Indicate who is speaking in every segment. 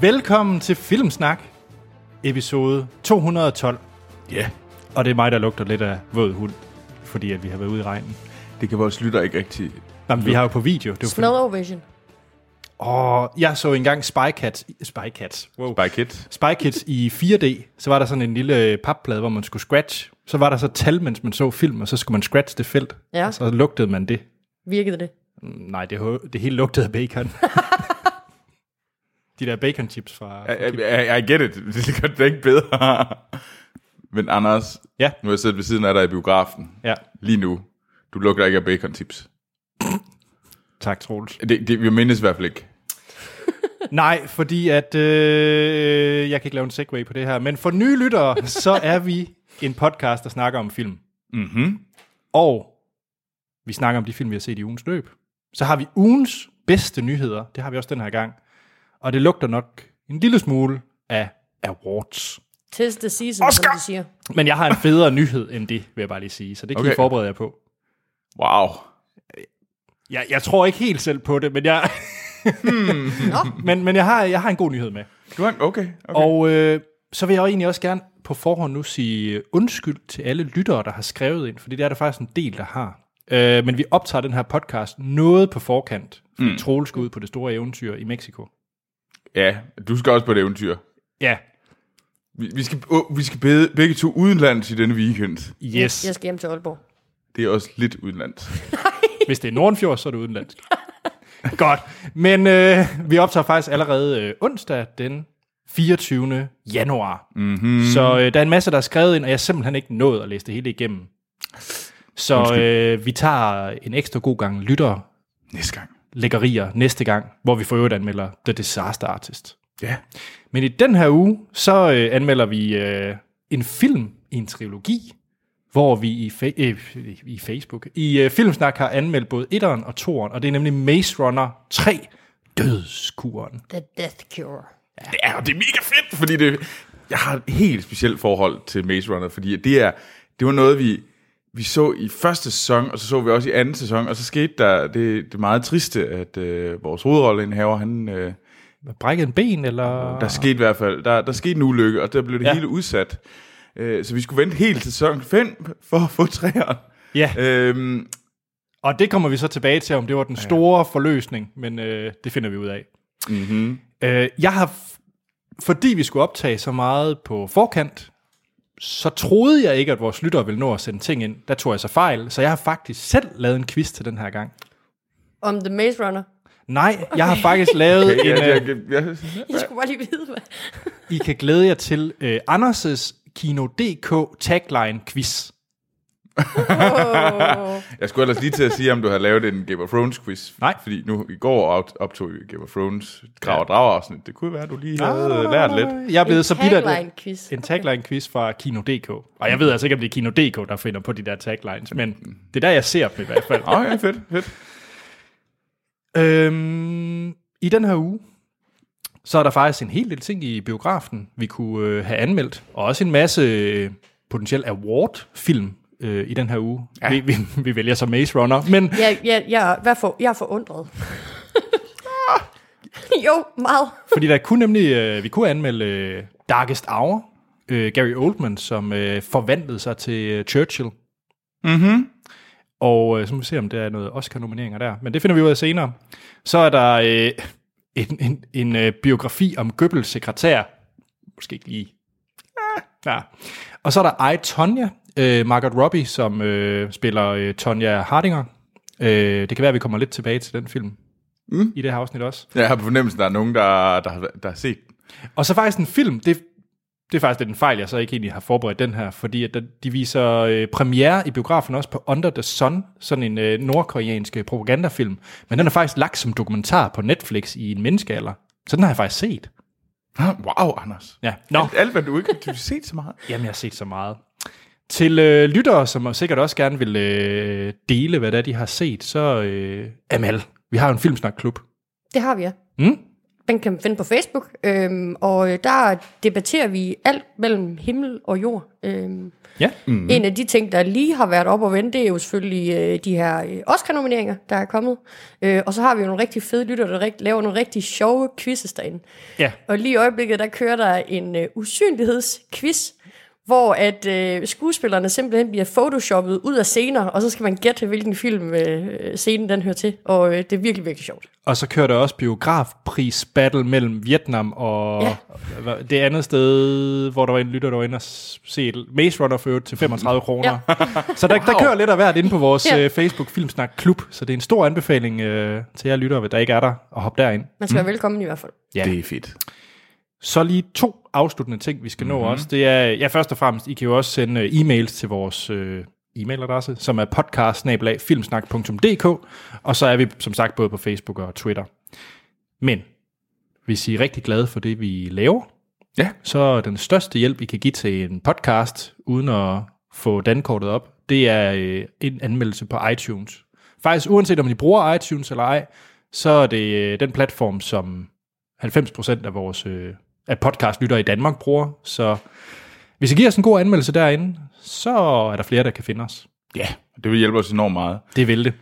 Speaker 1: Velkommen til Filmsnak, episode 212.
Speaker 2: Ja, yeah.
Speaker 1: Og det er mig, der lugter lidt af våd hund, fordi at vi har været ude i regnen.
Speaker 2: det kan vores lytter ikke rigtig...
Speaker 1: Jamen, vi har jo på video. Det er jo
Speaker 3: Snow Vision.
Speaker 1: Åh, jeg så engang Spy Cats, Spy Cats, wow.
Speaker 2: Bare kid.
Speaker 1: Spy Kids i 4D, så var der sådan en lille øh, papplade, hvor man skulle scratch. Så var der så tal, mens man så film, og så skulle man scratch det felt.
Speaker 3: Ja.
Speaker 1: Og så lugtede man det.
Speaker 3: Virkede det?
Speaker 1: Nej, det, ho- det hele lugtede af bacon. De der bacon chips fra...
Speaker 2: I, I, I get it. Det gør det ikke bedre. Men Anders,
Speaker 1: Ja.
Speaker 2: nu har jeg siddet ved siden af dig i biografen.
Speaker 1: Ja,
Speaker 2: Lige nu. Du lugter ikke af bacon-tips.
Speaker 1: tak Troels.
Speaker 2: Det, det, vi mindes i hvert fald ikke.
Speaker 1: Nej, fordi at øh, jeg kan ikke lave en segway på det her, men for nye lyttere, så er vi en podcast, der snakker om film.
Speaker 2: Mm-hmm.
Speaker 1: Og vi snakker om de film, vi har set i ugens løb. Så har vi ugens bedste nyheder, det har vi også den her gang. Og det lugter nok en lille smule af awards.
Speaker 3: Test the season, Oscar! som de siger.
Speaker 1: Men jeg har en federe nyhed end det, vil jeg bare lige sige, så det kan okay.
Speaker 2: Okay.
Speaker 1: I forberede jer på.
Speaker 2: Wow.
Speaker 1: Jeg, jeg tror ikke helt selv på det, men jeg,
Speaker 2: Hmm.
Speaker 3: Nå,
Speaker 1: men, men jeg, har, jeg har en god nyhed med.
Speaker 2: Du har, okay, okay.
Speaker 1: Og øh, så vil jeg jo egentlig også gerne på forhånd nu sige undskyld til alle lyttere, der har skrevet ind, fordi det er der faktisk en del, der har. Øh, men vi optager den her podcast noget på forkant, fordi mm. Troels skal ud på det store eventyr i Mexico.
Speaker 2: Ja, du skal også på et eventyr.
Speaker 1: Ja,
Speaker 2: Vi, vi skal, oh, vi skal bede, begge to udenlands i denne weekend.
Speaker 1: yes.
Speaker 3: jeg
Speaker 1: yes.
Speaker 3: skal hjem til Aalborg.
Speaker 2: Det er også lidt udenlands.
Speaker 1: Hvis det er Nordenfjord, så er det udenlandsk. Godt. Men øh, vi optager faktisk allerede øh, onsdag den 24. januar. Mm-hmm. Så øh, der er en masse, der er skrevet ind, og jeg har simpelthen ikke nået at læse det hele igennem. Så øh, vi tager en ekstra god gang lytter
Speaker 2: Næste gang.
Speaker 1: lækkerier næste gang, hvor vi for øvrigt anmelder The Disaster Artist.
Speaker 2: Ja.
Speaker 1: Men i den her uge, så øh, anmelder vi øh, en film i en trilogi, hvor vi i, fa- øh, i Facebook, i øh, Filmsnak har anmeldt både etteren og toeren, og det er nemlig Maze Runner 3, Dødskuren.
Speaker 3: The Death Cure.
Speaker 2: Det er, og det er mega fedt, fordi det, jeg har et helt specielt forhold til Maze Runner, fordi det, er, det var noget, vi, vi så i første sæson, og så så vi også i anden sæson, og så skete der det, det meget triste, at øh, vores hovedrolleindehaver, han, øh,
Speaker 1: Brækket en ben, eller...
Speaker 2: der skete i hvert fald, der, der skete en ulykke, og der blev det
Speaker 1: Ah. Ja.
Speaker 2: ja. hele udsat. Øh, så vi skulle vente helt til sæson 5 for at få træeren.
Speaker 1: Ja,
Speaker 2: Øhm,
Speaker 1: og det kommer vi så tilbage til, om det var den store forløsning, men øh, det finder vi ud af.
Speaker 2: mm-hmm.
Speaker 1: Øh, jeg har, f- fordi vi skulle optage så meget på forkant, så troede jeg ikke, at vores lyttere ville nå at sende ting ind. Der tog jeg så fejl, så jeg har faktisk selv lavet en quiz til den her gang.
Speaker 3: Om The Maze Runner.
Speaker 1: Nej, jeg har faktisk lavet
Speaker 2: ja,
Speaker 1: en...
Speaker 2: ja,
Speaker 1: øh,
Speaker 2: ja, ja.
Speaker 3: Jeg skulle bare lige vide, hvad.
Speaker 1: I kan glæde jer til øh, Anders' Kino.dk tagline quiz.
Speaker 3: Oh.
Speaker 2: Jeg skulle ellers lige til at sige, om du havde lavet en Game of Thrones quiz.
Speaker 1: Nej.
Speaker 2: Fordi nu i går op- optog vi Game of Thrones grav og drager afsnit. Det kunne være, at du lige havde
Speaker 1: Ah,
Speaker 2: øh, lært lidt.
Speaker 1: Jeg er blevet så bitter.
Speaker 3: tagline
Speaker 1: at-
Speaker 3: quiz.
Speaker 1: En tagline quiz fra Kino.dk. Og jeg ved altså ikke, om det er Kino.dk, der finder på de der taglines, men det er der, jeg ser dem i hvert fald.
Speaker 2: Åh, oh, ja, fedt, fedt.
Speaker 1: Øhm, I den her uge, så er der faktisk en hel del ting i biografen, vi kunne øh, have anmeldt, og også en masse øh, potentiel award-film øh, i den her uge. Ja. Vi, vi, vi vælger så Maze Runner, men
Speaker 3: Jeg, jeg, jeg, er- hvad for, jeg er forundret. jo, meget.
Speaker 1: fordi der kunne nemlig, øh, vi kunne anmelde øh, Darkest Hour, øh, Gary Oldman, som øh, forvandlede sig til øh, Churchill. Mm-hmm. Og øh, så må vi se, om der er noget Oscar-nomineringer der, men det finder vi ud af senere. Så er der øh, en, en, en øh, biografi om Goebbels sekretær. Måske ikke lige. Ah. Ja. Og så er der I, Tonja, øh, Margaret Robbie, som øh, spiller øh, Tonja Hardinger. Øh, det kan være, at vi kommer lidt tilbage til den film mm. i det her afsnit også.
Speaker 2: Jeg har på fornemmelsen, der er nogen, der, der, har- der har set den.
Speaker 1: Og så faktisk en film, det, det er faktisk lidt en fejl, jeg så ikke egentlig har forberedt den her, fordi at der, de viser øh, premiere i biografen også på Under the Sun, sådan en øh, nordkoreansk øh, propagandafilm. Men den er faktisk lagt som dokumentar på Netflix i en menneskealder. Så den har jeg faktisk set.
Speaker 2: Ah, Wow, Anders.
Speaker 1: Ja, nå,
Speaker 2: Alt, hvad du ikke du har set så meget.
Speaker 1: jamen jeg har set så meget. Til øh, lyttere, som sikkert også gerne vil øh, dele, hvad det er, de har set, så øh, Amal, vi har jo en filmsnakklub.
Speaker 3: Det har vi, ja.
Speaker 1: Mm?
Speaker 3: Den kan man finde på Facebook, øhm, og øh, der debatterer vi alt mellem himmel og jord. Øhm,
Speaker 1: Ja. Mm.
Speaker 3: Mm. En af de ting, der lige har været op og vende, det er jo selvfølgelig øh, de her øh, Oscar-nomineringer, der er kommet. Øh, og så har vi jo nogle rigtig fede lytter, der rigt- laver nogle rigtig sjove quizzes derinde.
Speaker 1: Ja.
Speaker 3: Og lige i øjeblikket, der kører der en øh, usynlighedsquiz, hvor at øh, skuespillerne simpelthen bliver photoshoppet ud af scener, og så skal man gætte, hvilken film øh, scenen den hører til. Og øh, det er virkelig, virkelig sjovt.
Speaker 1: Og så kører der også biografpris-battle mellem Vietnam og
Speaker 3: Ja.
Speaker 1: ja. det andet sted, hvor der var en lytter, der var inde og s- se et Maze Runner for øvrigt til 35 kroner. Ja. Så der, der kører lidt af hvert inde på vores
Speaker 3: Ja.
Speaker 1: ja. Facebook Filmsnak Klub, så det er en stor anbefaling øh, til jer lyttere, der ikke er der, at hoppe derind.
Speaker 3: Man skal mm. være velkommen i hvert fald.
Speaker 1: Ja.
Speaker 2: Det er fedt.
Speaker 1: Så lige to afsluttende ting, vi skal nå mm-hmm. også. Det er, ja, først og fremmest, I kan jo også sende øh, e-mails til vores øh, e-mailadresse, som er podcast og så er vi som sagt både på Facebook og Twitter. Men hvis I er rigtig glade for det, vi laver,
Speaker 2: Ja.
Speaker 1: så er den største hjælp, I kan give til en podcast, uden at få dankortet op, det er øh, en anmeldelse på iTunes. Faktisk uanset om I bruger iTunes eller ej, så er det øh, den platform, som 90% af vores øh, af podcastlytter i Danmark bruger. Så hvis I giver os en god anmeldelse derinde, så er der flere, der kan finde os.
Speaker 2: Ja, det vil hjælpe os enormt meget.
Speaker 1: Det vil det.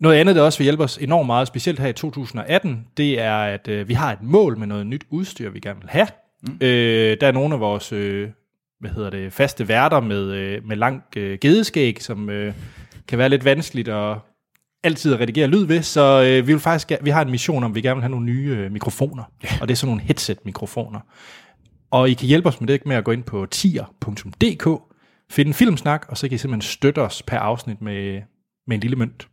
Speaker 1: Noget andet, der også vil hjælpe os enormt meget, specielt her i 2018, det er, at øh, vi har et mål med noget nyt udstyr, vi gerne vil have. Mm. Øh, der er nogle af vores øh, hvad hedder det, faste værter med, øh, med lang øh, gedeskæg, som øh, kan være lidt vanskeligt at altid at redigere lyd ved, så øh, vi vil faktisk ge- vi har en mission om, at vi gerne vil have nogle nye øh, mikrofoner, og det er sådan nogle headset-mikrofoner. Og I kan hjælpe os med det med at gå ind på tier.dk, finde en filmsnak, og så kan I simpelthen støtte os per afsnit med, med en lille mønt.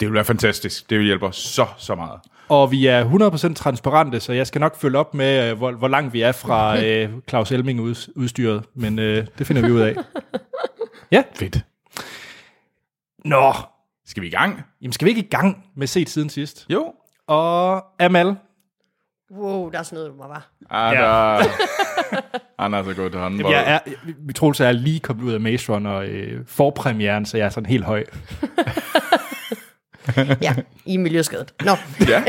Speaker 2: Det vil være fantastisk. Det vil hjælpe os så, så meget.
Speaker 1: Og vi er 100% transparente, så jeg skal nok følge op med, øh, hvor, hvor langt vi er fra øh, Claus Elming ud, udstyret, men øh, det finder vi ud af. Ja.
Speaker 2: Fedt.
Speaker 1: Nå,
Speaker 2: Skal vi i gang?
Speaker 1: jamen skal vi ikke i gang med set siden sidst?
Speaker 2: Jo.
Speaker 1: Og Amal,
Speaker 3: Wow, der er sådan noget, du mig var.
Speaker 2: Ah,
Speaker 1: Ja.
Speaker 2: ja. der... Anders er gået til håndbold.
Speaker 1: jeg er, vi Troels og jeg er lige kommet ud af Maze Runner øh, forpremieren, så jeg er sådan helt høj.
Speaker 3: Ja, I er miljøskadet. Nå.
Speaker 2: Ja.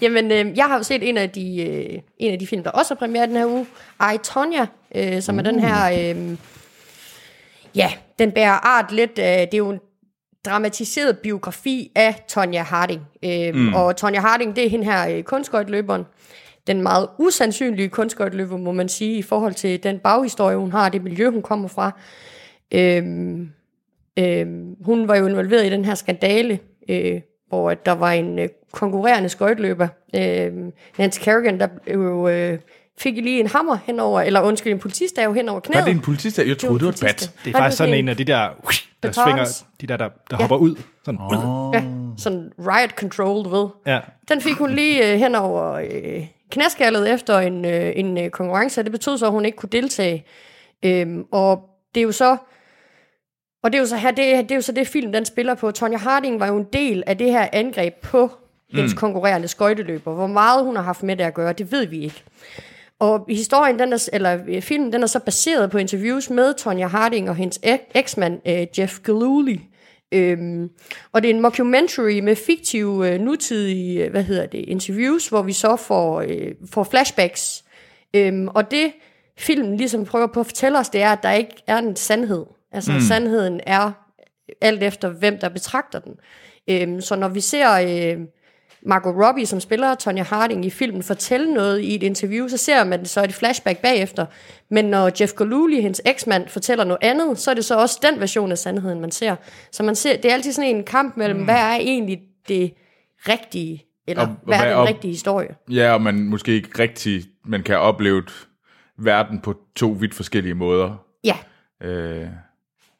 Speaker 3: Jamen, øh, jeg har jo set en af, de, øh, en af de film, der også har premiere den her uge. I, Tonya, øh, som er den her... Øh, ja, den bærer art lidt... Øh, det er jo en dramatiseret biografi af Tonya Harding. Øh, mm. Og Tonya Harding, det er hende her øh, kunstskøjtløberen. Den meget usandsynlige kunstskøjtløber, må man sige, i forhold til den baghistorie, hun har, det miljø, hun kommer fra. Øhm, Øhm, hun var jo involveret i den her skandale, øh, hvor at der var en øh, konkurrerende skøjtløber, øh, Nancy Kerrigan, der blev jo, øh, fik lige en hammer henover, eller undskyld, en politistav henover knæet.
Speaker 2: Var det en politist? Jeg troede, det var et
Speaker 3: politist,
Speaker 2: bat.
Speaker 1: Det er
Speaker 3: Nej,
Speaker 1: faktisk sådan
Speaker 3: sådan
Speaker 1: en af de der, der
Speaker 3: Batons.
Speaker 1: svinger, de der, der, der hopper ud. Sådan, oh.
Speaker 3: Ja, sådan riot control, du ved.
Speaker 1: Ja.
Speaker 3: Den fik hun lige øh, hen over øh, knæskaldet efter en, øh, en øh, konkurrence, og det betød så, at hun ikke kunne deltage. Øhm, og det er jo så... Og det er jo så her, det, det er jo så det film, den spiller på. Tonya Harding var jo en del af det her angreb på hendes konkurrerende skøjteløber. Hvor meget hun har haft med det at gøre, det ved vi ikke. Og historien, den er, eller øh, filmen, den er så baseret på interviews med Tonya Harding og hendes ek- eksmand, øh, Jeff Gillooly. Øhm, og det er en mockumentary med fiktive, øh, nutidige, øh, hvad hedder det, interviews, hvor vi så får, øh, får flashbacks. Øhm, og det filmen ligesom prøver på at fortælle os, det er, at der ikke er en sandhed. Altså mm. sandheden er alt efter, hvem der betragter den. Øhm, så når vi ser... Øh, Margot Robbie, som spiller Tonya Harding i filmen, fortælle noget i et interview, så ser man det så et flashback bagefter. Men når Jeff Golooly, hendes eksmand, fortæller noget andet, så er det så også den version af sandheden, man ser. Så man ser, det er altid sådan en kamp mellem, mm. hvad er egentlig det rigtige, eller
Speaker 2: Og-
Speaker 3: og,
Speaker 2: og
Speaker 3: hvad
Speaker 2: hvad
Speaker 3: er
Speaker 2: er-
Speaker 3: den rigtige historie?
Speaker 2: Ja, og man måske ikke rigtig... Man kan opleve et- verden på to vidt forskellige måder.
Speaker 3: Ja,
Speaker 2: Øh,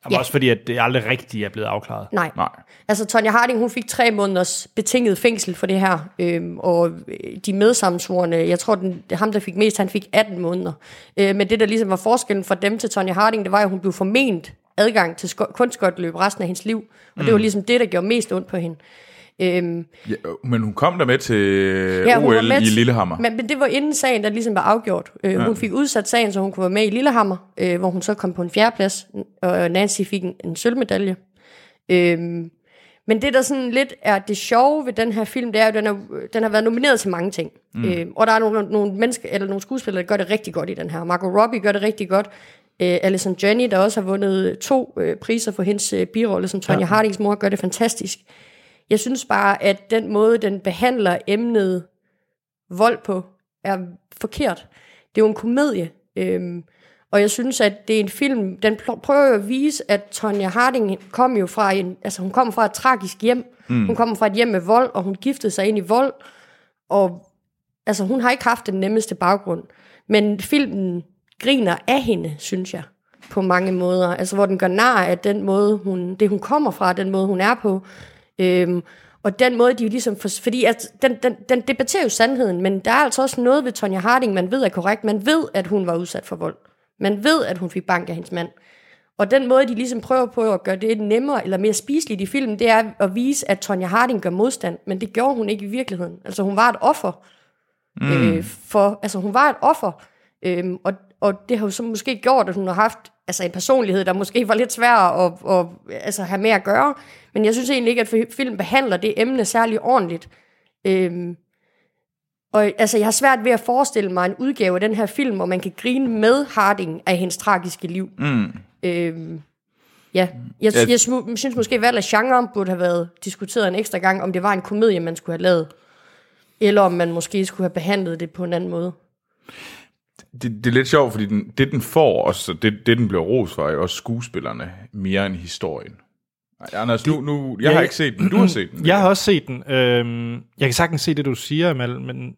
Speaker 1: Jamen, Også fordi, at det aldrig rigtigt er blevet afklaret.
Speaker 3: nej.
Speaker 2: nej.
Speaker 3: Altså, Tonja Harding, hun fik tre måneders betinget fængsel for det her, øhm, og øh, de medsamsvorene, jeg tror, den, ham, der fik mest, han fik 18 måneder. Øh, men det, der ligesom var forskellen fra dem til Tonja Harding, det var, at hun blev forment adgang til sko- kunstskøjteløb resten af hendes liv, og mm. det var ligesom det, der gjorde mest ondt på hende. Øhm,
Speaker 2: Ja, men hun kom der med til
Speaker 3: Ja,
Speaker 2: ja,
Speaker 3: hun var
Speaker 2: OL
Speaker 3: med
Speaker 2: i
Speaker 3: til-
Speaker 2: Lillehammer.
Speaker 3: Men, men det var inden sagen, der ligesom var afgjort. Øh, hun fik udsat sagen, så hun kunne være med i Lillehammer, øh, hvor hun så kom på en fjerdeplads, og Nancy fik en, en sølvmedalje. Øh, Men det, der sådan lidt er det sjove ved den her film, det er, at den, er, den har været nomineret til mange ting. Mm. Øh, og der er nogle, nogle, mennesker, eller nogle skuespillere, der gør det rigtig godt i den her. Margot Robbie gør det rigtig godt. Øh, Alison Janney, der også har vundet to øh, priser for hendes øh, birolle som Tonya ja. Hardings mor, gør det fantastisk. Jeg synes bare, at den måde, den behandler emnet vold på, er forkert. Det er jo en komedie. Øhm, og jeg synes, at det er en film, den pl- prøver jo at vise, at Tonja Harding kom jo fra en, altså hun kom fra et tragisk hjem. Mm. Hun kom fra et hjem med vold, og hun giftede sig ind i vold. Og altså, hun har ikke haft den nemmeste baggrund. Men filmen griner af hende, synes jeg, på mange måder. Altså, hvor den gør nar af den måde, hun, det hun kommer fra, den måde, hun er på. Øhm, og den måde, de jo ligesom... For, fordi at den, den, den debatterer jo sandheden, men der er altså også noget ved Tonja Harding, man ved er korrekt. Man ved, at hun var udsat for vold. Man ved, at hun fik bank af hendes mand. Og den måde, de ligesom prøver på at gøre det nemmere eller mere spiseligt i filmen, det er at vise, at Tonja Harding gør modstand, men det gjorde hun ikke i virkeligheden. Altså, hun var et offer. Mm. Øh, for, altså, hun var et offer. Øhm, og, og det har jo så måske gjort, at hun har haft altså, en personlighed, der måske var lidt svær at, at, at altså, have med at gøre. Men jeg synes egentlig ikke, at filmen behandler det emne særlig ordentligt. Øhm, og altså, jeg har svært ved at forestille mig en udgave af den her film, hvor man kan grine med Harding af hendes tragiske liv. Mm. Øhm, ja, jeg,
Speaker 2: Ja.
Speaker 3: jeg, jeg smu- synes måske, valg af genren burde have været diskuteret en ekstra gang, om det var en komedie, man skulle have lavet. Eller om man måske skulle have behandlet det på en anden måde.
Speaker 2: det, det er lidt sjovt, fordi den, det, den får, og så det, det, den bliver ros for, er jo også skuespillerne mere end historien. Ej, Anders, nu, nu, jeg har
Speaker 1: jeg-
Speaker 2: ikke set den, du har set den.
Speaker 1: Jeg har også set den. Øhm, jeg kan sagtens se det, du siger, Amal, men...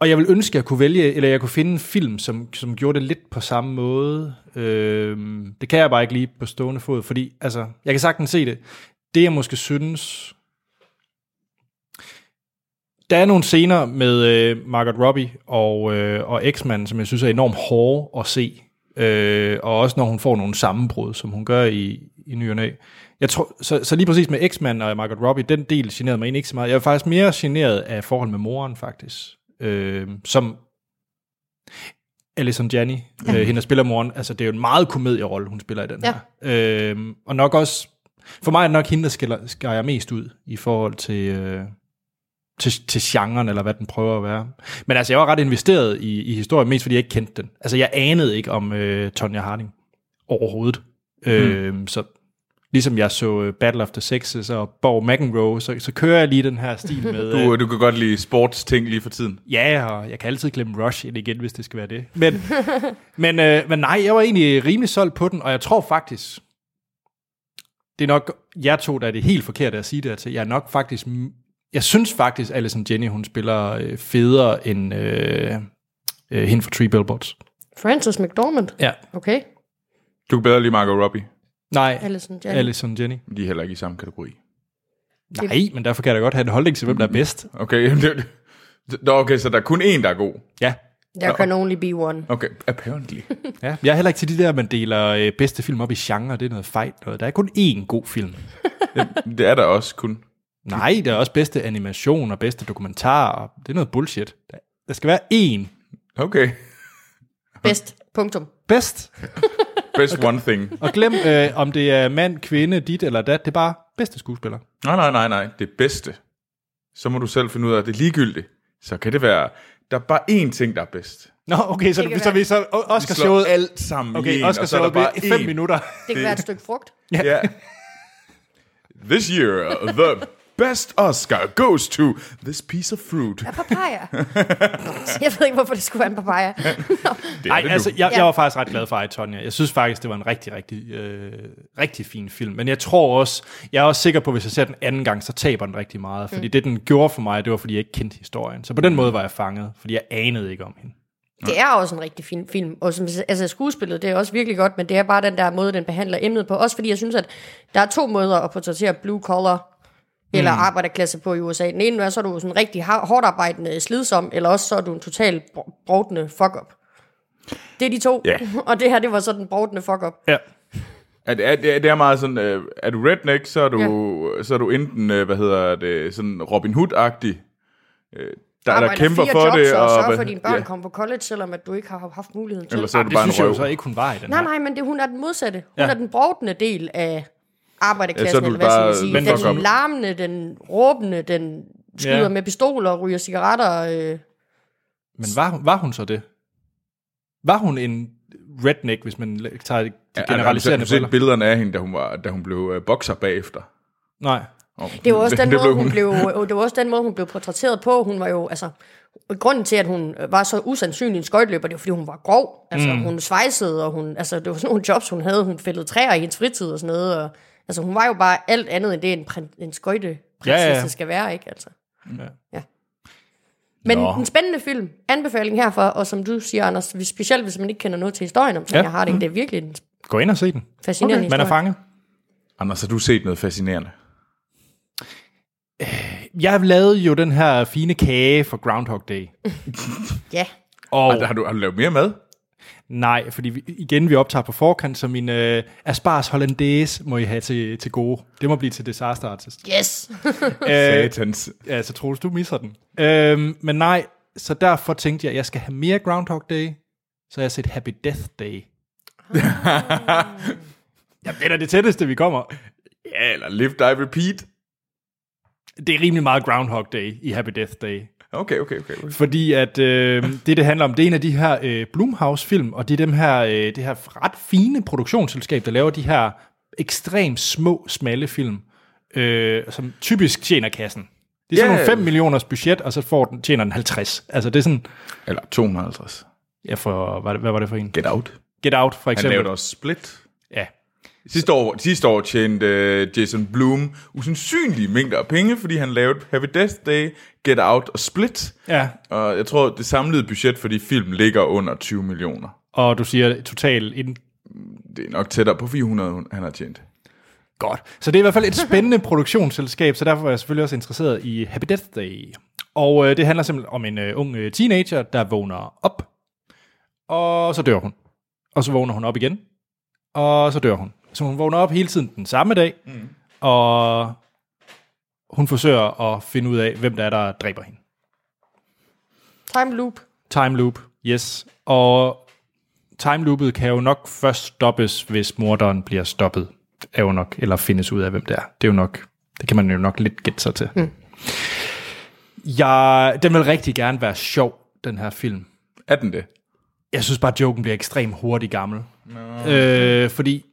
Speaker 1: Og jeg vil ønske, at jeg kunne vælge, eller jeg kunne finde en film, som, som gjorde det lidt på samme måde. Øhm, det kan jeg bare ikke lige på stående fod, fordi altså, jeg kan sagtens se det. Det, jeg måske synes... Der er nogle scener med øh, Margot Robbie og, øh, og X-Man, som jeg synes er enormt hårde at se. Øh, og også når hun får nogle sammenbrud, som hun gør i, i ny og næ. Jeg tror, så, så lige præcis med X-Man og Margot Robbie, den del generede mig egentlig ikke så meget. Jeg var faktisk mere generet af forhold med moren, faktisk. Øh, som Alison Janney, ja. øh, hende der spiller moren, altså det er jo en meget komedierolle, hun spiller i den
Speaker 3: Ja.
Speaker 1: her. Øh, og nok også, for mig er det nok hende, der skiller, skærer mest ud i forhold til... Øh, til, til genren, eller hvad den prøver at være. Men altså, jeg var ret investeret i, i historien, mest fordi jeg ikke kendte den. Altså, jeg anede ikke om øh, Tonja Harding overhovedet. Mm. Øh, så ligesom jeg så øh, Battle of the Sexes og Borg McEnroe, så, så kører jeg lige den her stil med... øh,
Speaker 2: Du, du kan godt lide sportsting lige for tiden.
Speaker 1: Ja, og jeg kan altid glemme Rush ind igen, hvis det skal være det. Men, men, øh, men nej, jeg var egentlig rimelig solgt på den, og jeg tror faktisk, det er nok jer to, der er det helt forkerte at sige det her til. Jeg er nok faktisk, jeg synes faktisk, Alison Jenny, hun spiller øh, federe end øh, øh, hende for Three Billboards.
Speaker 3: Frances McDormand?
Speaker 1: Ja.
Speaker 3: Okay.
Speaker 2: Du kan bedre lide Margot Robbie.
Speaker 1: Nej,
Speaker 3: Alison Janney.
Speaker 1: Alison Jenny.
Speaker 2: De er heller ikke i samme kategori.
Speaker 1: Nej, men derfor kan jeg da godt have en holdning til, hvem der er bedst.
Speaker 2: Okay, jamen det, det- Nå, okay, så der er kun én, der er god.
Speaker 1: Ja.
Speaker 3: There can only be one.
Speaker 2: Okay, apparently.
Speaker 1: ja. Jeg er heller ikke til de der, man deler øh, bedste film op i genre. Det er noget fejl. noget. Der er kun én god film.
Speaker 2: det er der også kun.
Speaker 1: Nej, der er også bedste animation og bedste dokumentar. og Det er noget bullshit. Der- Der skal være én
Speaker 2: Okay,
Speaker 3: Bedst. Punktum.
Speaker 1: bedst.
Speaker 2: best one thing.
Speaker 1: Og glem, øh, om det er mand, kvinde, dit eller dat. Det er bare bedste skuespiller.
Speaker 2: Nej, nej, nej, nej. Det bedste. Så må du selv finde ud af, at det er ligegyldigt. Så kan det være, der er bare én ting, der er bedst.
Speaker 1: Nå, okay, så,
Speaker 3: Det
Speaker 1: du,
Speaker 3: kan
Speaker 1: så, vi, så o-
Speaker 2: Vi
Speaker 1: Oscar
Speaker 2: slår
Speaker 1: showet.
Speaker 2: alt sammen i
Speaker 1: Okay,
Speaker 2: en,
Speaker 1: Oscar
Speaker 2: og så er der
Speaker 1: showet
Speaker 2: bare
Speaker 1: bliver fem
Speaker 2: én.
Speaker 1: minutter.
Speaker 3: Det kan være et stykke frugt.
Speaker 2: Ja. This year, the best Oscar goes to this piece of fruit.
Speaker 3: Ja, papaya. jeg ved ikke, hvorfor det skulle være en papaya.
Speaker 2: Det er
Speaker 1: Nej,
Speaker 2: det nu.
Speaker 1: altså, jeg, jeg
Speaker 3: Ja.
Speaker 1: var faktisk ret glad for Eye, Tonya. Jeg synes faktisk, det var en rigtig, rigtig, øh, rigtig fin film. Men jeg tror også, jeg er også sikker på, at hvis jeg ser den anden gang, så taber den rigtig meget. Fordi mm. det, den gjorde for mig, det var, fordi jeg ikke kendte historien. Så på
Speaker 2: Mm.
Speaker 1: den måde var jeg fanget, fordi jeg anede ikke om hende.
Speaker 3: Det er også en rigtig fin film. Og som, altså, skuespillet, det er også virkelig godt, men det er bare den der måde, den behandler emnet på. Også fordi jeg synes, at der er to måder at portrættere blue collar eller mm. arbejderklasse på i USA. Den ene er, så er du sådan rigtig har- hårdt arbejdende slidsom, eller også så er du en total bro- brodende fuck-up. Det er de to.
Speaker 2: Ja.
Speaker 3: og det her, det var så den brodende fuck-up.
Speaker 1: Ja.
Speaker 2: Er, det- er, det er- det er meget sådan, øh, er du redneck, så er du, så er du enten, øh, hvad hedder det, sådan Robin Hood-agtig, øh, der, der
Speaker 3: Arbejder
Speaker 2: kæmper
Speaker 3: fire
Speaker 2: for
Speaker 3: jobs
Speaker 2: det.
Speaker 3: Og, og sørger
Speaker 2: hvad-
Speaker 3: for, at dine børn
Speaker 2: ja.
Speaker 3: ja. kommer på college, selvom at du ikke har haft muligheden til.
Speaker 2: Eller så er du
Speaker 1: Det
Speaker 2: bare en
Speaker 1: synes jeg jo
Speaker 2: røv.
Speaker 1: så ikke, hun var i den
Speaker 3: Nej,
Speaker 1: her.
Speaker 3: nej, men det, hun er den modsatte. Hun
Speaker 1: Ja.
Speaker 3: ja. er den brodende del af
Speaker 2: Ja, så er
Speaker 3: arbejderklassen,
Speaker 2: du
Speaker 3: eller hvad skal
Speaker 2: bare-
Speaker 3: man sige.
Speaker 1: Men fuck
Speaker 3: Den
Speaker 2: op.
Speaker 3: larmende, den råbende, den skyder
Speaker 1: Ja.
Speaker 3: med pistoler og ryger cigaretter. Øh.
Speaker 1: Men var, var hun så det? Var hun en redneck, hvis man la- tager de generaliserende
Speaker 2: briller.
Speaker 1: briller?
Speaker 2: altså, set billederne af hende, da hun, var, da hun blev øh, bokser bagefter.
Speaker 1: Nej.
Speaker 2: Oh,
Speaker 3: Det var også den
Speaker 2: blev
Speaker 3: måde, hun blev, øh, det var også den måde, hun blev portrætteret på. Hun var jo, altså, grunden til, at hun øh, var så usandsynlig en skøjtløber, det var, fordi hun var grov. Altså, mm. hun svejsede, og hun, altså, det var sådan nogle jobs, hun havde. Hun fældede træer i hendes fritid og sådan noget. Og, altså, hun var jo bare alt andet, end det, en, prin- en skøjteprinsesse
Speaker 1: Ja,
Speaker 3: ja,
Speaker 1: ja, ja.
Speaker 3: ja. skal være, ikke? Altså.
Speaker 1: Ja.
Speaker 3: Men
Speaker 2: Nå.
Speaker 3: Nå. en spændende film. Anbefaling herfor, og som du siger, Anders, hvis- specielt hvis man ikke kender noget til historien om Tanja
Speaker 1: Ja.
Speaker 3: ja. Harding, det er virkelig en
Speaker 1: Gå ind og se den.
Speaker 3: fascinerende okay.
Speaker 1: Man
Speaker 3: historie.
Speaker 1: er fanget.
Speaker 2: Anders, har du set noget fascinerende?
Speaker 1: Jeg lavede jo den her fine kage for Groundhog Day.
Speaker 3: ja.
Speaker 1: Og
Speaker 2: Har, har, du, har du lavet mere med?
Speaker 1: nej, fordi vi, igen, vi optager på forkant, så min øh, Aspars Hollandaise må I have til, til gode. Det må blive til Disaster Artist.
Speaker 3: Yes.
Speaker 1: Øh,
Speaker 2: Satans.
Speaker 1: Ja, så Troels, du misser den. Øhm, men nej, så derfor tænkte jeg, at jeg skal have mere Groundhog Day, så jeg har set Happy Death Day. jeg ved da det tætteste, vi kommer.
Speaker 2: Ja, eller live, die, repeat.
Speaker 1: Det er rimelig meget Groundhog Day i Happy Death Day.
Speaker 2: Okay, okay, okay. okay.
Speaker 1: Fordi at øh, det, det handler om, det er en af de her øh, Blumhouse-film, og det er dem her, øh, det her ret fine produktionsselskab, der laver de her ekstremt små, smalle film, øh, som typisk tjener kassen. Det er sådan
Speaker 2: Ja.
Speaker 1: nogle 5 millioners budget, og så får den, tjener den 50. Altså det er sådan,
Speaker 2: Eller 250.
Speaker 1: Ja, for, hvad, hvad var det for en?
Speaker 2: Get out.
Speaker 1: Get Out, for
Speaker 2: Han
Speaker 1: eksempel.
Speaker 2: lavede også split.
Speaker 1: Ja.
Speaker 2: Sidste år, sidste år tjente øh, Jason Blum usandsynlige mængder af penge, fordi han lavede Happy Death Day, Get Out og Split.
Speaker 1: ja,
Speaker 2: Og jeg tror, det samlede budget for de film ligger under 20 millioner.
Speaker 1: og du siger total ind.
Speaker 2: Det er nok tættere på 400, hun- han har tjent.
Speaker 1: Godt. Så det er i hvert fald et spændende produktionsselskab, så derfor er jeg selvfølgelig også interesseret i Happy Death Day. Og øh, det handler simpelthen om en øh, ung øh, teenager, der vågner op, og så dør hun. Og så vågner hun op igen, og så dør hun. Så hun vågner op hele tiden den samme dag, mm. og hun forsøger at finde ud af, hvem der er, der dræber hende.
Speaker 3: Time loop.
Speaker 1: Time loop, yes. Og time loopet kan jo nok først stoppes, hvis morderen bliver stoppet. Er jo nok, eller findes ud af, hvem det er. Det er jo nok, det kan man jo nok lidt gætte sig til. Mm. Jeg, den vil rigtig gerne være sjov, den her film.
Speaker 2: Er den det?
Speaker 1: Jeg synes bare, at joken bliver ekstremt hurtigt gammel. No. Øh, fordi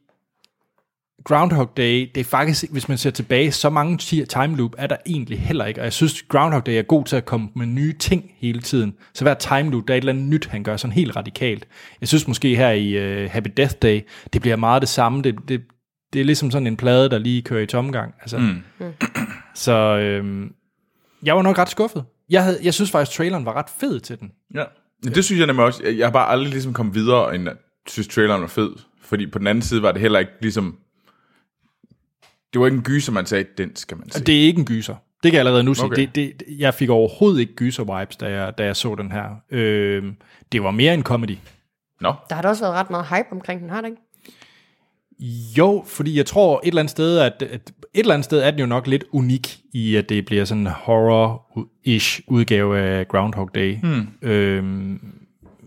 Speaker 1: Groundhog Day, det er faktisk, hvis man ser tilbage, så mange ti- time loop er der egentlig heller ikke. Og jeg synes, Groundhog Day er god til at komme med nye ting hele tiden. Så hver time loop, der er et eller andet nyt, han gør sådan helt radikalt. Jeg synes måske her i uh, Happy Death Day, det bliver meget det samme. Det, det, det er ligesom sådan en plade, der lige kører i tomgang. Altså, mm. Så øhm, jeg var nok ret skuffet. Jeg, havde, jeg synes faktisk, traileren var ret fed til den.
Speaker 2: Ja. Det synes jeg nemlig også. Jeg jeg har bare aldrig ligesom kommet videre, end at synes, traileren var fed. Fordi på den anden side var det heller ikke ligesom... Det var ikke en gyser, man sagde, den skal man se.
Speaker 1: Det er ikke en gyser. Det kan jeg allerede nu sige.
Speaker 2: Okay.
Speaker 1: Okay. Det, det, jeg fik overhovedet ikke gyser-vibes, da jeg, da jeg så den her. Øh, det var mere en comedy.
Speaker 2: Nå,
Speaker 3: Der har da også været ret meget hype omkring den, har det ikke?
Speaker 1: Jo, fordi jeg tror et eller andet sted, at, at et eller andet sted er den jo nok lidt unik i, at det bliver sådan en horror-ish udgave af Groundhog Day. Mm. Øhm,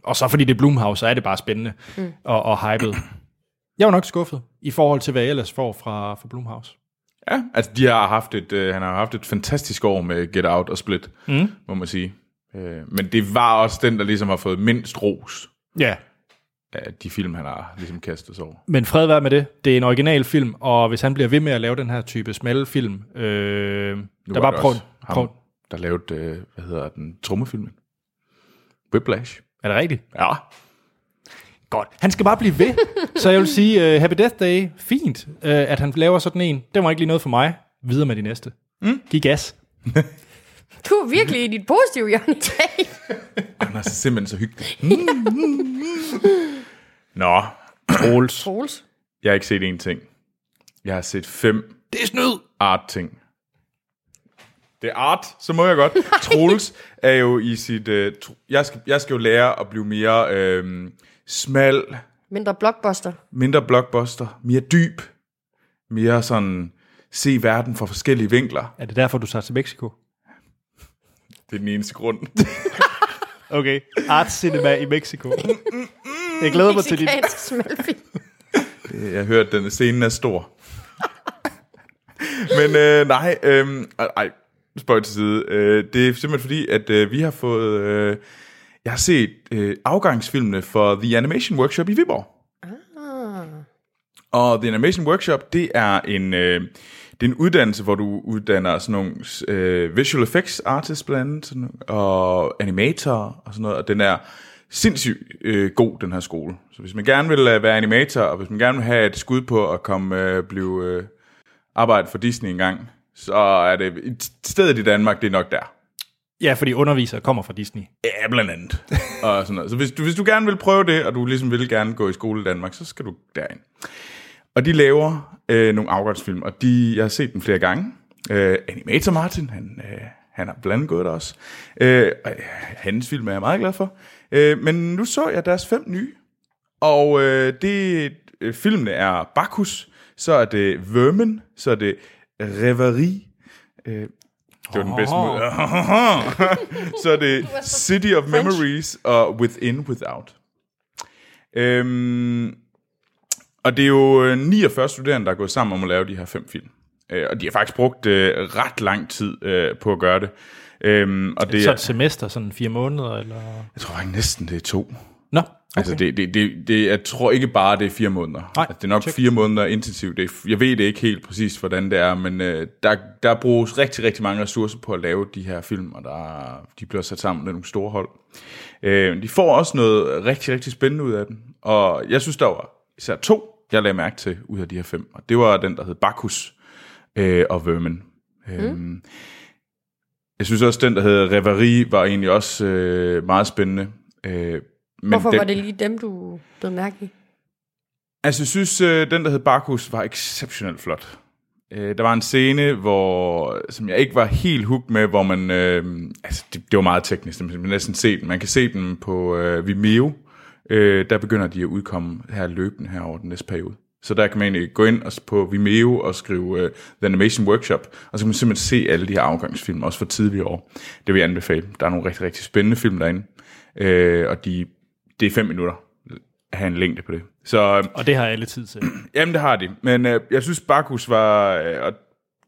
Speaker 1: og så fordi det er Blumhouse, så er det bare spændende mm. og, og hypet. Jeg var nok skuffet i forhold til, hvad jeg ellers får fra, fra Blumhouse.
Speaker 2: Ja, altså de har haft et, øh, han har haft et fantastisk år med Get Out og Split, mm. må man sige. Øh, men det var også den, der ligesom har fået mindst ros
Speaker 1: Ja,
Speaker 2: af de film, han har ligesom kastet sig over.
Speaker 1: Men fred være med det. Det er en original film, og hvis han bliver ved med at lave den her type smalle film, øh,
Speaker 2: Nu
Speaker 1: der
Speaker 2: var
Speaker 1: bare
Speaker 2: det
Speaker 1: prøv,
Speaker 2: også ham,
Speaker 1: prøv.
Speaker 2: der lavede, øh, hvad hedder den, trummefilmen. Whiplash.
Speaker 1: Er det rigtigt?
Speaker 2: Ja.
Speaker 1: Godt. Han skal bare blive ved. så jeg vil sige, uh, Happy Death Day, fint, uh, at han laver sådan en. Den var ikke lige noget for mig. Videre med de næste. Mm. Giv gas.
Speaker 3: Du er virkelig i dit positive hjørne i dag.
Speaker 2: Han er simpelthen så hyggelig. mm. Nå, Troels.
Speaker 3: Troels.
Speaker 2: Jeg har ikke set én ting. Jeg har set fem
Speaker 1: Det er snyd.
Speaker 2: art-ting. Det er art, så må jeg godt. Troels er jo i sit... Øh, tro, jeg, skal, jeg skal jo lære at blive mere øh, smal,
Speaker 3: Mindre blockbuster.
Speaker 2: mindre blockbuster, mere dyb, mere sådan se verden fra forskellige vinkler.
Speaker 1: Er det derfor, du tager til Mexico?
Speaker 2: Det er den eneste grund.
Speaker 1: Okay. Art Cinema i Mexico.
Speaker 2: Mm,
Speaker 1: Jeg glæder mig til din...
Speaker 3: Mexicansk smalfilm.
Speaker 2: Øh, Jeg hørte, at den scene er stor. Men øh, nej, øh, ej, spøj til side. Øh, det er simpelthen fordi, at øh, vi har fået... Øh, jeg har set øh, afgangsfilmene for The Animation Workshop i Viborg.
Speaker 3: Ah.
Speaker 2: Og The Animation Workshop, det er en, øh, det er en uddannelse, hvor du uddanner sådan nogle øh, visual effects artists blandt andet, sådan, nogle- og animatorer og sådan noget, og den er sindssygt øh, god, den her skole. Så hvis man gerne vil øh, være animator, og hvis man gerne vil have et skud på at komme øh, blive øh, arbejde for Disney engang, så er det et sted i Danmark, det er nok der.
Speaker 1: Ja, fordi undervisere kommer fra Disney.
Speaker 2: Ja, blandt andet. og sådan noget. Så hvis du, hvis du gerne vil prøve det, og du ligesom vil gerne gå i skole i Danmark, så skal du derind. Og de laver øh, nogle afgangsfilm, og de, jeg har set dem flere gange. Øh, Animator Martin, han, øh, han har blandt andet gået der også. Øh, og, øh, hans film er jeg meget glad for. Øh, men nu så jeg deres fem nye, og øh, det, øh, filmene er Bacchus, så er det Vermin, så er det Reverie, øh, det var den bedste
Speaker 1: Åh.
Speaker 2: måde. så er det City of Memories og Within Without. Øhm, og det er jo øh, 49 studerende, der er gået sammen om at lave de her fem film. Øh, og de har faktisk brugt øh, ret lang tid øh, på at gøre det. Øhm, og det
Speaker 1: Så
Speaker 2: er,
Speaker 1: et semester, sådan fire måneder, eller...
Speaker 2: jeg tror faktisk næsten, det er to.
Speaker 1: Nå,
Speaker 2: Altså, det, det, det, det, jeg tror ikke bare, det er fire måneder.
Speaker 1: Nej,
Speaker 2: altså, det er nok
Speaker 1: check.
Speaker 2: fire måneder intensivt. Det er, jeg ved det ikke helt præcis, hvordan det er, men øh, der, der bruges rigtig, rigtig mange ressourcer på at lave de her film, og der, de bliver sat sammen med nogle store hold. Øh, de får også noget rigtig, rigtig spændende ud af den, og jeg synes, der var især to, jeg lagde mærke til ud af de her fem, og det var den, der hed Bacchus øh, og Vermin. Øh,
Speaker 3: Mm.
Speaker 2: Jeg synes også, den, der hed Reverie, var egentlig også øh, meget spændende. Øh, men
Speaker 3: Hvorfor
Speaker 2: den,
Speaker 3: var det lige dem, du blev mærke i?
Speaker 2: Altså, jeg synes, øh, den, der hed Barkus, var exceptionelt flot. Øh, der var en scene, hvor, som jeg ikke var helt hooked med, hvor man... Øh, altså, det, det var meget teknisk, men man kan næsten se den. Man kan se den på øh, Vimeo. Øh, der begynder de at udkomme her løbende her over den næste periode. Så der kan man egentlig gå ind og s- på Vimeo og skrive øh, The Animation Workshop, og så kan man simpelthen se alle de her afgangsfilm, også fra tidligere år. Det vil jeg anbefale. Der er nogle rigtig, rigtig spændende film derinde, øh, og de, det er fem minutter at have en længde på det. Så øh,
Speaker 1: og det har alle tid til.
Speaker 2: Jamen, det har de. Men øh, jeg synes, Bakus var... Øh, og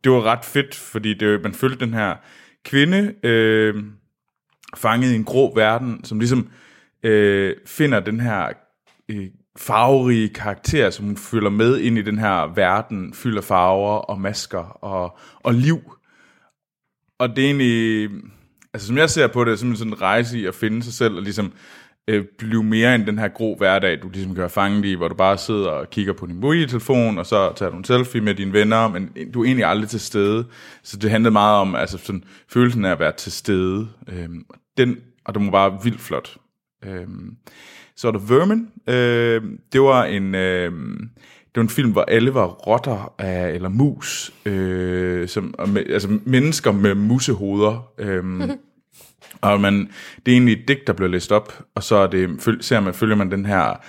Speaker 2: det var ret fedt, fordi det, man følte den her kvinde øh, fanget i en grå verden, som ligesom øh, finder den her øh, farverige karakter, som hun følger med ind i den her verden, fylder farver og masker og, og liv. Og det er egentlig... Altså, som jeg ser på det, er det simpelthen sådan en rejse i at finde sig selv og ligesom øh, blive mere end den her grå hverdag, du ligesom kan være fanget i, hvor du bare sidder og kigger på din mobiltelefon, og så tager du en selfie med dine venner, men du er egentlig aldrig til stede. Så det handlede meget om altså sådan, følelsen af at være til stede. Øhm, den, og det var bare vildt flot. Øhm, så er der Vermin. Øhm, det var en... Øhm, det var en film, hvor alle var rotter af, eller mus, øh, som, og med, altså mennesker med musehoveder. Øhm, og man, det er egentlig et digt, der bliver læst op, og så er det, føl, ser man, følger man den her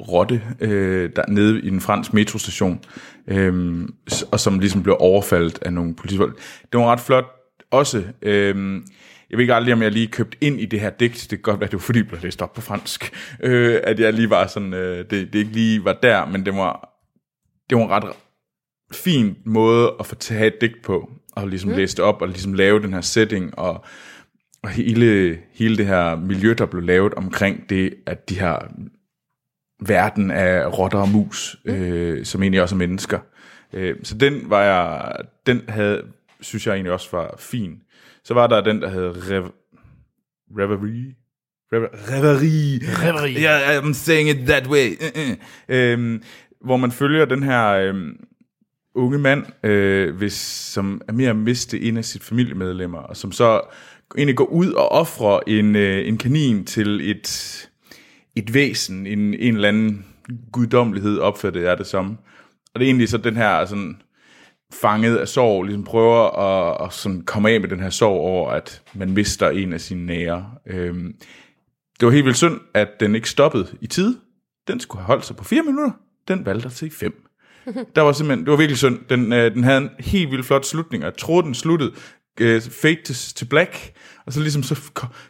Speaker 2: rotte øh, der nede i en fransk metrostation, øh, og som ligesom bliver overfaldet af nogle politifolk. Det var ret flot også. Øh, jeg ved ikke aldrig, om jeg lige købt ind i det her digt. Det kan godt være, det var fordi, det blev læst op på fransk. Øh, at jeg lige var sådan, øh, det, det ikke lige var der, men det var, det var en ret fin måde at få til at have et digt på, og ligesom mm. læse det op, og ligesom lave den her setting, og og hele, hele det her miljø, der blev lavet omkring det, at de her verden af rotter og mus, øh, som egentlig også er mennesker. Øh, så den var jeg, den havde, synes jeg egentlig også var fin. Så var der den, der hed Rev, Reverie. Rever- Reverie.
Speaker 1: Reverie.
Speaker 2: Yeah, I'm saying it that way. Uh-uh. Øhm, hvor man følger den her øhm, unge mand, øh, hvis, som er mere at miste en af sit familiemedlemmer, og som så egentlig går ud og offrer en, øh, en kanin til et, et væsen, en, en eller anden guddommelighed opfattede jeg det som. Og det er egentlig så den her sådan, fanget af sorg, ligesom prøver at, at sådan komme af med den her sorg over, at man mister en af sine nære. Øhm, det var helt vildt synd, at den ikke stoppede i tide. Den skulle have holdt sig på fire minutter. Den valgte at til fem. Der var simpelthen, det var virkelig synd. Den, øh, den havde en helt vildt flot slutning, og jeg troede, den sluttede øh, fade til, til black, og så ligesom, så,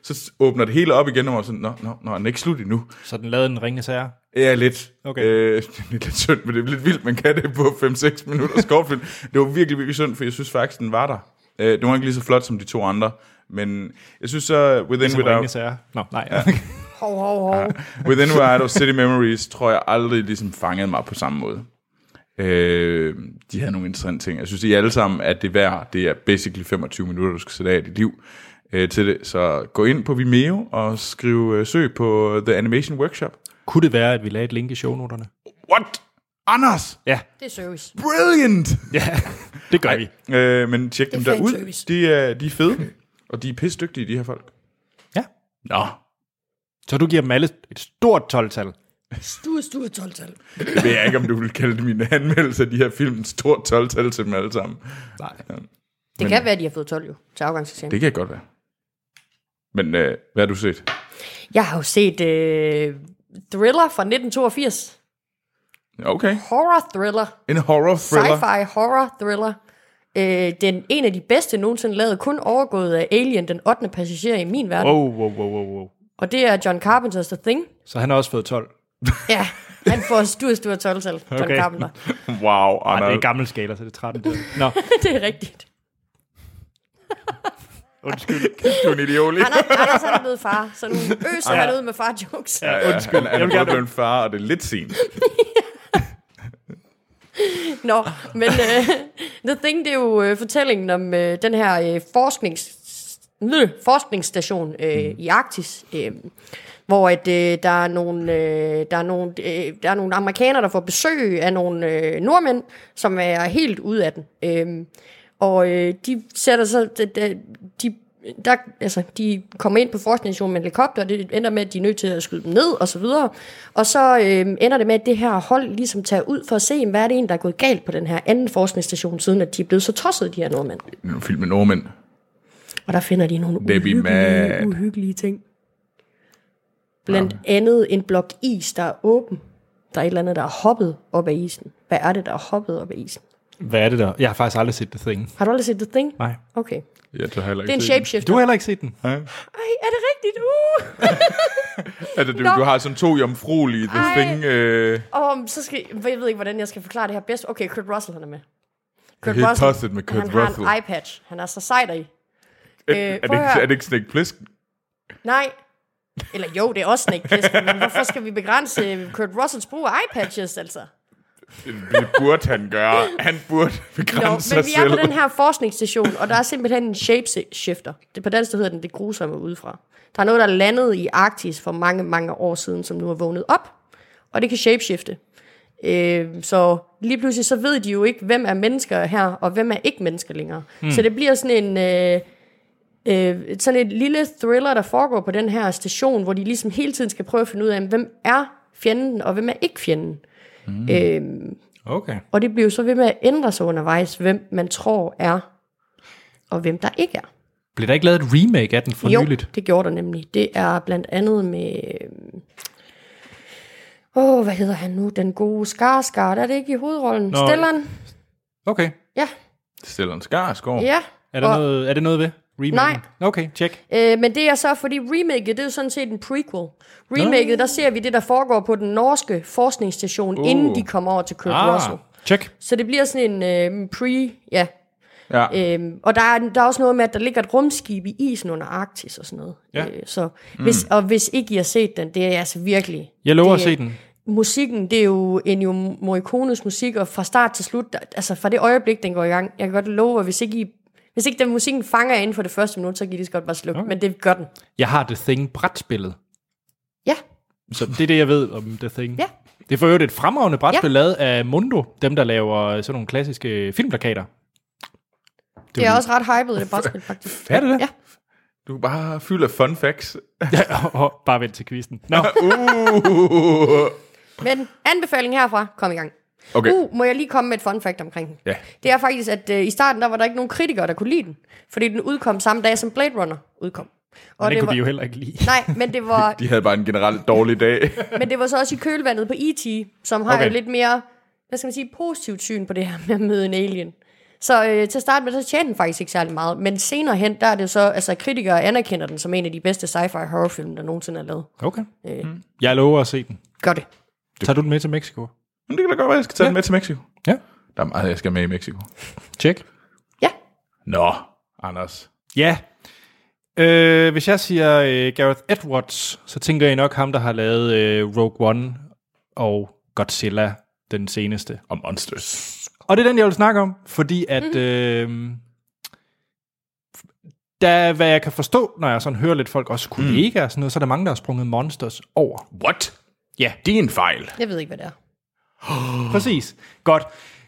Speaker 2: så åbner det hele op igen, og man var sådan, nå, nå, nå, den er ikke slut endnu.
Speaker 1: Så den lavede en ringende sager.
Speaker 2: Ja, lidt.
Speaker 1: Okay.
Speaker 2: Øh, det er lidt, lidt synd, men det er lidt vildt, man kan det på 5-6 minutter kortfilm. det var virkelig, virkelig synd, for jeg synes faktisk, den var der. Øh, den var ikke lige så flot som de to andre, men jeg synes så, uh, Within
Speaker 1: Som
Speaker 2: Without...
Speaker 1: Ringenes Herre. Nå, nej. Ja.
Speaker 3: Hov, hov, hov.
Speaker 2: Within Wild og City Memories tror jeg aldrig ligesom fangede mig på samme måde. Øh, de havde nogle interessante ting. Jeg synes, de alle sammen, at det er værd. Det er basically 25 minutter, du skal sætte af i dit liv øh, til det. Så gå ind på Vimeo og skriv øh, søg på The Animation Workshop.
Speaker 1: Kunne det være, at vi lagde et link i shownoterne?
Speaker 2: What? Anders!
Speaker 1: Ja,
Speaker 3: Det er service.
Speaker 2: Brilliant!
Speaker 1: ja. det gør vi.
Speaker 2: Øh, men tjek dem derud.
Speaker 3: fanservice.
Speaker 2: De er, de er fede, og de er pisdygtige, de her folk.
Speaker 1: Ja.
Speaker 2: Nå.
Speaker 1: Så du giver dem alle et stort 12-tal.
Speaker 3: Stue, stue, 12-tal.
Speaker 2: Det ved jeg ikke, om du vil kalde mine anmeldelser af de her film en stor 12-tal til dem alle sammen.
Speaker 1: Nej.
Speaker 3: Det kan være, at de har fået 12 jo, til afgangseksamen.
Speaker 2: Det kan godt være. Men øh, hvad har du set?
Speaker 3: Jeg har jo set øh, Thriller fra 1982.
Speaker 2: Okay.
Speaker 3: Horror thriller.
Speaker 2: En horror thriller.
Speaker 3: Sci-fi horror thriller. Øh, den en af de bedste nogensinde lavet, kun overgået af Alien, den 8. passager i min verden.
Speaker 1: Wow, wow, wow, wow, wow.
Speaker 3: Og det er John Carpenter's The Thing.
Speaker 1: Så han har også fået 12.
Speaker 3: Ja, han får stor, stor 12 John
Speaker 1: Okay.
Speaker 3: Carpenter.
Speaker 2: Wow,
Speaker 1: Ej, det er
Speaker 2: Anders.
Speaker 1: en gammel skala, så det er 13. Der. Nå,
Speaker 3: det er rigtigt.
Speaker 1: undskyld.
Speaker 2: Du er en idiot, ikke?
Speaker 3: Han er, Anders han er blevet far, så nu øser
Speaker 1: Ja.
Speaker 3: han ud med far-jokes. Ja.
Speaker 2: Ja,
Speaker 1: undskyld. Jeg
Speaker 2: Han, han er
Speaker 1: vil
Speaker 2: både
Speaker 1: gerne-
Speaker 2: blevet en far, og det er lidt sent.
Speaker 3: Nå, men uh, The Thing, det er jo uh, fortællingen om uh, den her uh, forsknings, nø, forskningsstation uh, i Arktis, uh, hvor at, uh, der, er nogle, uh, der, er nogle, uh, der er nogle amerikanere, der får besøg af nogle uh, nordmænd, som er helt ude af den. Uh, og øh, de sætter så, de, de, de, der, altså, de kommer ind på forskningsstationen med en helikopter, og det ender med, at de er nødt til at skyde dem ned, og så videre. Og så øh, ender det med, at det her hold ligesom tager ud for at se, jamen, hvad er det en, der er gået galt på den her anden forskningsstation, siden at de er blevet så tossede, de her nordmænd.
Speaker 2: En film med nordmænd.
Speaker 3: Og der finder de nogle
Speaker 2: They be mad.
Speaker 3: uhyggelige, uhyggelige ting. Blandt andet en blok is, der er åben. Der er et eller andet, der er hoppet op ad isen. Hvad er det, der er hoppet op ad isen?
Speaker 1: Hvad er det der? Jeg har faktisk aldrig set The Thing.
Speaker 3: Har du aldrig set The Thing?
Speaker 1: Nej.
Speaker 3: Okay.
Speaker 2: Jeg tør heller
Speaker 3: Det
Speaker 2: ikke
Speaker 3: er en
Speaker 2: se den.
Speaker 3: shapeshifter.
Speaker 1: Du har heller ikke set den.
Speaker 3: Ej, er det rigtigt? Uh!
Speaker 2: Altså, du,
Speaker 3: Nå.
Speaker 2: du har sådan to jomfruelige The
Speaker 3: Ej.
Speaker 2: Thing. Øh,
Speaker 3: Og så skal, jeg ved ikke, hvordan jeg skal forklare det her bedst. Okay, Kurt Russell, han er med. Kurt
Speaker 2: helt tosset med Kurt
Speaker 3: han
Speaker 2: Russell.
Speaker 3: har en iPad. Han er så sej deri.
Speaker 2: er,
Speaker 3: Øh,
Speaker 2: er, det
Speaker 3: prøv at
Speaker 2: ikke,
Speaker 3: høre.
Speaker 2: er det ikke Snake Plissken?
Speaker 3: Nej. Eller jo, det er også Snake Plissken, men hvorfor skal vi begrænse Kurt Russells brug af iPadges, altså?
Speaker 2: Det burde han gøre. Han burde begrænse
Speaker 3: Nå,
Speaker 2: sig
Speaker 3: men vi er
Speaker 2: selv.
Speaker 3: på den her forskningsstation, og der er simpelthen en shapeshifter. Det på dansk der hedder den det grusomme udefra. Der er noget, der landede i Arktis for mange, mange år siden, som nu er vågnet op. Og det kan shapeshifte. Øh, så lige pludselig så ved de jo ikke, hvem er mennesker her, og hvem er ikke mennesker længere. Mm. Så det bliver sådan en... Øh, øh, sådan et lille thriller, der foregår på den her station, hvor de ligesom hele tiden skal prøve at finde ud af, hvem er fjenden, og hvem er ikke fjenden. Øh,
Speaker 1: Okay.
Speaker 3: Og det bliver jo så ved med at ændre sig undervejs, hvem man tror er, og hvem der ikke er.
Speaker 1: Blev der ikke lavet et remake af den for nyligt?
Speaker 3: det gjorde der nemlig. Det er blandt andet med... øhm, Åh, oh, hvad hedder han nu? Den gode Skarsgård, er det ikke i hovedrollen?
Speaker 1: Nå.
Speaker 3: Nå. Stellan?
Speaker 1: Okay.
Speaker 3: Ja,
Speaker 2: Stellan Skarsgård.
Speaker 3: ja.
Speaker 1: Er, der
Speaker 3: Og-
Speaker 1: noget, er det noget ved? Remake?
Speaker 3: Nej.
Speaker 1: Okay, tjek.
Speaker 3: Øh, men det er så, fordi remaket, det er jo sådan set en prequel. Remaket, der ser vi det, der foregår på den norske forskningsstation, uh. inden de kommer over til Kurt ah. Russell.
Speaker 1: tjek.
Speaker 3: Så det bliver sådan en øh, pre... Ja,
Speaker 2: Ja.
Speaker 3: Øhm, og der er, der er også noget med, at der ligger et rumskib i isen under Arktis og sådan noget.
Speaker 1: Ja. Mm.
Speaker 3: Øh, så hvis, Og hvis ikke I har set den, det er altså virkelig...
Speaker 1: Jeg lover
Speaker 3: det,
Speaker 1: at se den.
Speaker 3: Musikken, det er jo Ennio Morricones musik, og fra start til slut, der, altså fra det øjeblik, den går i gang, jeg kan godt love, at hvis ikke, I, hvis ikke den musikken fanger jer inden for det første minut, så kan I lige så godt bare slukke, okay. men det gør den.
Speaker 1: Jeg har The Thing brætspillet.
Speaker 3: Ja,
Speaker 1: Så det er det, jeg ved om The Thing.
Speaker 3: Ja.
Speaker 1: Det er for øvrigt et fremragende brætspil
Speaker 3: Ja.
Speaker 1: lavet af Mundo, dem der laver sådan nogle klassiske filmplakater.
Speaker 3: det er også ret hypet, det brætspil faktisk.
Speaker 1: Er det det?
Speaker 3: Ja.
Speaker 2: Du er bare fyldt af fun facts.
Speaker 1: Ja, og, og bare vent til kvisten. Nå,
Speaker 2: Uh.
Speaker 3: Men anbefaling herfra, kom i gang.
Speaker 2: Okay.
Speaker 3: Uh, må jeg lige komme med et fun fact omkring den?
Speaker 2: Ja.
Speaker 3: Det er faktisk, at øh, i starten, der var der ikke nogen kritikere, der kunne lide den. Fordi den udkom samme dag, som Blade Runner udkom. Og
Speaker 1: og det kunne
Speaker 3: var,
Speaker 1: de jo heller ikke lide.
Speaker 3: Nej, men det, var,
Speaker 2: De havde bare en generelt dårlig dag.
Speaker 3: men det var så også i kølvandet på E.T., som har
Speaker 1: Okay.
Speaker 3: okay. jo lidt mere, hvad skal man sige, positivt syn på det her med at møde en alien. Så øh, til at starte med, så tjente den faktisk ikke særlig meget. Men senere hen, der er det jo så, altså kritikere anerkender den som en af de bedste sci-fi horrorfilm, der nogensinde er lavet.
Speaker 1: Okay. Mm. Jeg lover at se den.
Speaker 3: Gør det.
Speaker 1: Tager du den med til Mexico?
Speaker 2: Men det kan da godt være, at jeg skal tage ja. den med til Mexico.
Speaker 1: Ja.
Speaker 2: Der er meget, jeg skal med i Mexico.
Speaker 1: Tjek.
Speaker 3: Ja.
Speaker 2: Nå, Anders.
Speaker 1: Ja. Øh, hvis jeg siger øh, Gareth Edwards, så tænker jeg nok ham, der har lavet øh, Rogue One og Godzilla, den seneste.
Speaker 2: Og Monsters.
Speaker 1: Og det er den, jeg vil snakke om, fordi at... Mm. Øh, der, hvad jeg kan forstå, når jeg sådan hører lidt folk, også kollegaer og sådan noget, så er der mange, der har sprunget Monsters over.
Speaker 2: What?
Speaker 1: Ja,
Speaker 2: Det er en fejl.
Speaker 3: Jeg ved ikke, hvad det er.
Speaker 1: Præcis. Godt.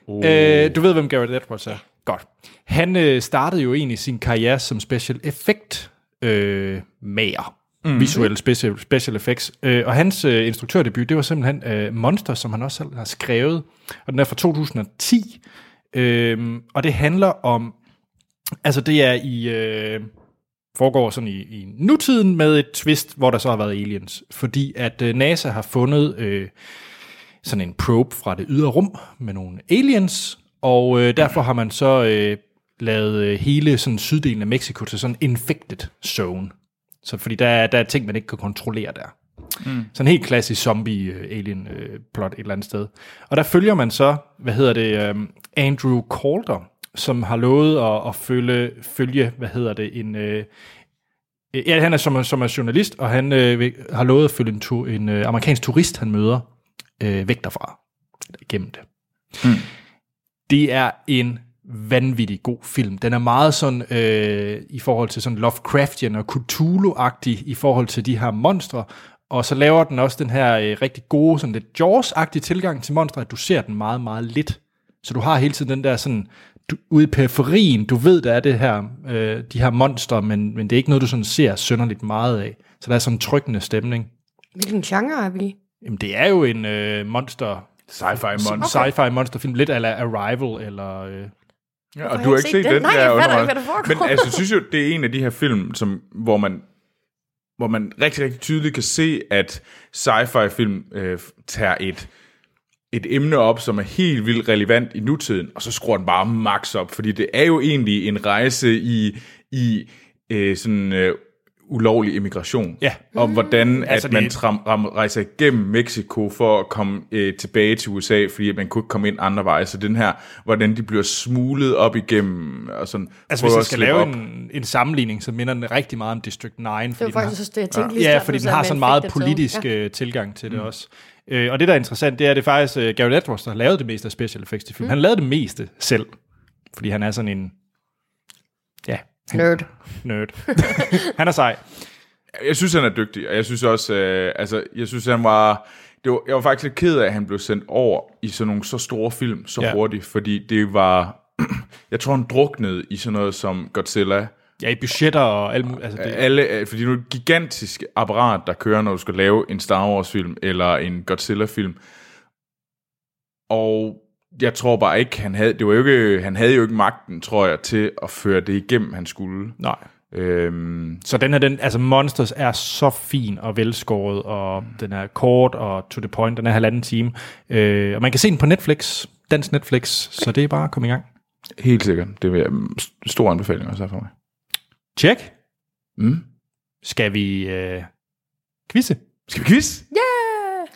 Speaker 1: Uh. Øh, du ved, hvem Gareth Edwards er. Godt. Han øh, startede jo egentlig sin karriere som special effect øh, mager. Mm. Visuelle special, special effects. Øh, og hans øh, instruktørdebut, det var simpelthen øh, Monster, som han også selv har skrevet. Og den er fra 2010. Øh, og det handler om... Altså, det er i... Øh, foregår sådan i, i nutiden med et twist, hvor der så har været aliens. Fordi at øh, NASA har fundet... Øh, sådan en probe fra det ydre rum med nogle aliens, og øh, derfor har man så øh, lavet øh, hele sådan syddelen af Mexico til sådan en infected zone. Så fordi der, er- der er ting, man ikke kan kontrollere der. Mm. Sådan en helt klassisk øh, zombie-alien-plot et eller andet sted. Og der følger man så, hvad hedder det, um, Andrew Calder, som har lovet at, at følge, følge, hvad hedder det, en... Øh, ja, han er som, er- som er journalist, og han øh, vil- har lovet at følge en, tu, en øh, amerikansk turist, han møder, øh, væk derfra. Eller Gennem det. Mm. Det er en vanvittig god film. Den er meget sådan, øh, i forhold til sådan Lovecraftian og Cthulhu-agtig i forhold til de her monstre, og så laver den også den her øh, rigtig gode, sådan lidt Jaws-agtige tilgang til monstre, at du ser den meget, meget lidt. Så du har hele tiden den der sådan, du, ude i periferien, du ved, der er det her, øh, de her monstre, men, men det er ikke noget, du sådan ser sønderligt meget af. Så der er sådan en trykkende stemning.
Speaker 3: Hvilken genre er vi i?
Speaker 1: Jamen, det er jo en øh, monster
Speaker 2: Sci-fi
Speaker 1: en
Speaker 2: Monster.
Speaker 1: okay. sci-fi monsterfilm, lidt ala Arrival, eller... Øh,
Speaker 2: Ja, og
Speaker 3: har
Speaker 2: du har
Speaker 3: jeg
Speaker 2: ikke
Speaker 3: ikke
Speaker 2: set
Speaker 3: set
Speaker 2: den?
Speaker 3: den? Nej,
Speaker 2: der
Speaker 3: jeg
Speaker 2: er
Speaker 3: fatter ikke,
Speaker 2: underholdende.
Speaker 3: hvad der foregår.
Speaker 2: Men altså, jeg synes jo, det er en af de her film, som, hvor man hvor man rigtig, rigtig tydeligt kan se, at sci-fi-film øh, tager et, et emne op, som er helt vildt relevant i nutiden, og så skruer den bare max op, fordi det er jo egentlig en rejse i, i øh, sådan øh, ulovlig immigration.
Speaker 1: Ja.
Speaker 2: Og hvordan at
Speaker 1: Altså,
Speaker 2: altså,
Speaker 1: det-
Speaker 2: man tram, ram, rejser igennem Mexico for at komme øh, tilbage til USA, fordi man kunne ikke komme ind andre veje. Så den her, hvordan de bliver smuglet op igennem, og sådan
Speaker 1: altså, hvis
Speaker 2: prøver
Speaker 1: jeg
Speaker 2: at
Speaker 1: skal
Speaker 2: slippe
Speaker 1: lave
Speaker 2: op.
Speaker 1: en, en sammenligning, så minder den rigtig meget om District 9.
Speaker 3: Det var faktisk også det, jeg tænkte lige i
Speaker 1: Ja,
Speaker 3: starten,
Speaker 1: fordi den
Speaker 3: du sagde
Speaker 1: har
Speaker 3: med
Speaker 1: sådan meget
Speaker 3: Infected Zone.
Speaker 1: politisk
Speaker 3: Ja. Mm.
Speaker 1: øh, tilgang til det også. Øh, og det, der er interessant, det er, at det er faktisk øh, Gary Edwards, der har lavet det meste af special effects til film. Mm. Han lavede det meste selv, fordi han er sådan en... Ja,
Speaker 3: Nerd.
Speaker 1: nerd. han er sej.
Speaker 2: Jeg synes, han er dygtig, og jeg synes også, øh, altså, jeg synes, han var... Det var, jeg var faktisk lidt ked af, at han blev sendt over i sådan nogle så store film så
Speaker 1: Ja.
Speaker 2: ja. hurtigt, fordi det var... jeg tror, han druknede i sådan noget som Godzilla,
Speaker 1: Ja, i budgetter og alt muligt. Altså, det,
Speaker 2: alle, øh, fordi nu er det et gigantisk apparat, der kører, når du skal lave en Star Wars-film eller en Godzilla-film. Og jeg tror bare ikke, han havde, det var jo ikke, han havde jo ikke magten, tror jeg, til at føre det igennem, han skulle.
Speaker 1: nej.
Speaker 2: Øhm,
Speaker 1: Så den her, den, altså Monsters er så fin og velskåret, og den er kort og to the point, den er halvanden time. Øh, og man kan se den på Netflix, dansk Netflix, så det er bare at komme i gang.
Speaker 2: helt sikkert. Det vil jeg, st- stor anbefaling også her for mig.
Speaker 1: Tjek.
Speaker 2: Mm.
Speaker 1: Skal vi øh, quizze?
Speaker 2: Skal vi quiz? Ja.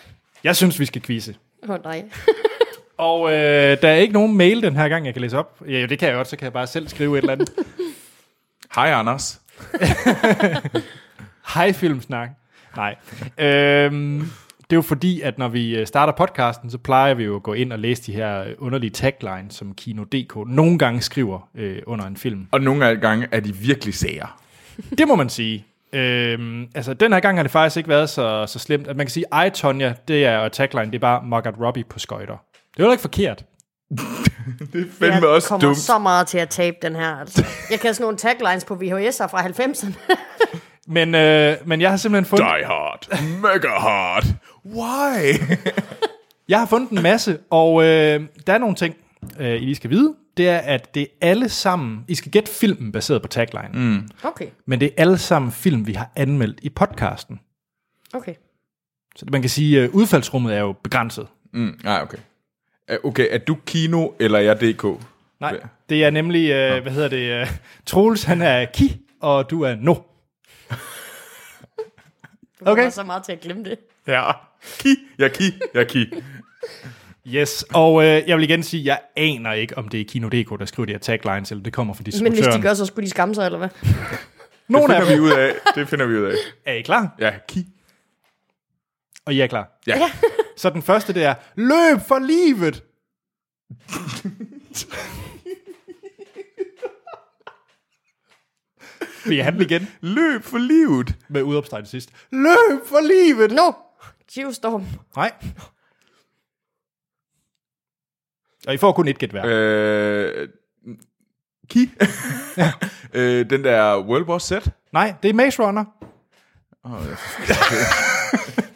Speaker 1: Jeg synes, vi skal quizze.
Speaker 3: Åh, nej.
Speaker 1: Og øh, der er ikke nogen mail den her gang, jeg kan læse op. Ja, det kan jeg godt, så kan jeg bare selv skrive et eller andet.
Speaker 2: Hej, Anders.
Speaker 1: Hej Filmsnak. Nej. øhm, det er jo fordi, at når vi øh, starter podcasten, så plejer vi jo at gå ind og læse de her øh, underlige taglines, som Kino.dk nogle gange skriver øh, under en film.
Speaker 2: Og nogle af gange er de virkelig sære.
Speaker 1: Det må man sige. Øhm, altså, den her gang har det faktisk ikke været så, så slemt. At man kan sige, ej Tonja, det er, og tagline, det er bare Margaret Robbie på skøjter. Det er jo ikke forkert.
Speaker 2: Det er fandme
Speaker 3: jeg
Speaker 2: også
Speaker 3: kommer
Speaker 2: dumt.
Speaker 3: så meget til at tabe den her. Altså. Jeg kan sådan nogle taglines på VHS'er fra 90'erne.
Speaker 1: Men, øh, men jeg har simpelthen fundet...
Speaker 2: Die hard. Mega hard. Why?
Speaker 1: Jeg har fundet en masse, og øh, der er nogle ting, øh, I lige skal vide. Det er, at det er alle sammen... I skal gætte filmen baseret på tagline. Mm.
Speaker 3: Okay,
Speaker 1: Men det er alle sammen film, vi har anmeldt i podcasten.
Speaker 3: okay.
Speaker 1: Så man kan sige, at udfaldsrummet er jo begrænset.
Speaker 2: Mm, nej, okay. Øh, Okay, er du Kino, eller er jeg DK?
Speaker 1: Nej, det er nemlig, øh, hvad hedder det, øh, Troels han er Ki, og du er No.
Speaker 3: Du okay.
Speaker 1: Okay.
Speaker 3: kommer så meget til at glemme det.
Speaker 1: Ja.
Speaker 2: Ki, ja ki, ja ki.
Speaker 1: Yes, og øh, jeg vil igen sige, jeg aner ikke, om det er Kino.dk, der skriver de her taglines, eller det kommer fra
Speaker 3: Men hvis
Speaker 1: distributøren.
Speaker 3: de gør, så skulle de skamme sig, eller hvad?
Speaker 1: Nogle
Speaker 2: Det
Speaker 1: af
Speaker 2: finder vi
Speaker 1: dem.
Speaker 2: ud af. Det finder vi ud af.
Speaker 1: Er I klar?
Speaker 2: Ja, ki.
Speaker 1: Og I er klar.
Speaker 2: Ja. ja.
Speaker 1: Så den første, det er, løb for livet! Vil jeg have den igen?
Speaker 2: Løb for livet.
Speaker 1: Med udopstegn sidst. Løb for livet!
Speaker 3: No! Geostorm.
Speaker 1: Nej. Og I får kun et gæt hver.
Speaker 2: Øh, ki. øh, den der World War Z.
Speaker 1: Nej, det er Maze Runner.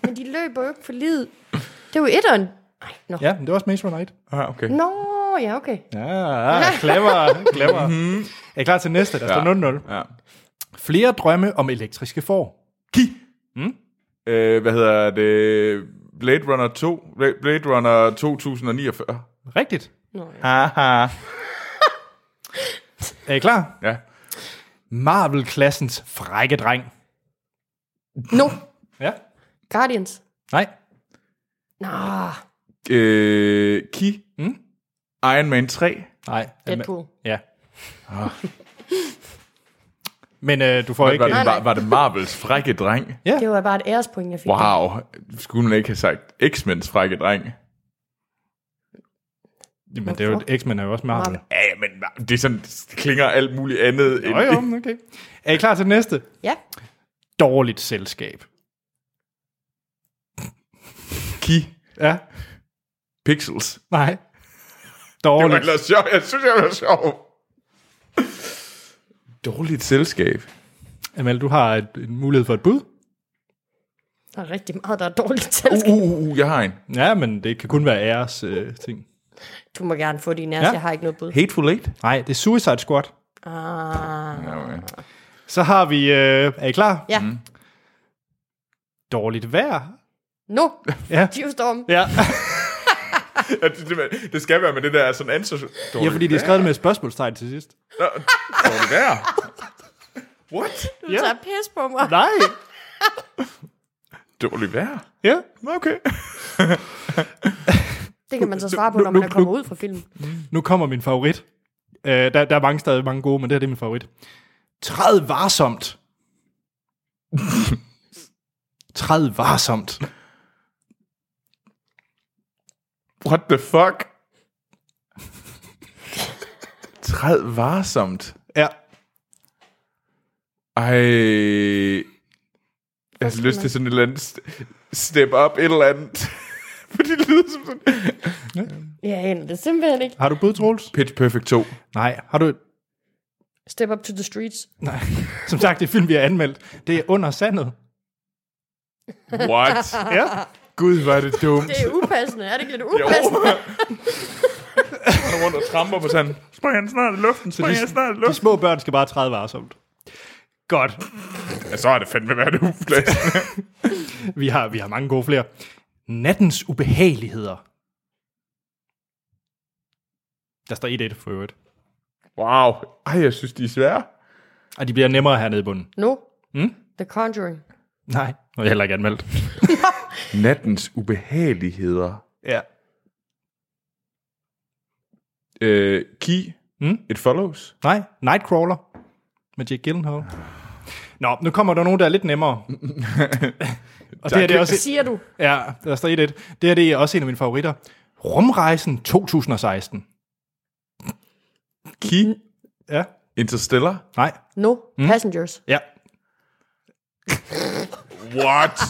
Speaker 3: Men de løber jo ikke for livet. Det er jo etteren. Ej, nå.
Speaker 1: Ja, men det var også Maze Runner 1.
Speaker 2: Ah, okay.
Speaker 3: Nå, ja, okay.
Speaker 1: Ja, clever, clever. Mm-hmm. Er I klar til næste? Der står 0-0.
Speaker 2: Ja.
Speaker 1: Flere drømme om elektriske får.
Speaker 2: Ki. Mm? Øh, hvad hedder det? Blade Runner 2. Bla- Blade Runner 2049.
Speaker 1: Rigtigt.
Speaker 3: Nå, ja.
Speaker 2: Ah. Haha.
Speaker 1: Er I klar?
Speaker 2: Ja.
Speaker 1: Marvel-klassens frække dreng.
Speaker 3: No,
Speaker 1: Ja.
Speaker 3: Guardians.
Speaker 1: Nej.
Speaker 3: Nå,
Speaker 2: Øh, ki.
Speaker 1: Mm?
Speaker 2: Iron Man 3.
Speaker 1: Nej.
Speaker 3: Deadpool.
Speaker 1: Ja. Ah. Men øh, du får ikke...
Speaker 2: Var det,
Speaker 3: Nej,
Speaker 2: var,
Speaker 3: nej.
Speaker 2: var det Marvels frække dreng?
Speaker 3: Det var bare et ærespoint, jeg fik.
Speaker 2: Wow. Skulle man ikke have sagt X-Mens frække dreng?
Speaker 1: Men det er jo, X-Men er jo også Marvel.
Speaker 2: Ja, ja, men det er sådan, det klinger alt muligt andet.
Speaker 1: Jo, jo, okay. Er I klar til den næste?
Speaker 3: Ja.
Speaker 1: Dårligt selskab.
Speaker 2: Ki.
Speaker 1: Ja.
Speaker 2: Pixels.
Speaker 1: Nej.
Speaker 2: Det var
Speaker 1: Dårligt.
Speaker 2: ellers sjovt. Jeg synes, det var sjovt. Dårligt selskab.
Speaker 1: Amal, du har et, en mulighed for et bud.
Speaker 3: Der er rigtig meget, der er dårligt selskab.
Speaker 2: Uh, uh, uh, jeg har en.
Speaker 1: Ja, men det kan kun være æres øh, ting.
Speaker 3: Du må gerne få din æres,
Speaker 1: Ja.
Speaker 3: jeg har ikke noget bud.
Speaker 2: Hateful Eight?
Speaker 1: Nej, det er Suicide Squad.
Speaker 3: Ah,
Speaker 2: Ja, okay.
Speaker 1: Så har vi... Øh, er I klar?
Speaker 3: ja,
Speaker 2: Mhm.
Speaker 1: Dårligt vejr.
Speaker 3: no,
Speaker 1: Ja.
Speaker 3: Geostorm.
Speaker 1: Ja.
Speaker 2: Ja, det, det, det, skal være med det der sådan answer.
Speaker 1: ja, fordi de har skrevet det med et spørgsmålstegn til sidst.
Speaker 2: Dårligt vejr. What?
Speaker 3: Du
Speaker 1: Ja.
Speaker 3: tager pis på mig.
Speaker 1: Nej.
Speaker 2: Dårligt vejr?
Speaker 1: Ja.
Speaker 2: Okay.
Speaker 3: Det kan man så svare på,
Speaker 1: Nu-
Speaker 3: når man
Speaker 1: nu-
Speaker 3: er kommet ud fra filmen.
Speaker 1: Nu kommer min favorit. Øh, der, der er mange stadig mange gode, men det her det er min favorit. Træd varsomt. Træd varsomt.
Speaker 2: What the fuck? Træd varsomt.
Speaker 1: Ja.
Speaker 2: Ej. Jeg har lyst til sådan et eller andet st- step up, et eller andet. For det lyder som sådan...
Speaker 3: Ja, jeg aner det simpelthen ikke.
Speaker 1: Har du bud, Troels?
Speaker 2: Pitch Perfect 2.
Speaker 1: Nej. Har du...
Speaker 3: Step up to the streets.
Speaker 1: Nej. Som sagt, det film, vi har anmeldt, det er under sandet.
Speaker 2: What?
Speaker 1: Ja.
Speaker 2: Gud, var det dumt.
Speaker 3: Det er upassende, er det ikke lidt
Speaker 2: Jo.
Speaker 3: upassende?
Speaker 2: Han er rundt og tramper på sådan... Spring han snart i luften, spring han snart i
Speaker 1: De
Speaker 2: luften.
Speaker 1: små børn skal bare træde varsomt. Godt.
Speaker 2: Ja, så er det fandme været uplads.
Speaker 1: Vi har, vi har mange gode flere. Nattens ubehageligheder. Der står 1-1 for øvrigt.
Speaker 2: Wow. Ej, jeg synes, de er svære.
Speaker 1: Og de bliver nemmere hernede i bunden.
Speaker 3: No.
Speaker 1: Mm?
Speaker 3: The Conjuring.
Speaker 1: Nej. Og jeg er heller ikke anmeldt.
Speaker 2: Nattens ubehageligheder.
Speaker 1: Ja.
Speaker 2: Øh, key.
Speaker 1: Mm.
Speaker 2: It follows.
Speaker 1: Nej, Nightcrawler med Jake Gyllenhaal. Nå, nu kommer der nogen, der er lidt nemmere. og det her, det er også,
Speaker 3: Siger du?
Speaker 1: ja, der står 1-1. Det her det er også en af mine favoritter. Rumrejsen 2016.
Speaker 2: Key.
Speaker 3: Mm.
Speaker 1: Ja,
Speaker 2: Interstellar.
Speaker 1: nej,
Speaker 3: No.
Speaker 1: Mm?
Speaker 3: Passengers.
Speaker 1: ja.
Speaker 2: What?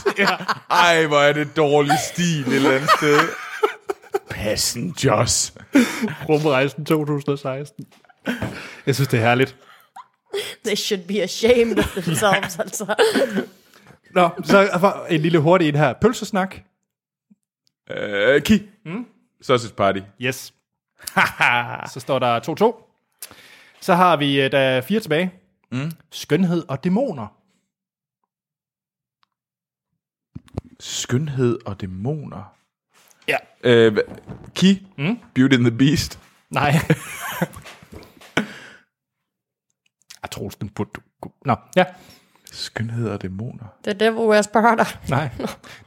Speaker 2: Ej, hvor er det dårlig stil et eller andet sted. Passengers.
Speaker 1: Rumrejsen 2016. Jeg synes, det er herligt.
Speaker 3: They should be ashamed of themselves, altså.
Speaker 1: Nå, så for en lille hurtig en her. Pølsesnak.
Speaker 2: Øh, key. Mm? Sausage Party.
Speaker 1: Yes. så står der 2-2. Så har vi, øh, der er fire tilbage. Mm. Skønhed og dæmoner.
Speaker 2: Skønhed og dæmoner.
Speaker 1: Ja.
Speaker 2: Øh, hva- key. Mm? Beauty and the Beast.
Speaker 1: Nej. Jeg tror, Ah, den burde du... kunne- Nå, ja.
Speaker 2: Skønhed og dæmoner.
Speaker 3: The Devil Wears Prada.
Speaker 1: Nej.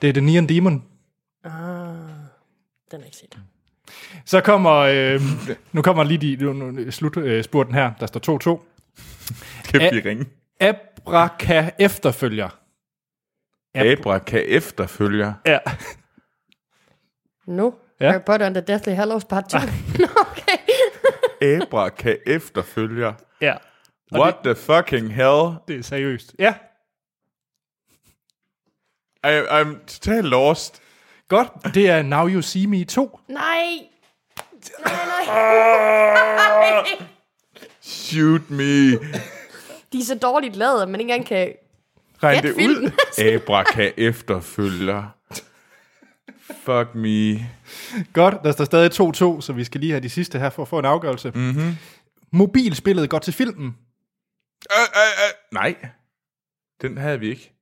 Speaker 1: Det er The Neon Demon.
Speaker 3: Ah, den er ikke set.
Speaker 1: Så kommer, øh, nu kommer lige de, nu, nu, slutspurten her, der står 2-2.
Speaker 2: Kan
Speaker 1: Ja.
Speaker 2: vi ringe?
Speaker 1: Abraka efterfølger.
Speaker 2: Abra kan efterfølger.
Speaker 1: Ja.
Speaker 3: Nu?
Speaker 1: Ja. Ah.
Speaker 3: Ja. Harry Potter and the Deathly Hallows part 2. Nå, okay.
Speaker 2: Abra kan efterfølger.
Speaker 1: ja. Og
Speaker 2: What the fucking hell?
Speaker 1: Det er seriøst. Ja.
Speaker 2: I, I'm total lost.
Speaker 1: Godt. Det er Now You See Me 2.
Speaker 3: Nej!
Speaker 1: Ah.
Speaker 3: Nej, nej.
Speaker 2: Shoot me.
Speaker 3: De er så dårligt lavet, at man ikke engang kan...
Speaker 2: Regn
Speaker 3: Gæt
Speaker 2: det ud.
Speaker 3: filmen.
Speaker 2: Abra kan efterfølger. Fuck me.
Speaker 1: Godt. Der står stadig 2-2, så vi skal lige have de sidste her for at få en afgørelse. Mm-hmm. Mobilspillet går til filmen.
Speaker 2: Øh, øh, øh. Nej. Den havde vi ikke.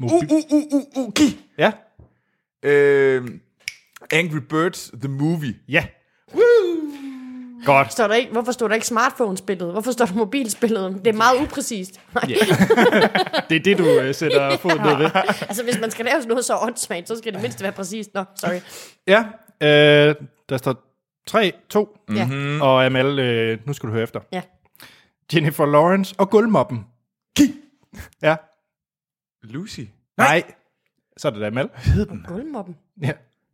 Speaker 1: Mobil-
Speaker 2: uh, uh, uh, uh, gi.
Speaker 1: Ja.
Speaker 2: Øh, Angry Birds The Movie.
Speaker 1: Ja. Woo! Godt.
Speaker 3: Står der ikke, hvorfor står der ikke smartphone-spillet? Hvorfor står der mobilspillet? Det er meget upræcist.
Speaker 1: Ja. det er det, du øh, sætter fod ned ved.
Speaker 3: altså, hvis man skal lave sådan noget så åndssvagt, så skal det mindst være præcist. Nå, sorry.
Speaker 1: Ja. Øh, der står 3, 2
Speaker 3: Ja.
Speaker 2: Mm.
Speaker 1: og Amal, øh, nu skal du høre efter.
Speaker 3: ja.
Speaker 1: Jennifer Lawrence og guldmoppen.
Speaker 2: Gi.
Speaker 1: Ja.
Speaker 2: Lucy.
Speaker 1: Nej. Så er det da Amal.
Speaker 2: Hed den?
Speaker 3: Guldmoppen.
Speaker 1: Ja.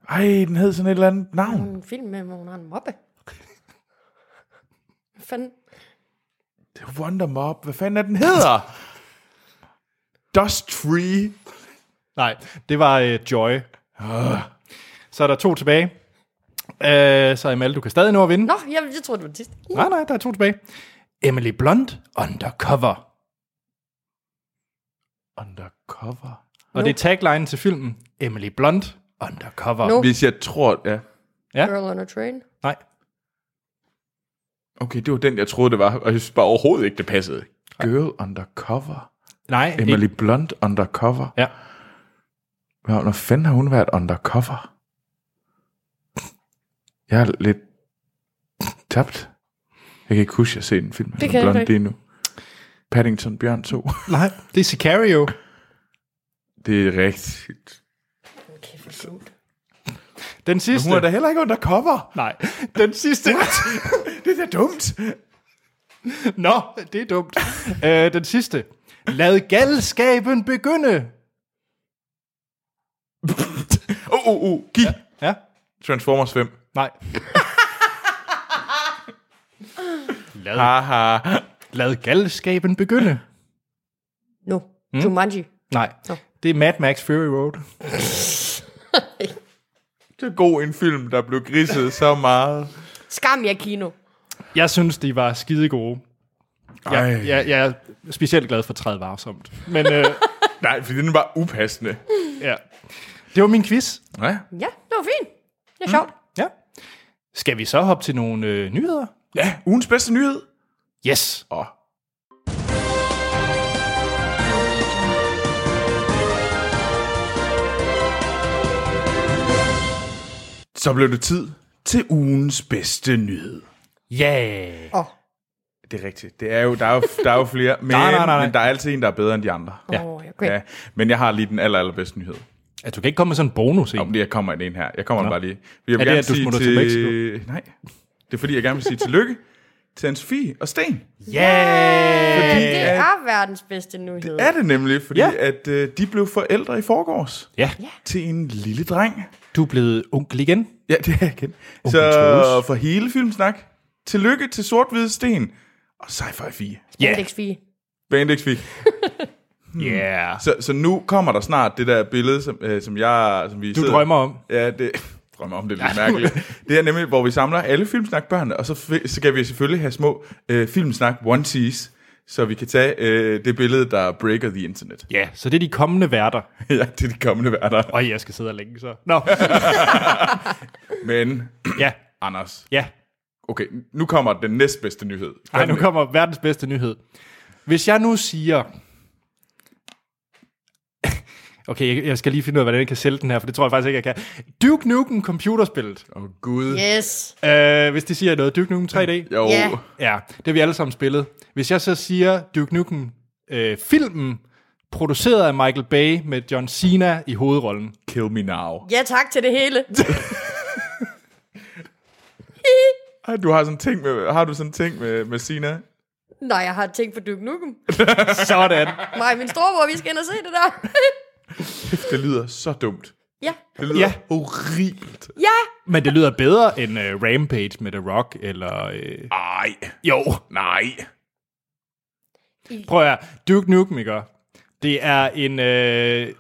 Speaker 2: Ej, den hed sådan et eller andet navn.
Speaker 3: En film med, hvor hun har en moppe. Hvad fanden?
Speaker 2: Det er Wonder Mob. Hvad fanden er den hedder? Dust Tree.
Speaker 1: Nej, det var øh, Joy. Uh. Så er der to tilbage. Øh, så Amal, du kan stadig nå at vinde.
Speaker 3: Nå, jeg, jeg troede, det var den sidste.
Speaker 1: Nej, nej, der er to tilbage. Emily Blunt, Undercover.
Speaker 2: Undercover.
Speaker 1: Og det er tagline til filmen. Emily Blunt, Undercover.
Speaker 3: Nu.
Speaker 2: Oh. Hvis jeg tror... Ja.
Speaker 3: Girl on a Train.
Speaker 1: Nej.
Speaker 2: Okay, det var den, jeg troede, det var. Og jeg synes bare overhovedet ikke, det passede. Girl Undercover.
Speaker 1: Nej.
Speaker 2: Emily
Speaker 1: ikke-
Speaker 2: Blunt Undercover.
Speaker 1: Ja.
Speaker 2: Hvor, når fanden har hun været undercover? Jeg er lidt tabt. Jeg kan ikke huske, at jeg har set en film med
Speaker 3: Det
Speaker 2: sådan en
Speaker 3: kan jeg
Speaker 2: blond
Speaker 3: ikke.
Speaker 2: lige nu. Paddington Bjørn 2.
Speaker 1: Nej, det er Sicario.
Speaker 2: Det er rigtigt.
Speaker 3: Okay, for sjovt.
Speaker 1: Den sidste.
Speaker 2: Hun er da heller ikke undercover.
Speaker 1: Nej, den sidste.
Speaker 2: Det er da dumt.
Speaker 1: Nå, det er dumt. øh, den sidste. Lad galskaben begynde.
Speaker 2: Oh, oh, oh. Giv.
Speaker 1: Ja?
Speaker 2: Transformers 5.
Speaker 1: Nej. lad,
Speaker 2: Haha.
Speaker 1: lad galskaben begynde.
Speaker 3: Nu. Mm. Jumanji.
Speaker 1: Nej, det er Mad Max Fury Road.
Speaker 2: Det er god en film, der blev griset så meget.
Speaker 3: Skam jer, Kino.
Speaker 1: Jeg synes, de var skide gode. Jeg,
Speaker 2: Ej.
Speaker 1: jeg, jeg er specielt glad for 30 varsomt. Men øh,
Speaker 2: Nej, for den var upassende.
Speaker 1: ja, det var min quiz.
Speaker 2: Ja.
Speaker 3: Ja, det var fint. Det er sjovt.
Speaker 1: Ja. Skal vi så hoppe til nogle øh, nyheder?
Speaker 2: ja, ugens bedste nyhed.
Speaker 1: Yes.
Speaker 2: Og så blev det tid til ugens bedste nyhed.
Speaker 1: Yeah.
Speaker 3: Åh,
Speaker 2: Det er rigtigt. Det er jo, der, er jo, der er jo flere, men,
Speaker 1: Nej, nej, nej, nej.
Speaker 2: men der er altid en, der er bedre end de andre.
Speaker 1: Ja.
Speaker 3: ja. oh, okay.
Speaker 2: Ja, men jeg har lige den aller, allerbedste nyhed.
Speaker 1: At du kan ikke komme med sådan en bonus
Speaker 2: Om
Speaker 1: en.
Speaker 2: det, jeg kommer ind en her. Jeg kommer bare lige. Jeg
Speaker 1: Er det, at du smutter til
Speaker 2: Mexico? Nej, det er fordi, jeg gerne vil sige tillykke til Anne-Sofie og Sten.
Speaker 1: Yeah!
Speaker 3: Fordi
Speaker 2: Fordi
Speaker 3: det
Speaker 2: at-
Speaker 3: er verdens bedste nyhed.
Speaker 2: Er det nemlig, fordi
Speaker 1: Ja.
Speaker 2: ja. at øh, de blev forældre i forgårs
Speaker 1: Ja,
Speaker 2: til en lille dreng.
Speaker 1: du er blevet onkel igen.
Speaker 2: Ja, det er jeg kendt. Så
Speaker 1: Troels.
Speaker 2: for hele filmsnak, tillykke til Sort-Hvide Sten og Sci-Fi 4.
Speaker 1: Ja.
Speaker 3: Index 4.
Speaker 2: Bandex 4. Hmm.
Speaker 1: Yeah.
Speaker 2: Så, så nu kommer der snart det der billede, som, øh, som jeg... Som vi
Speaker 1: Du drømmer om.
Speaker 2: Ja, det drømmer om, det er lidt mærkeligt. Det er nemlig, hvor vi samler alle filmsnakbørnene, og så, fi- så skal vi selvfølgelig have små øh, filmsnak onesies, så vi kan tage øh, det billede, der breaker the internet.
Speaker 1: Ja, så det er de kommende værter.
Speaker 2: ja, det er de kommende værter.
Speaker 1: Og jeg skal sidde her længe, så. Nå,
Speaker 2: Men,
Speaker 1: ja,
Speaker 2: Anders,
Speaker 1: ja.
Speaker 2: okay, nu kommer den næstbedste nyhed.
Speaker 1: Ej, nu kommer verdens bedste nyhed. Hvis jeg nu siger... Okay, jeg- jeg skal lige finde ud af, hvordan jeg kan sælge den her, for det tror jeg faktisk ikke, jeg kan. Duke Nukem computerspillet.
Speaker 2: Åh, oh, Gud.
Speaker 3: Yes.
Speaker 1: Uh, hvis det siger noget. Duke Nukem 3D.
Speaker 2: Jo.
Speaker 3: Ja.
Speaker 1: Ja, det har vi alle sammen spillet. Hvis jeg så siger Duke Nukem øh, filmen produceret af Michael Bay med John Cena i hovedrollen.
Speaker 2: Kill me now.
Speaker 3: Ja, tak til det hele.
Speaker 2: Ej, du har sådan en ting med, har du sådan en ting med, med Sina?
Speaker 3: Nej, jeg har tænkt på Duke Nukem.
Speaker 1: Sådan.
Speaker 3: Mig og min storebror, vi skal ind og se det der.
Speaker 2: Det lyder så dumt.
Speaker 3: ja.
Speaker 2: Det lyder
Speaker 1: Ja.
Speaker 2: ja. horribelt.
Speaker 3: Ja!
Speaker 1: Men det lyder bedre end uh, Rampage med The Rock, eller... Uh,
Speaker 2: Ej,
Speaker 1: jo,
Speaker 2: nej.
Speaker 1: prøv at høre. Duke Nukem, ikke? Det er en... Uh,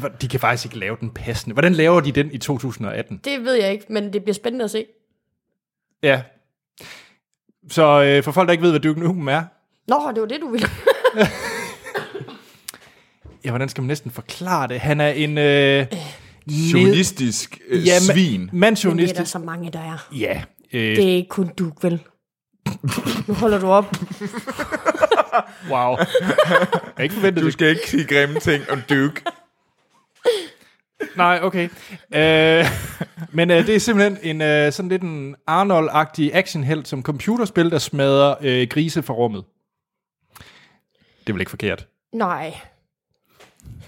Speaker 1: hvor- de kan faktisk ikke lave den passende. Hvordan laver de den i 2018?
Speaker 3: Det ved jeg ikke, men det bliver spændende at se.
Speaker 1: Ja. Så øh, for folk, der ikke ved, hvad Duke Nukem er,
Speaker 3: Nå, det var det, du ville.
Speaker 1: ja, hvordan skal man næsten forklare det? Han er en... Øh,
Speaker 2: Chauvinistisk øh,
Speaker 1: ja, ma-
Speaker 2: svin.
Speaker 3: Men det er der
Speaker 1: Mandsjournalistisk.
Speaker 3: så mange, der er.
Speaker 1: Ja. Øh,
Speaker 3: Det er ikke kun Duke, vel? Nu holder du op.
Speaker 1: wow. jeg har ikke forventet
Speaker 2: Du
Speaker 1: det.
Speaker 2: skal ikke sige grimme ting om Duke.
Speaker 1: Nej, okay. Øh, men øh, det er simpelthen en øh, sådan lidt en Arnold-agtig actionhelt som computerspil, der smadrer øh, grise fra rummet. Det er vel ikke forkert.
Speaker 3: Nej.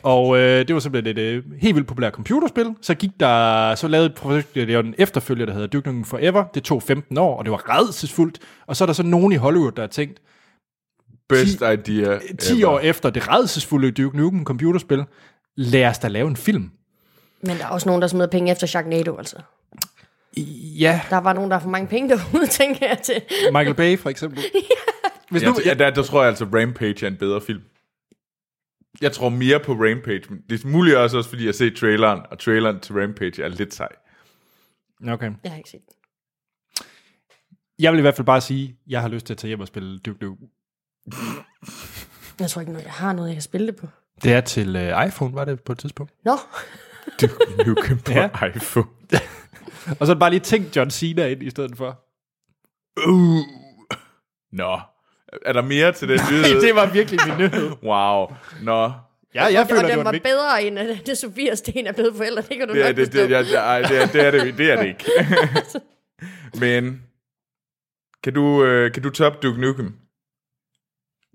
Speaker 1: Og øh, det var simpelthen et øh, helt vildt populært computerspil. Så gik der, så lavede projekt, det var en efterfølger, der hedder Duke Nukem Forever. Det tog 15 år, og det var redselsfuldt. Og så er der så nogen i Hollywood, der har tænkt,
Speaker 2: Best idea
Speaker 1: 10
Speaker 2: ever.
Speaker 1: år efter det redselsfulde Duke Nukem computerspil, lad os da lave en film.
Speaker 3: Men der er også nogen, der smider penge efter Sharknado, altså.
Speaker 1: Ja,
Speaker 3: Der var nogen, der har for mange penge derude, tænker jeg til.
Speaker 1: Michael Bay for eksempel. Hvis
Speaker 2: Jeg,
Speaker 1: nu,
Speaker 2: ja, der, der tror jeg altså, Rampage er en bedre film. Jeg tror mere på Rampage. men Det er muligt også, også fordi jeg ser traileren, og traileren til Rampage er lidt sej.
Speaker 1: ja, okay.
Speaker 3: Jeg har ikke set den.
Speaker 1: Jeg vil i hvert fald bare sige, at jeg har lyst til at tage hjem og spille Duke Nukem.
Speaker 3: Jeg tror ikke, noget, jeg har noget, jeg kan spille det på.
Speaker 1: Det er til øh, iPhone, var det på et tidspunkt.
Speaker 3: Nå,
Speaker 2: Duke Nukem på
Speaker 1: Ja.
Speaker 2: ja. iPhone.
Speaker 1: Og så bare lige tænkt John Cena ind i stedet for.
Speaker 2: Uh. Nå. Er der mere til den nyhed?
Speaker 1: det var virkelig min nyhed.
Speaker 2: Wow. Nå.
Speaker 1: Ja, jeg
Speaker 3: og
Speaker 1: føler, det
Speaker 3: den
Speaker 1: var
Speaker 3: var
Speaker 1: en vig-
Speaker 3: bedre end at det Sofia Sten er blevet forældre. Det kan du
Speaker 2: Det er
Speaker 3: nok
Speaker 2: det, det,
Speaker 3: forstå.
Speaker 2: ja, det, ej, det, er, det, er det, det er det ikke. Men kan du, øh, kan du toppe Duke Nukem?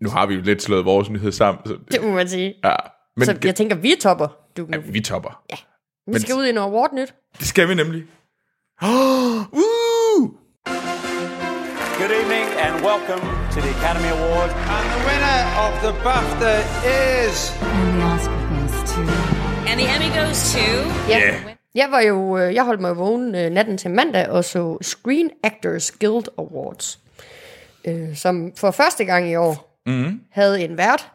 Speaker 2: Nu har vi jo lidt slået vores nyhed sammen. Så,
Speaker 3: det må man sige.
Speaker 2: ja. Men
Speaker 3: så
Speaker 2: kan-
Speaker 3: jeg tænker, vi topper du nu.
Speaker 2: Ja, vi topper. Ja.
Speaker 3: Vi skal ud i noget award nyt.
Speaker 2: Det skal vi nemlig. Oh, uh!
Speaker 4: Good evening and welcome to the Academy Awards.
Speaker 5: And the winner of the BAFTA is.
Speaker 6: And the Oscar goes to.
Speaker 7: And the Emmy goes to.
Speaker 3: Ja. Yeah. Jeg var jo, øh, jeg holdt mig vågen øh, natten til mandag og så Screen Actors Guild Awards, øh, som for første gang i år mm. havde en vært.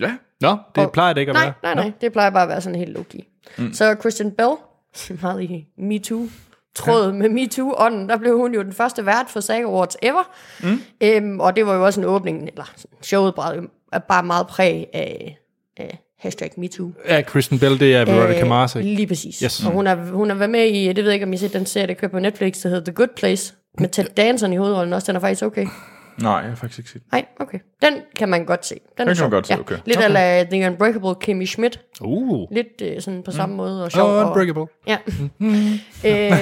Speaker 2: Ja.
Speaker 1: Nå, det
Speaker 3: Og-
Speaker 1: plejer det ikke at
Speaker 3: Nej,
Speaker 1: være.
Speaker 3: nej,
Speaker 1: Nå.
Speaker 3: nej, det plejer bare at være sådan helt low-key. Mm. Så Christian Bell, meget i MeToo, tråd ja. med MeToo-ånden, der blev hun jo den første vært for SAG Awards ever. Mm. Øhm, og det var jo også en åbning, eller sådan, showet bare, er bare meget præg af, af hashtag MeToo.
Speaker 1: Ja, Kristen Bell, det er Veronica
Speaker 3: Øh,
Speaker 1: Mars. ikke?
Speaker 3: Lige præcis.
Speaker 1: Yes.
Speaker 3: Yes. Og hun har, hun har været med i, det ved jeg ikke, om I har set den serie, der kører på Netflix, der hedder The Good Place, med Ted Danson i hovedrollen også. Den er faktisk okay.
Speaker 2: Nej, jeg har faktisk ikke set den.
Speaker 3: Nej, okay. Den kan man godt se. Den, den
Speaker 2: kan man godt se, okay.
Speaker 3: Lidt okay. af The Unbreakable Kimmy Schmidt.
Speaker 1: Uh,
Speaker 3: Lidt øh, sådan på samme måde og sjov.
Speaker 1: oh,
Speaker 3: og-
Speaker 1: Unbreakable.
Speaker 3: Ja. øhm,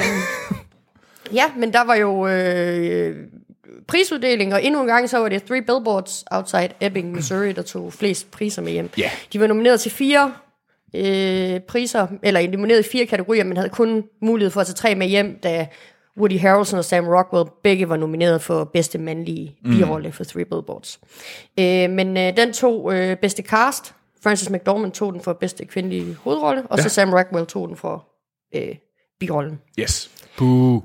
Speaker 3: ja, men der var jo øh, prisuddeling, og endnu en gang så var det Three Billboards Outside Ebbing, Missouri, der tog flest priser med hjem.
Speaker 1: Ja.
Speaker 3: De var nomineret til fire øh, priser, eller nomineret i fire kategorier, men havde kun mulighed for at tage tre med hjem, da Woody Harrelson og Sam Rockwell begge var nomineret for bedste mandlige birolle for Three Billboards. Øh, men øh, den tog øh, bedste cast. Frances McDormand tog den for bedste kvindelige hovedrolle, og ja. så Sam Rockwell tog den for øh, birollen.
Speaker 2: Yes.
Speaker 1: Boo.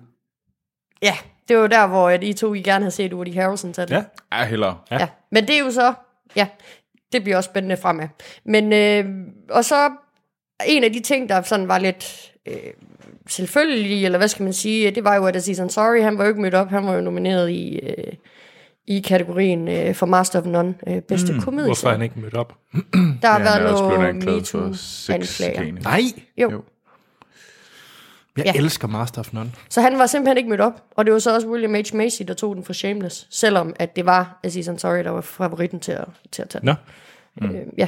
Speaker 3: Ja, det var der, hvor at I to I gerne havde set Woody Harrelson tage den.
Speaker 1: Ja.
Speaker 2: Ej, hellere. Ja.
Speaker 3: ja. Men det er jo så, ja, det bliver også spændende fremad. Men, øh, og så en af de ting, der sådan var lidt øh, selvfølgelig, eller hvad skal man sige, det var jo, at Aziz Ansari, han var jo ikke mødt op, han var jo nomineret i, øh, i kategorien øh, for Master of None, øh, bedste mm, komedie.
Speaker 1: Hvorfor er han ikke mødt op?
Speaker 3: Der har
Speaker 2: Ja, han er
Speaker 3: været
Speaker 2: også blevet
Speaker 3: noget
Speaker 2: anklaget for
Speaker 3: MeToo-anklager.
Speaker 2: sexchikane.
Speaker 1: Nej.
Speaker 2: Jo.
Speaker 3: Jo. jo.
Speaker 1: Jeg ja. elsker Master of None.
Speaker 3: Så han var simpelthen ikke mødt op, og det var så også William H. Macy, der tog den for Shameless, selvom at det var Aziz Ansari, der var favoritten til at, til at tage den.
Speaker 1: Nå.
Speaker 3: Øh, ja.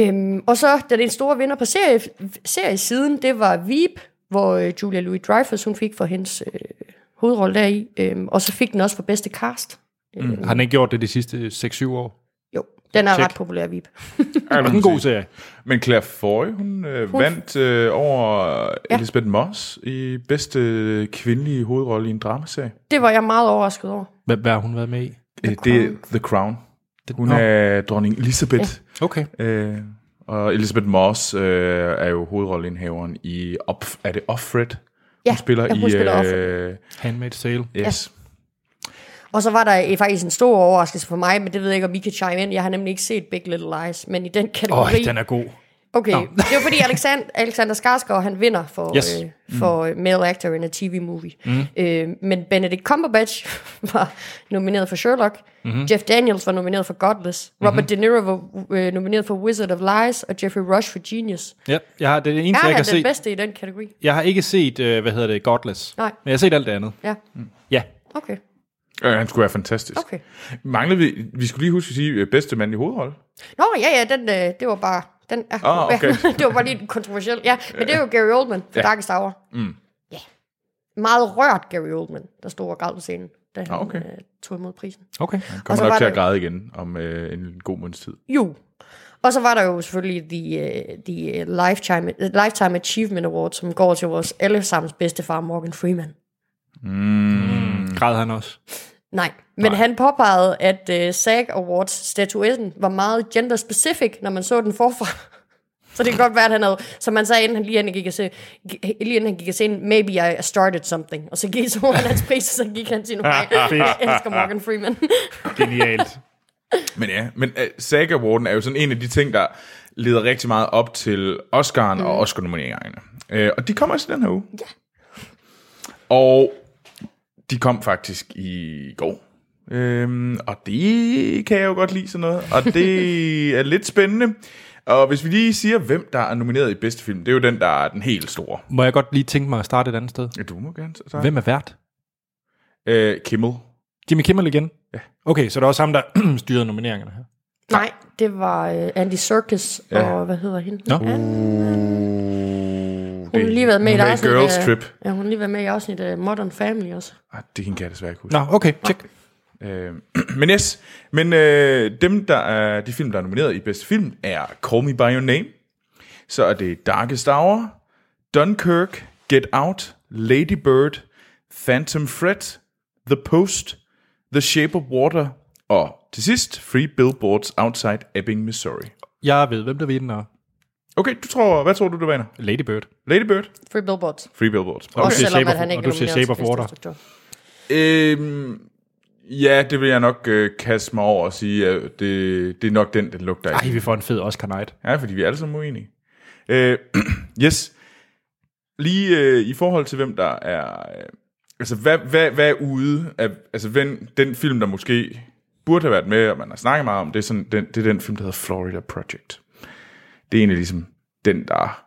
Speaker 3: Øhm, og så den ene store vinder på serie, seriesiden, det var Veep, hvor øh, Julia Louis-Dreyfus hun fik for hendes øh, hovedrolle deri, øhm, og så fik den også for bedste cast.
Speaker 1: Har han ikke gjort det de sidste 6-7 år?
Speaker 3: Jo. Den er
Speaker 1: Check.
Speaker 3: ret populær, Vip.
Speaker 2: Er
Speaker 1: Det er en god serie.
Speaker 2: Men Claire Foy, hun, øh,
Speaker 3: Hun-
Speaker 2: vandt øh, over
Speaker 3: Ja.
Speaker 2: ja. Elisabeth Moss i bedste øh, kvindelige hovedrolle i en dramaserie.
Speaker 3: Det var jeg meget overrasket over.
Speaker 1: Hvad, hvad har hun været med i?
Speaker 2: The det er The Crown.
Speaker 1: Det-
Speaker 2: Hun
Speaker 1: Nå.
Speaker 2: er dronning Elisabeth.
Speaker 1: Okay.
Speaker 2: Øh, og Elisabeth Moss øh, er jo hovedrolleindhaveren i Op, er det Offred?
Speaker 3: Ja,
Speaker 2: hun spiller
Speaker 3: ja, hun
Speaker 2: i...
Speaker 3: spiller
Speaker 2: øh,
Speaker 1: Handmaid's Tale.
Speaker 2: yes.
Speaker 3: Og så var der øh, faktisk en stor overraskelse for mig, men det ved jeg ikke, om I kan chime ind. Jeg har nemlig ikke set Big Little Lies, men i den
Speaker 1: Åh,
Speaker 3: kategori...
Speaker 1: oh, den er god.
Speaker 3: Okay,
Speaker 1: Nå.
Speaker 3: det var fordi Alexander, Alexander Skarsgård, han vinder for,
Speaker 1: Yes.
Speaker 3: yes. øh, for mm. Male Actor in a TV Movie. Mm. Øh, men Benedict Cumberbatch var nomineret for Sherlock, mm-hmm. Jeff Daniels var nomineret for Godless, Robert mm-hmm. De Niro var øh, nomineret for Wizard of Lies, og Jeffrey Rush for Genius.
Speaker 1: Ja, jeg har, det er det eneste,
Speaker 3: Er
Speaker 1: jeg
Speaker 3: han
Speaker 1: kan
Speaker 3: den
Speaker 1: se.
Speaker 3: bedste i den kategori?
Speaker 1: Jeg har ikke set, øh, hvad hedder det, Godless.
Speaker 3: Nej.
Speaker 1: Men jeg har set alt det andet.
Speaker 3: Ja,
Speaker 1: Ja.
Speaker 3: okay,
Speaker 2: Øh, han skulle være fantastisk.
Speaker 3: okay.
Speaker 2: Mangler vi... Vi skulle lige huske at sige øh, bedste mand i hovedrolle.
Speaker 3: Nå, ja, ja, den, øh, det var bare... Den, ja,
Speaker 2: Ah, okay.
Speaker 3: det var bare lige kontroversiel. Ja, men det er jo Gary Oldman for ja. Darkest Hour. Mm. Ja. Meget rørt Gary Oldman, der stod og græd på scenen, da han
Speaker 2: Ah, okay.
Speaker 3: øh, tog imod prisen.
Speaker 1: Okay.
Speaker 3: Og så
Speaker 2: Kommer nok
Speaker 3: var
Speaker 2: til
Speaker 3: der
Speaker 2: at
Speaker 3: jo-
Speaker 2: græde igen om øh, en god måneds tid.
Speaker 3: Jo. Og så var der jo selvfølgelig de, øh, de øh, lifetime, øh, lifetime Achievement Award, som går til vores allesammens bedste far, Morgan Freeman.
Speaker 1: Græd han også.
Speaker 3: Nej, men Nej. han påpegede, at øh, SAG Awards-statuetten var meget gender-specific, når man så den forfra. Så det kan godt være, at han havde, som han sagde, inden han lige inden han gik og se, g- lige inden han gik og se, maybe I started something. Og så gik så han hans pris, og så gik han sin vej. Jeg elsker Morgan Freeman.
Speaker 1: Genialt.
Speaker 2: Men ja, men uh, SAG Awarden er jo sådan en af de ting, der leder rigtig meget op til Oscar'en mm. og Oscar-nomineringerne. Uh, og de kom også i den her uge. Ja. Og de kom faktisk i går. Øhm, og det kan jeg jo godt lide sådan noget. Og det er lidt spændende. Og hvis vi lige siger, hvem der er nomineret i bedste film, det er jo den, der er den helt store.
Speaker 1: Må jeg godt lige tænke mig at starte et andet sted?
Speaker 2: Ja, du må gerne tage.
Speaker 1: Hvem er vært?
Speaker 2: Øh, Kimmel.
Speaker 1: Jimmy Kimmel igen? Ja. Okay, så det er også ham, der styrede nomineringerne her.
Speaker 3: Nej, det var øh, Andy Serkis ja.
Speaker 2: Ja.
Speaker 3: og hvad hedder hende?
Speaker 1: Nå.
Speaker 3: Hun har lige været med i øh. et
Speaker 2: Hun er
Speaker 3: afsnit
Speaker 2: Girls
Speaker 3: af-
Speaker 2: Trip.
Speaker 3: Ja, hun har lige været med i afsnit af Modern Family også.
Speaker 2: Ah, det kan jeg desværre ikke huske.
Speaker 1: Nå, okay, tjek.
Speaker 2: Øh, men yes, men øh, dem, der er, de film, der er nomineret i bedste film, er Call Me By Your Name, så er det Darkest Hour, Dunkirk, Get Out, Lady Bird, Phantom Thread, The Post, The Shape of Water, og til sidst Free Billboards Outside Ebbing, Missouri.
Speaker 1: Jeg ved, hvem der vinder.
Speaker 2: Okay, du tror, hvad tror du, du vinder?
Speaker 1: Lady Bird.
Speaker 2: Lady Bird?
Speaker 3: Free Billboards.
Speaker 2: Free Billboards.
Speaker 3: Okay. Også
Speaker 1: siger
Speaker 3: selvom,
Speaker 1: Shape
Speaker 3: at
Speaker 1: of-
Speaker 3: han ikke
Speaker 1: og du siger
Speaker 3: nomineret
Speaker 1: Shape of
Speaker 3: til bedste
Speaker 1: Water.
Speaker 3: instruktør.
Speaker 2: Øhm, ja, det vil jeg nok øh, kaste mig over og sige, at det, det er nok den, den lugter af.
Speaker 1: Ej, vi får en fed Oscar night.
Speaker 2: Ja, fordi vi er alle sammen uenige. Øh, yes. Lige øh, i forhold til, hvem der er... Øh, altså, hvad, hvad, hvad er ude af... Altså, den, den film, der måske burde have været med, og man har snakket meget om, det er, sådan, den, det er den film, der hedder Florida Project. Det er egentlig ligesom den, der...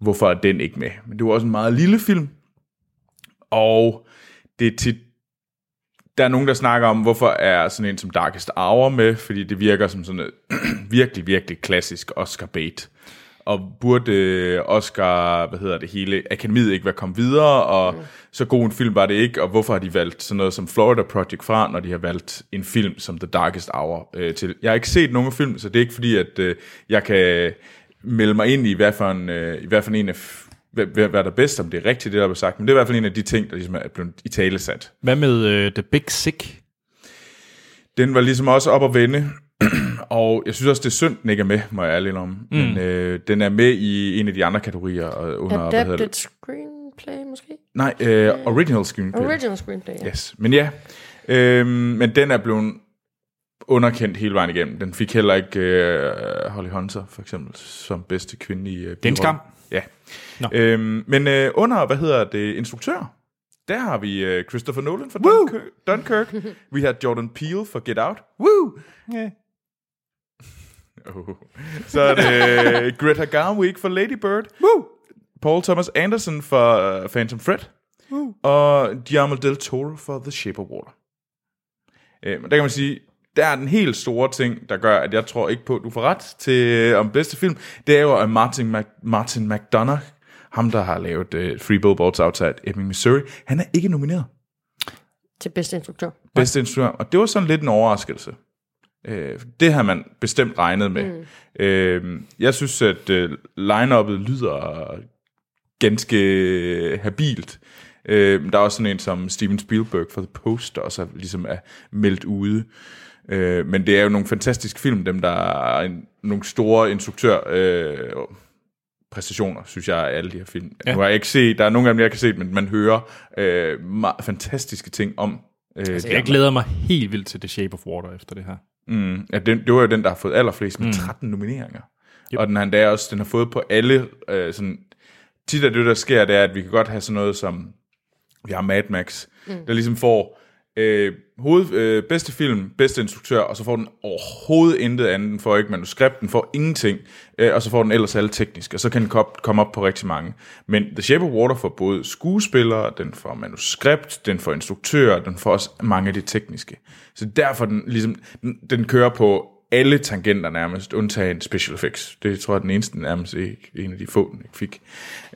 Speaker 2: Hvorfor er den ikke med? Men det var også en meget lille film, og det er tit der er nogen, der snakker om, hvorfor er sådan en som Darkest Hour med, fordi det virker som sådan et virkelig, virkelig klassisk Oscar-bait. Og burde øh, Oscar, hvad hedder det hele, akademiet ikke være kommet videre, og mm. så god en film var det ikke, og hvorfor har de valgt sådan noget som Florida Project fra, når de har valgt en film som The Darkest Hour øh, til? Jeg har ikke set nogen film, så det er ikke fordi, at øh, jeg kan melde mig ind i, hvad for en, øh, i hvad for en af f- hvad, hvad hvad er der bedst, om det er rigtigt, det der blev sagt, men det er i hvert fald en af de ting, der ligesom er blevet i tale sat.
Speaker 1: Hvad med øh, The Big Sick?
Speaker 2: Den var ligesom også op at vende, og jeg synes også, det er synd, den ikke er med, må jeg ærligt om. Mm. Men øh, den er med i en af de andre kategorier og under, hvad hedder
Speaker 3: Adapted
Speaker 2: det?
Speaker 3: screenplay måske?
Speaker 2: Nej, øh, original screenplay.
Speaker 3: Original screenplay, ja.
Speaker 2: Yes, men ja. Øhm, men den er blevet underkendt hele vejen igennem. Den fik heller ikke øh, Holly Hunter, for eksempel, som bedste kvinde i... Øh, det
Speaker 1: er en skam.
Speaker 2: Ja.
Speaker 1: Nå.
Speaker 2: Øhm, men øh, under, hvad hedder det, instruktør, der har vi øh, Christopher Nolan for Dunkirk, Dunkirk. vi har Jordan Peele for Get Out. Woo!
Speaker 1: Yeah.
Speaker 2: Oh. Så er det øh, Greta Garwick for Lady Bird. Woo! Paul Thomas Anderson for øh, Phantom Thread. Woo! Og Guillermo del Toro for The Shape of Water. Øh, men der kan man sige, der er den helt store ting, der gør, at jeg tror ikke på, at du får ret til øh, om bedste film. Det er jo at Martin, Mac- Martin McDonough, ham der har lavet øh, Free Billboards Outside Ebbing, Missouri, han er ikke nomineret
Speaker 3: Til bedste instruktør.
Speaker 2: bedste instruktør. Og det var sådan lidt en overraskelse. Øh, det havde man bestemt regnet med. Mm. Øh, jeg synes, at øh, line-uppet lyder ganske habilt. Øh, der er også sådan en som Steven Spielberg fra The Post, der også er, ligesom er meldt ude. Øh, men det er jo nogle fantastiske film, dem der er en, nogle store instruktør... Øh, præstationer, synes jeg, af alle de her film. Ja. Nu har jeg ikke set, der er nogle af dem, jeg kan se, men man hører øh, meget fantastiske ting om. Øh, altså,
Speaker 1: Jeg glæder mig helt vildt til The Shape of Water efter det her.
Speaker 2: Ja, den, det var jo den, der har fået allerflest med mm. 13 nomineringer. Yep. Og den har endda også, den har fået på alle, øh, sådan, tit er det, der sker, det er, at vi kan godt have sådan noget som, vi har Mad Max, mm. der ligesom får øh, hoved, øh, bedste film, bedste instruktør, og så får den overhovedet intet andet, den får ikke manuskript, den får ingenting, øh, og så får den ellers alle teknisk, og så kan den kop- komme op på rigtig mange. Men The Shape of Water får både skuespillere, den får manuskript, den får instruktør, den får også mange af de tekniske. Så derfor den, ligesom, den, den kører på alle tangenter nærmest, undtagen special effects. Det tror jeg er den eneste nærmest ikke, en af de få, den ikke fik.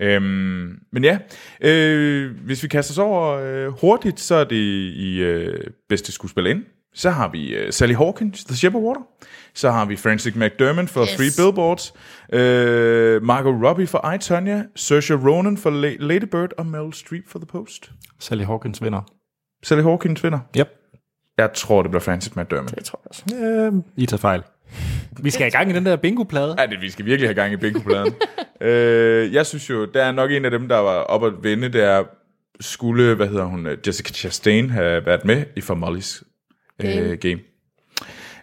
Speaker 2: Øhm, men ja, øh, hvis vi kaster os over øh, hurtigt, så er det i øh, bedste skuespillerinde. Så har vi øh, Sally Hawkins, The Shape of Water. Så har vi Frances McDermott for yes. Three Billboards. Øh, Margot Robbie for I, Tonya. Saoirse Ronan for La- Lady Bird. Og Meryl Streep for The Post.
Speaker 1: Sally Hawkins vinder.
Speaker 2: Sally Hawkins vinder.
Speaker 1: Yep.
Speaker 2: Jeg tror, det bliver Frances McDermott.
Speaker 3: Det tror jeg
Speaker 2: Øh,
Speaker 3: også.
Speaker 1: Øhm, I tager fejl. Vi skal i gang i den der bingo-plade.
Speaker 2: Ja, det, vi skal virkelig have gang i bingo-pladen. øh, jeg synes jo, der er nok en af dem, der var op at vende, det er, skulle, hvad hedder hun, øh, Jessica Chastain have været med i For Molly's game. Øh, game.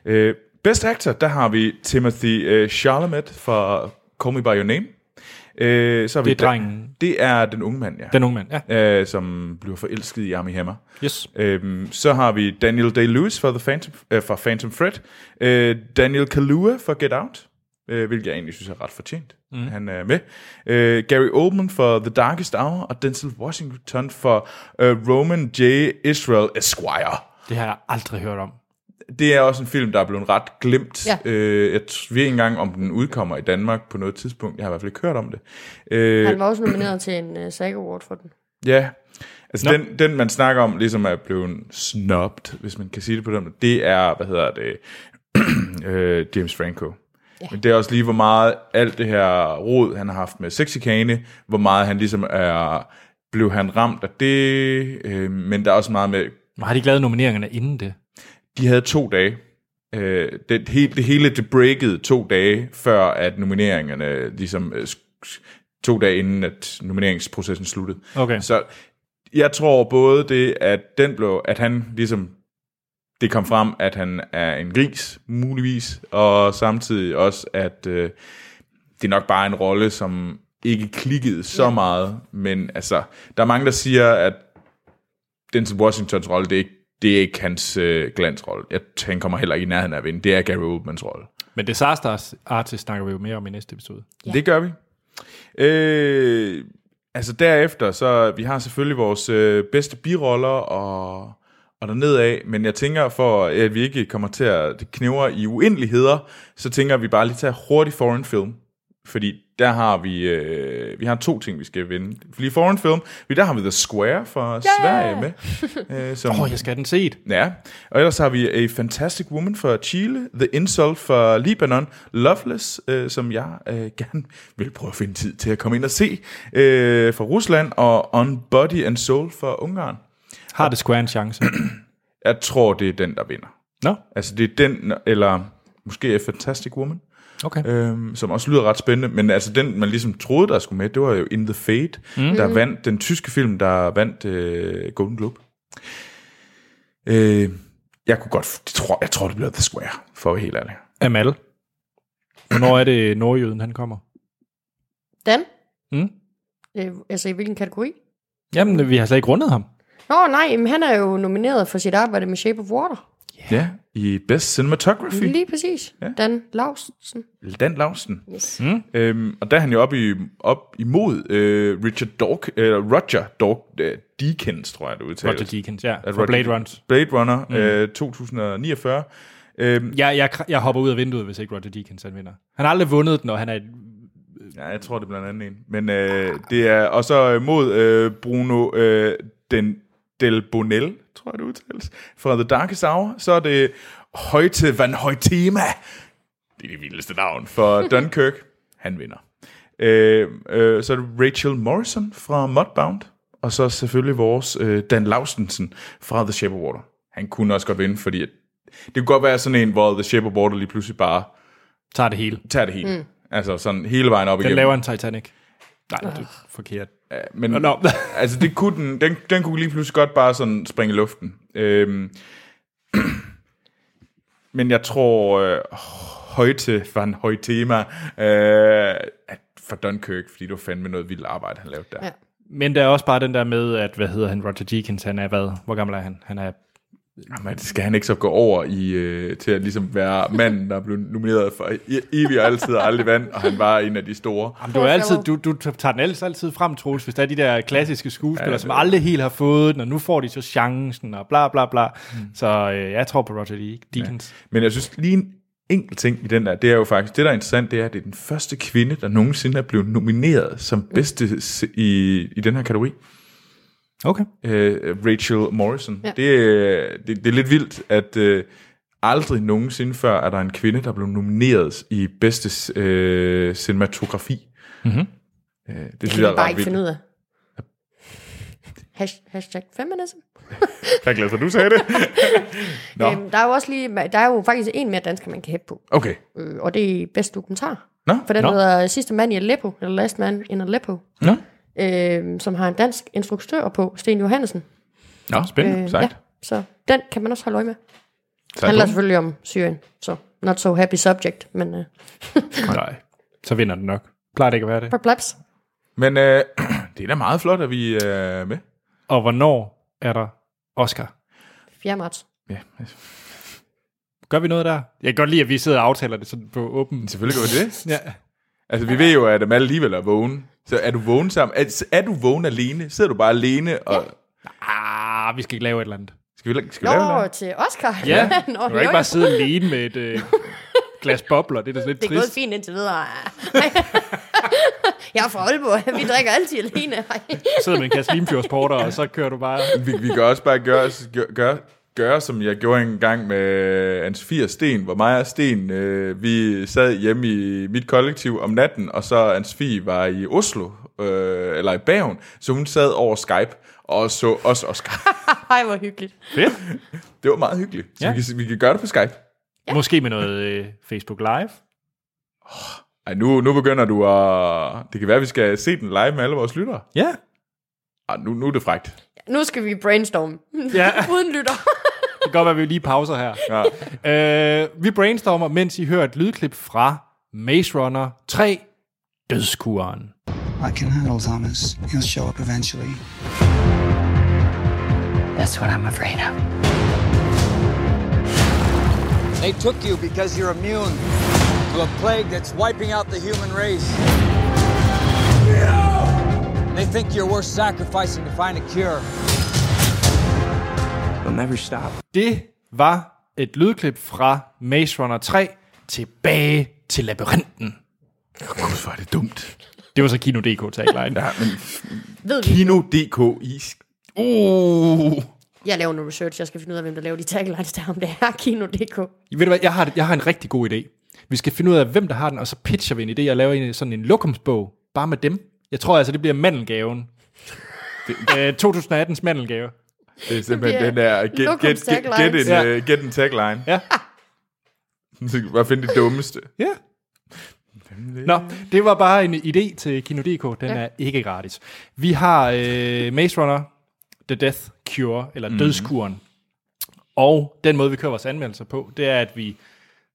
Speaker 2: Øh, Best Actor, der har vi Timothy øh, Chalamet fra Call Me By Your Name. Øh, så har vi
Speaker 1: Det er drengen.
Speaker 2: Det er den unge mand, ja.
Speaker 1: Den unge mand, ja.
Speaker 2: Øh, som bliver forelsket i Armie Hammer.
Speaker 1: Yes.
Speaker 2: Øhm, så har vi Daniel Day-Lewis fra, The Phantom, øh, fra Phantom Thread. Øh, Daniel Kaluuya fra Get Out, øh, hvilket jeg egentlig synes er ret fortjent. Mm. Han er med. Øh, Gary Oldman for The Darkest Hour, og Denzel Washington for øh, Roman J. Israel Esquire.
Speaker 1: Det har jeg aldrig hørt om.
Speaker 2: Det er også en film, der er blevet ret glemt.
Speaker 3: Ja.
Speaker 2: Øh, jeg t- ved ikke engang, om den udkommer i Danmark på noget tidspunkt. Jeg har i hvert fald ikke hørt om det. Øh,
Speaker 3: Han var også nomineret til en uh, SAG Award for den.
Speaker 2: Ja, altså den, den, man snakker om, ligesom er blevet snobbed, hvis man kan sige det på den måde, det er, hvad hedder det, øh, James Franco. Ja. Men det er også lige, hvor meget alt det her rod, han har haft med sexikane, hvor meget han ligesom er, blev han ramt af det, øh, men der er også meget med,
Speaker 1: Men har de ikke lavet nomineringerne inden det?
Speaker 2: de havde to dage. Øh, det, hele, det hele det breakede to dage, før at nomineringerne, ligesom øh, sk- sk- to dage inden, at nomineringsprocessen sluttede.
Speaker 1: Okay.
Speaker 2: Så jeg tror både det, at den blev, at han ligesom, det kom frem, at han er en gris, muligvis, og samtidig også, at øh, det er nok bare en rolle, som ikke klikkede så ja. meget, men altså, der er mange, der siger, at Denzel Washingtons rolle, det er ikke, det er ikke hans øh, glansrolle. Jeg, han kommer heller ikke i nærheden af at vinde. Det er Gary Oldmans rolle.
Speaker 1: Men Disaster Artist snakker vi jo mere om i næste episode.
Speaker 2: Ja. Det gør vi. Øh, altså derefter, så vi har selvfølgelig vores øh, bedste biroller og, og dernede af, men jeg tænker for, at vi ikke kommer til at det knæver i uendeligheder, så tænker jeg, at vi bare lige tager hurtigt foreign film. Fordi der har vi, øh, vi har to ting, vi skal vinde. Fordi foreign film, fordi der har vi The Square fra yeah! Sverige med. Øh, som,
Speaker 1: Åh, oh, jeg skal have den set.
Speaker 2: Ja, og ellers har vi A Fantastic Woman fra Chile, The Insult fra Libanon, Loveless, øh, som jeg øh, gerne vil prøve at finde tid til at komme ind og se, øh, fra Rusland, og On Body and Soul fra Ungarn.
Speaker 1: Har det Square en chance?
Speaker 2: Jeg tror, det er den, der vinder.
Speaker 1: Nå,
Speaker 2: Altså, det er den, eller måske A Fantastic Woman,
Speaker 1: okay.
Speaker 2: øhm, som også lyder ret spændende, men altså den, man ligesom troede, der skulle med, det var jo In the Fade, mm. der vandt den tyske film, der vandt øh, Golden Globe. Øh, jeg kunne godt, jeg tror, jeg tror, det bliver The Square, for at være helt ærlig.
Speaker 1: Øh, Amal. Hvornår er det nordjøden, han kommer?
Speaker 3: Dan?
Speaker 1: Mm.
Speaker 3: Øh, altså i hvilken kategori?
Speaker 1: Jamen, vi har slet ikke rundet ham.
Speaker 3: Nå nej, men han er jo nomineret for sit arbejde med Shape of Water.
Speaker 2: Ja, yeah. i Best Cinematography,
Speaker 3: Lige præcis. Ja. Dan Lausen.
Speaker 2: Dan Lausen.
Speaker 3: Yes.
Speaker 2: Mm. Øhm, og der er han jo op, i, op imod øh, Richard Dork, øh, Roger Dork, øh, Deakins, tror jeg, det udtales.
Speaker 1: Roger Deakins, ja.
Speaker 2: At
Speaker 1: For
Speaker 2: Roger-
Speaker 1: Blade Runs.
Speaker 2: Blade Runner mm. øh, 2049. Øhm,
Speaker 1: Jeg, jeg, jeg hopper ud af vinduet, hvis ikke Roger Deakins han vinder. Han har aldrig vundet den, og han er...
Speaker 2: ja, jeg tror, det er blandt andet en. Men øh, det er, og så øh, mod øh, Bruno øh, den Del Bonel, tror jeg det udtales, fra The Darkest Hour. Så er det Højte Van Højtema. Det er det vildeste navn for Dunkirk. Han vinder. Øh, øh, så er det Rachel Morrison fra Mudbound. Og så selvfølgelig vores øh, Dan Laustensen fra The Shape of Water. Han kunne også godt vinde, fordi at- det kunne godt være sådan en, hvor The Shape of Water lige pludselig bare
Speaker 1: Tager det hele.
Speaker 2: tager det hele. Mm. Altså sådan hele vejen op
Speaker 1: Den
Speaker 2: igennem.
Speaker 1: laver en Titanic. Nej, det er forkert.
Speaker 2: Men,
Speaker 1: Nå, nå.
Speaker 2: altså, det kunne den, den, den kunne lige pludselig godt bare sådan springe i luften. Øhm, men jeg tror, øh, Højte van Højtema øh, at for Dunkirk, fordi det var fandme noget vildt arbejde, han lavede der. Ja.
Speaker 3: Ja.
Speaker 1: Men der er også bare den der med, at, hvad hedder han, Roger Deakins, han er hvad? Hvor gammel er han? Han er
Speaker 2: Jamen, det skal han ikke så gå over i, øh, til at ligesom være manden, der blev nomineret for e- evig og altid og aldrig vand, og han var en af de store.
Speaker 1: Jamen, du, er altid, du, du tager den ellers altid frem, Troels, hvis der er de der klassiske skuespillere, ja, som aldrig helt har fået den, og nu får de så chancen, og bla bla bla. Mm. Så øh, jeg tror på Roger De- Deakins. Ja.
Speaker 2: Men jeg synes lige en enkelt ting i den der, det er jo faktisk, det der er interessant, det er, at det er den første kvinde, der nogensinde er blevet nomineret som bedste se- i, i den her kategori.
Speaker 1: Okay.
Speaker 2: Øh, Rachel Morrison. Ja. Det, er- det, det er lidt vildt, at øh, aldrig nogensinde før er der en kvinde, der blev nomineret i bedste øh, cinematografi. Mm-hmm. Øh, det
Speaker 3: Det
Speaker 2: synes
Speaker 3: kan
Speaker 2: jeg
Speaker 3: vi
Speaker 2: er
Speaker 3: bare
Speaker 2: ret
Speaker 3: ikke finde
Speaker 2: vildt.
Speaker 3: ud af. Hash, hashtag feminism.
Speaker 2: Jeg er glad for, at du sagde det. Nå.
Speaker 3: Øhm, der er jo også lige, der er jo faktisk en mere dansker, man kan hæppe på.
Speaker 2: Okay.
Speaker 3: Øh, og det er bedste dokumentar.
Speaker 2: Nå,
Speaker 3: For den
Speaker 2: nå.
Speaker 3: hedder øh, Sidste mand i Aleppo, eller Last Man in Aleppo.
Speaker 2: Nå,
Speaker 3: Øh, som har en dansk instruktør på, Sten Johansen.
Speaker 2: nå spændende.
Speaker 3: Øh,
Speaker 2: Øh, Sejt.
Speaker 3: så den kan man også holde øje med. Det
Speaker 2: Sejt.
Speaker 3: handler selvfølgelig om Syrien, så not so happy subject, men øh,
Speaker 1: Nej. Så vinder den nok. Plejer det ikke at være det.
Speaker 3: perpleks.
Speaker 2: Men øh, det er da meget flot, at vi øh, er med.
Speaker 1: Og hvornår er der Oscar?
Speaker 3: 4. marts.
Speaker 2: Ja,
Speaker 1: Gør vi noget der? Jeg kan godt lide, at vi sidder og aftaler det sådan på åben.
Speaker 2: Selvfølgelig gør vi det.
Speaker 1: Ja.
Speaker 2: Altså, vi ved jo, at dem alle alligevel er vågne. Så er du vågen sammen? Er, er du vågen alene? Sidder du bare alene? Og...
Speaker 1: Ah, vi skal ikke lave et eller andet.
Speaker 2: Skal vi, skal vi lave
Speaker 3: Nå,
Speaker 2: noget?
Speaker 3: til Oscar.
Speaker 1: Ja,
Speaker 3: Nå,
Speaker 1: du kan
Speaker 3: jo,
Speaker 1: ikke
Speaker 3: jo.
Speaker 1: bare sidde alene med et øh, glas bobler. Det er da sådan lidt
Speaker 3: Det er gået
Speaker 1: trist.
Speaker 3: fint indtil videre. jeg er fra Aalborg. Vi drikker altid alene. Ej.
Speaker 1: Du sidder med en kasse limfjordsporter, og så kører du bare...
Speaker 2: Vi, vi kan også bare gøre, gøre, gøre, gøre, som jeg gjorde en gang med Anne-Sophie og Sten, hvor mig og Sten, øh, vi sad hjemme i mit kollektiv om natten, og så Anne-Sophie var i Oslo, øh, eller i Bagen, så hun sad over Skype og så os og Skype.
Speaker 3: Ej, hvor hyggeligt.
Speaker 2: Det var meget hyggeligt. Så
Speaker 1: Ja.
Speaker 2: ja. vi, kan, vi kan gøre det på Skype.
Speaker 1: Måske med noget øh, Facebook Live.
Speaker 2: Ej, nu, nu begynder du at... Det kan være, at vi skal se den live med alle vores lyttere.
Speaker 1: Ja.
Speaker 2: Ej, nu, nu er det frægt.
Speaker 3: Nu skal vi brainstorme.
Speaker 1: Ja.
Speaker 3: Uden lytter.
Speaker 1: Det kan godt være, at vi lige pauser her. Ja. Øh, vi brainstormer, mens I hører et lydklip fra Maze Runner 3, Dødskuren.
Speaker 8: I can handle Thomas. He'll show up eventually.
Speaker 6: That's what I'm afraid of.
Speaker 5: They took you because you're immune to a plague that's wiping out the human race. They think you're worth sacrificing to find a cure.
Speaker 8: They'll never stop.
Speaker 1: Det var et lydklip fra Maze Runner 3, tilbage til labyrinten.
Speaker 2: Gud, hvor er det dumt.
Speaker 1: Det var så Kino DK tagline.
Speaker 2: Ja, men
Speaker 3: Ved vi.
Speaker 2: Kino.dk i... Uh.
Speaker 3: Jeg laver noget research. Jeg skal finde ud af, hvem der laver de taglines der, om det er Kino.dk.
Speaker 1: Ved du hvad, jeg har, det- jeg har en rigtig god idé. Vi skal finde ud af, hvem der har den, og så pitcher vi en idé. Jeg laver en, sådan en lokumsbog, bare med dem. Jeg tror altså, det bliver mandelgaven. Det, øh, 2018's mandelgave.
Speaker 2: Det er simpelthen
Speaker 3: Det
Speaker 2: den der... Get,
Speaker 3: bliver
Speaker 2: get, get,
Speaker 3: Lukums
Speaker 2: get, en,
Speaker 1: tagline.
Speaker 2: ja. get en tagline.
Speaker 1: Ja.
Speaker 2: Så kan du bare finde det dummeste.
Speaker 1: Ja. Nå, det var bare en idé til Kino.dk. Den ja. er ikke gratis. Vi har øh, Maze Runner, The Death Cure, eller mm. Dødskuren. Og den måde, vi kører vores anmeldelser på, det er, at vi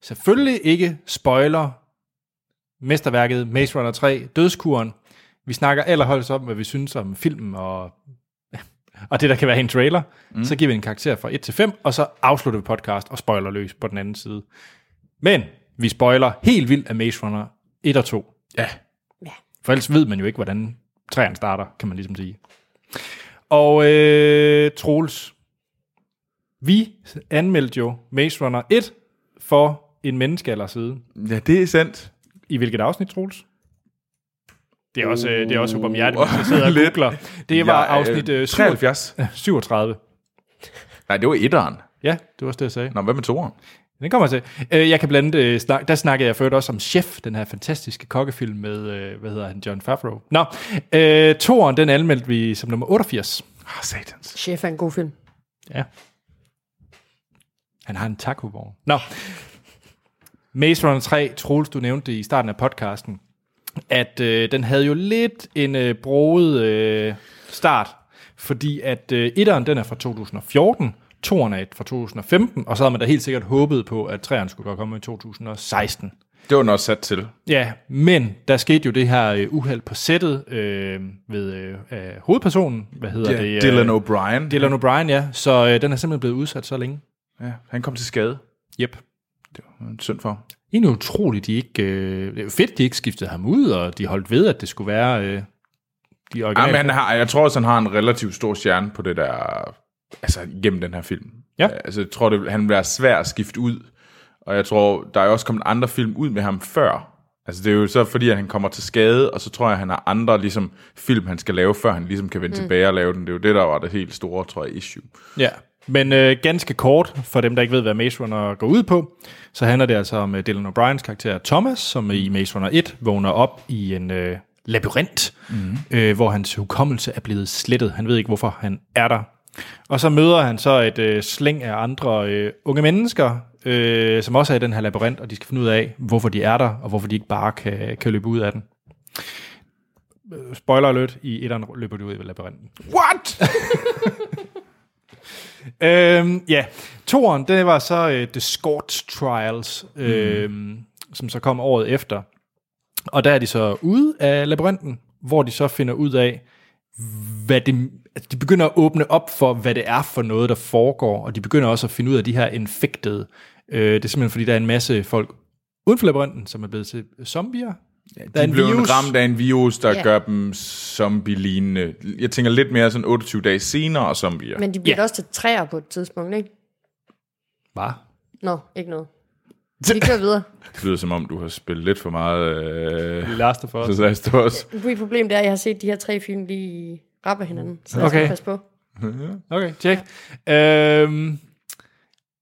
Speaker 1: selvfølgelig ikke spoiler mesterværket Maze Runner 3, Dødskuren. Vi snakker allerhøjst om, hvad vi synes om filmen og, og det, der kan være i en trailer. Mm. Så giver vi en karakter fra 1 til 5, og så afslutter vi podcast og spoiler løs på den anden side. Men vi spoiler helt vildt af Maze Runner 1 og 2. Ja. For ellers ved man jo ikke, hvordan træerne starter, kan man ligesom sige. Og øh, Troels, vi anmeldte jo Maze Runner 1 for en menneskealder siden.
Speaker 2: Ja, det er sandt.
Speaker 1: I hvilket afsnit, Troels? Det er også, øh, det er også Hjertet, der sidder og
Speaker 2: Lidt.
Speaker 1: googler. Det var
Speaker 2: Jeg er, øh,
Speaker 1: afsnit øh,
Speaker 2: 73.
Speaker 1: 37.
Speaker 2: Nej, det var etteren.
Speaker 1: Ja, det var også det, jeg sagde.
Speaker 2: Nå, hvad med toeren?
Speaker 1: Den kommer jeg til. Øh, jeg kan blandt andet, øh, snak, der snakkede jeg før også om Chef, den her fantastiske kokkefilm med, øh, hvad hedder han, John Favreau. Nå, øh, toren, den anmeldte vi som nummer 88.
Speaker 2: Ah, satans.
Speaker 3: Chef er en god film.
Speaker 1: Ja. Han har en taco-vogn. Nå. Maze Runner 3, Troels, du nævnte det i starten af podcasten, at øh, den havde jo lidt en øh, broet øh, start, fordi at øh, etteren, den er fra 2014, toeren er fra 2015, og så havde man da helt sikkert håbet på, at træerne skulle godt komme i 2016.
Speaker 2: Det var den også sat til.
Speaker 1: Ja, men der skete jo det her øh, uheld på sættet øh, ved øh, øh, hovedpersonen, hvad hedder
Speaker 2: Ja,
Speaker 1: det?
Speaker 2: det,
Speaker 1: øh,
Speaker 2: Dylan O'Brien.
Speaker 1: Dylan O'Brien, ja. Så øh, den er simpelthen blevet udsat så længe.
Speaker 2: Ja, han kom til skade.
Speaker 1: Yep.
Speaker 2: Det var en synd for ham.
Speaker 1: Egentlig utroligt, de ikke... Øh, det er jo fedt, de ikke skiftede ham ud, og de holdt ved, at det skulle være øh, de
Speaker 2: Ja, men
Speaker 1: originale.
Speaker 2: han har, jeg tror også, han har en relativt stor stjerne på det der, altså gennem den her film.
Speaker 1: Ja.
Speaker 2: Altså, jeg tror, det, han vil være svær at skifte ud. Og jeg tror, der er jo også kommet andre film ud med ham før. Altså, det er jo så fordi, at han kommer til skade, og så tror jeg, han har andre ligesom, film, han skal lave, før han ligesom kan vende mm. tilbage og lave den. Det er jo det, der var det helt store, tror jeg, issue.
Speaker 1: Ja, men øh, ganske kort, for dem, der ikke ved, hvad Maze Runner går ud på, så handler det altså om øh, Dylan O'Briens karakter Thomas, som øh, i Maze Runner 1 vågner op i en øh, labyrint, mm. øh, hvor hans hukommelse er blevet slettet. Han ved ikke, hvorfor han er der. Og så møder han så et øh, slæng af andre øh, unge mennesker, øh, som også er i den her labyrint, og de skal finde ud af, hvorfor de er der, og hvorfor de ikke bare kan, kan løbe ud af den. Øh, Spoiler alert, i etteren løber de ud i labyrinten.
Speaker 2: What?
Speaker 1: Øhm, ja, toren, det var så øh, The Scorch Trials, øhm, som så kom året efter. Og der er de så ude af labyrinten, hvor de så finder ud af, hvad det, altså, de begynder at åbne op for, hvad det er for noget, der foregår, og de begynder også at finde ud af de her infected. Øh, det er simpelthen, fordi der er en masse folk uden for labyrinten, som er blevet til zombier. Ja,
Speaker 2: De er blevet ramt af en virus, der
Speaker 3: Ja.
Speaker 2: yeah. gør dem zombie-lignende. Jeg tænker lidt mere sådan 28 dage senere og zombier.
Speaker 3: Men de bliver
Speaker 1: Ja.
Speaker 3: yeah. også til træer på et tidspunkt, ikke?
Speaker 1: Hvad?
Speaker 3: Nå, ikke noget. Vi kører videre.
Speaker 2: Det lyder som om, du har spillet lidt for meget... Øh...
Speaker 1: Last of Us.
Speaker 2: Så lad os da også.
Speaker 3: Mit problem det er, at jeg har set de her tre film lige rappe hinanden. Så jeg
Speaker 1: Okay.
Speaker 3: skal passe på.
Speaker 1: Okay, tjek. Ja. Øhm,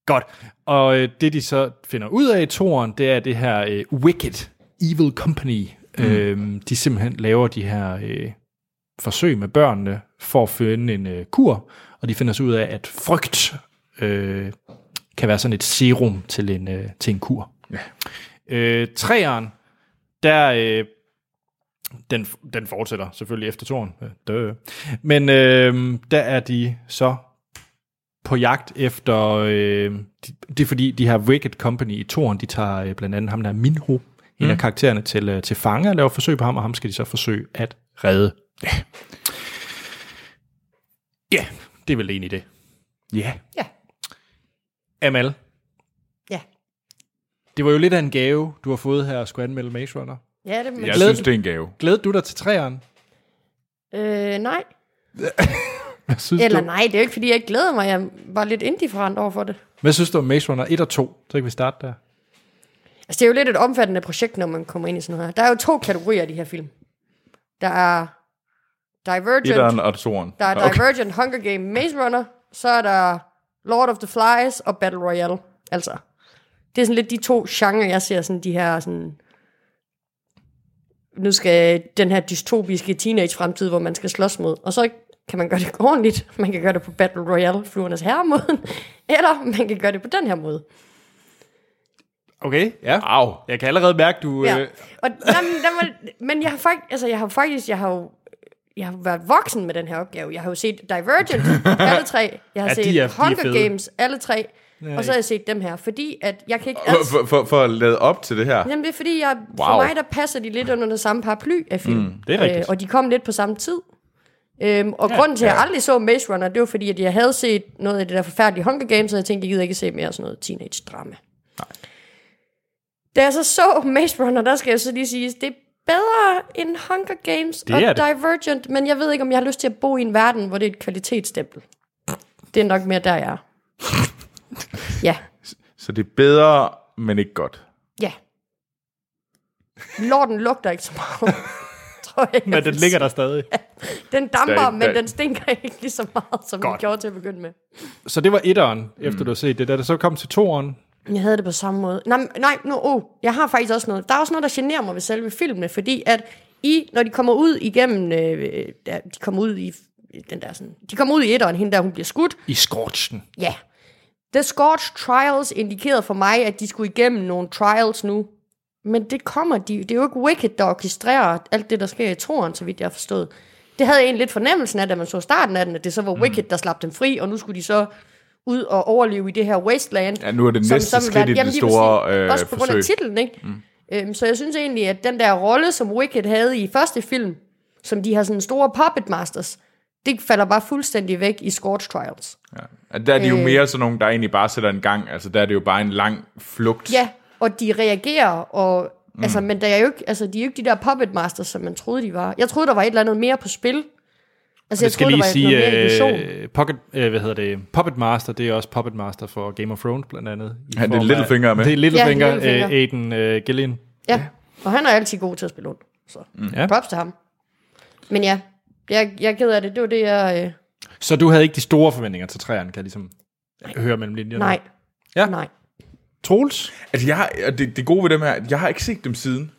Speaker 1: godt. Og øh, det, de så finder ud af i toren, det er det her øh, Wicked Evil Company. Mm. Øhm, de simpelthen laver de her øh, forsøg med børnene for at finde en øh, kur, og de finder så ud af, at frygt øh, kan være sådan et serum til en, øh, til en kur. Ja. Øh, træeren, der... Øh, den, den fortsætter selvfølgelig efter toren. Øh, dø. Men øh, der er de så på jagt efter... Øh, de, det er fordi, de her Wicked Company i toren, de tager øh, blandt andet ham der Minho, en af karaktererne til, øh, til fange, og laver forsøg på ham, og ham skal de så forsøge at redde. Ja, ja det er vel egentlig det.
Speaker 2: Ja.
Speaker 3: Ja.
Speaker 1: Amal,
Speaker 3: Ja.
Speaker 1: det var jo lidt af en gave, du har fået her at skulle anmelde Maze Runner.
Speaker 3: Ja, det må
Speaker 2: Jeg
Speaker 1: Glæd-
Speaker 2: synes, det er en gave.
Speaker 1: Glæder du dig til træeren?
Speaker 3: øh, nej.
Speaker 1: Hvad synes,
Speaker 3: Eller
Speaker 1: du,
Speaker 3: nej, det er jo ikke, fordi jeg ikke glæder mig. Jeg var lidt indifferent over for det.
Speaker 1: hvad synes du om Maze Runner 1 og 2? Så kan vi starte der.
Speaker 3: Altså, det er jo lidt et omfattende projekt, når man kommer ind i sådan noget her. Der er jo to kategorier af de her film. Der er Divergent,
Speaker 2: Etteren og toren.
Speaker 3: der er
Speaker 2: Nå, okay.
Speaker 3: Divergent, Hunger Game, Maze Runner, så er der Lord of the Flies og Battle Royale. Altså, det er sådan lidt de to genrer, jeg ser sådan de her sådan... Nu skal den her dystopiske teenage-fremtid, hvor man skal slås mod. Og så kan man gøre det ordentligt. Man kan gøre det på Battle Royale, fluernes herremåde. Eller man kan gøre det på den her måde.
Speaker 1: Okay, ja.
Speaker 2: Au.
Speaker 1: Jeg kan allerede mærke, du...
Speaker 3: Ja.
Speaker 1: Øh,
Speaker 3: Og jamen, den var, men jeg har faktisk, altså, jeg har faktisk, jeg har jo, jeg har været voksen med den her opgave. Jeg har jo set Divergent, alle tre. Jeg
Speaker 1: Ja,
Speaker 3: har ja,
Speaker 1: de
Speaker 3: set
Speaker 1: er- de er
Speaker 3: Hunger
Speaker 1: fede.
Speaker 3: Games, alle tre. Og så har jeg set dem her, fordi at jeg kan ikke...
Speaker 2: For,
Speaker 3: Altså,
Speaker 2: for, for, for at lade op til det her.
Speaker 3: jamen, det er fordi, jeg, wow. for
Speaker 2: Wow.
Speaker 3: mig, der passer de lidt under det samme paraply af film. Mm,
Speaker 1: det er rigtigt.
Speaker 3: og de kom lidt på samme tid. Øhm, og ja, grunden til, at jeg aldrig så Maze Runner, det var fordi, at jeg havde set noget af det der forfærdelige Hunger Games, og jeg tænkte, jeg gider ikke se mere sådan noget teenage-drama. Da jeg så så Maze Runner, der skal jeg så lige sige, det er bedre end Hunger Games
Speaker 1: Det
Speaker 3: og
Speaker 1: er det.
Speaker 3: Divergent, men jeg ved ikke, om jeg har lyst til at bo i en verden, hvor det er et kvalitetsstempel. Det er nok mere der, jeg er. Ja,
Speaker 2: Så det er bedre, men ikke godt.
Speaker 3: ja. Lorten lugter ikke så meget. tror jeg.
Speaker 1: Men den ligger der stadig.
Speaker 3: Den damper,
Speaker 2: Stadig-
Speaker 3: men
Speaker 2: stadig.
Speaker 3: den stinker ikke lige så meget, som den
Speaker 1: Godt.
Speaker 3: gjorde til at begynde med.
Speaker 1: Så det var etteren, efter du har set det. Da det så kom til toeren,
Speaker 3: Jeg havde det på samme måde. Nej, men- nej no, oh, jeg har faktisk også noget. Der er også noget, der generer mig ved selve filmene, fordi at I, når de kommer ud igennem, øh, der, de kommer ud i den der sådan, de kommer ud i etteren, hende der, hun bliver skudt.
Speaker 1: i skorchen.
Speaker 3: Ja. The Scorch Trials indikerede for mig, at de skulle igennem nogle trials nu. Men det kommer de. Det er jo ikke Wicked, der orkestrerer alt det, der sker i toren, så vidt jeg har forstået. Det havde jeg egentlig lidt fornemmelsen af, da man så starten af den, at det så
Speaker 2: Mhm.
Speaker 3: var Wicked, der slap dem fri, og nu skulle de så ud og overleve i det her wasteland.
Speaker 2: Ja, nu er det næste
Speaker 3: vil
Speaker 2: skridt
Speaker 3: være-
Speaker 2: i det
Speaker 3: Jamen, lige
Speaker 2: store,
Speaker 3: præcis.
Speaker 2: øh,
Speaker 3: Også på grund af
Speaker 2: forsøg.
Speaker 3: titlen, ikke? Mm. Øhm, så jeg synes egentlig, at den der rolle, som Wicked havde i første film, som de har sådan store puppet masters, det falder bare fuldstændig væk i Scorch Trials.
Speaker 2: At der er de
Speaker 3: Øh.
Speaker 2: jo mere sådan nogle, der egentlig bare sætter en gang. Altså, der er det jo bare en lang flugt.
Speaker 3: Ja, og de reagerer, og, mm. altså, men der er jo ikke, altså, de er jo ikke de der puppet masters, som man troede, de var. Jeg troede, der var et eller andet mere på spil. Altså, jeg
Speaker 1: Det skal
Speaker 3: troede,
Speaker 1: lige
Speaker 3: der var noget mere
Speaker 1: sige,
Speaker 3: illusion.
Speaker 1: øh, pocket, øh, hvad hedder det, Puppet Master, det er også Puppet Master for Game of Thrones blandt andet. I
Speaker 2: Ja, det er
Speaker 1: form af-
Speaker 2: Littlefinger er med.
Speaker 1: Det er Littlefinger,
Speaker 3: Ja, det er
Speaker 1: ja, øh,
Speaker 3: Littlefinger.
Speaker 1: Aiden øh, Gillian.
Speaker 3: Ja, og han er altid god til at spille ondt. Så
Speaker 1: Ja.
Speaker 3: ja. props til ham. Men ja, jeg, jeg er ked af det. Det var det, jeg... Øh,
Speaker 1: Så du havde ikke de store forventninger til træerne, kan jeg ligesom høre mellem linjerne?
Speaker 3: nej.
Speaker 1: Ja.
Speaker 3: Nej.
Speaker 1: Troels?
Speaker 2: Altså, jeg har, og det, det gode ved dem her, jeg har ikke set dem siden.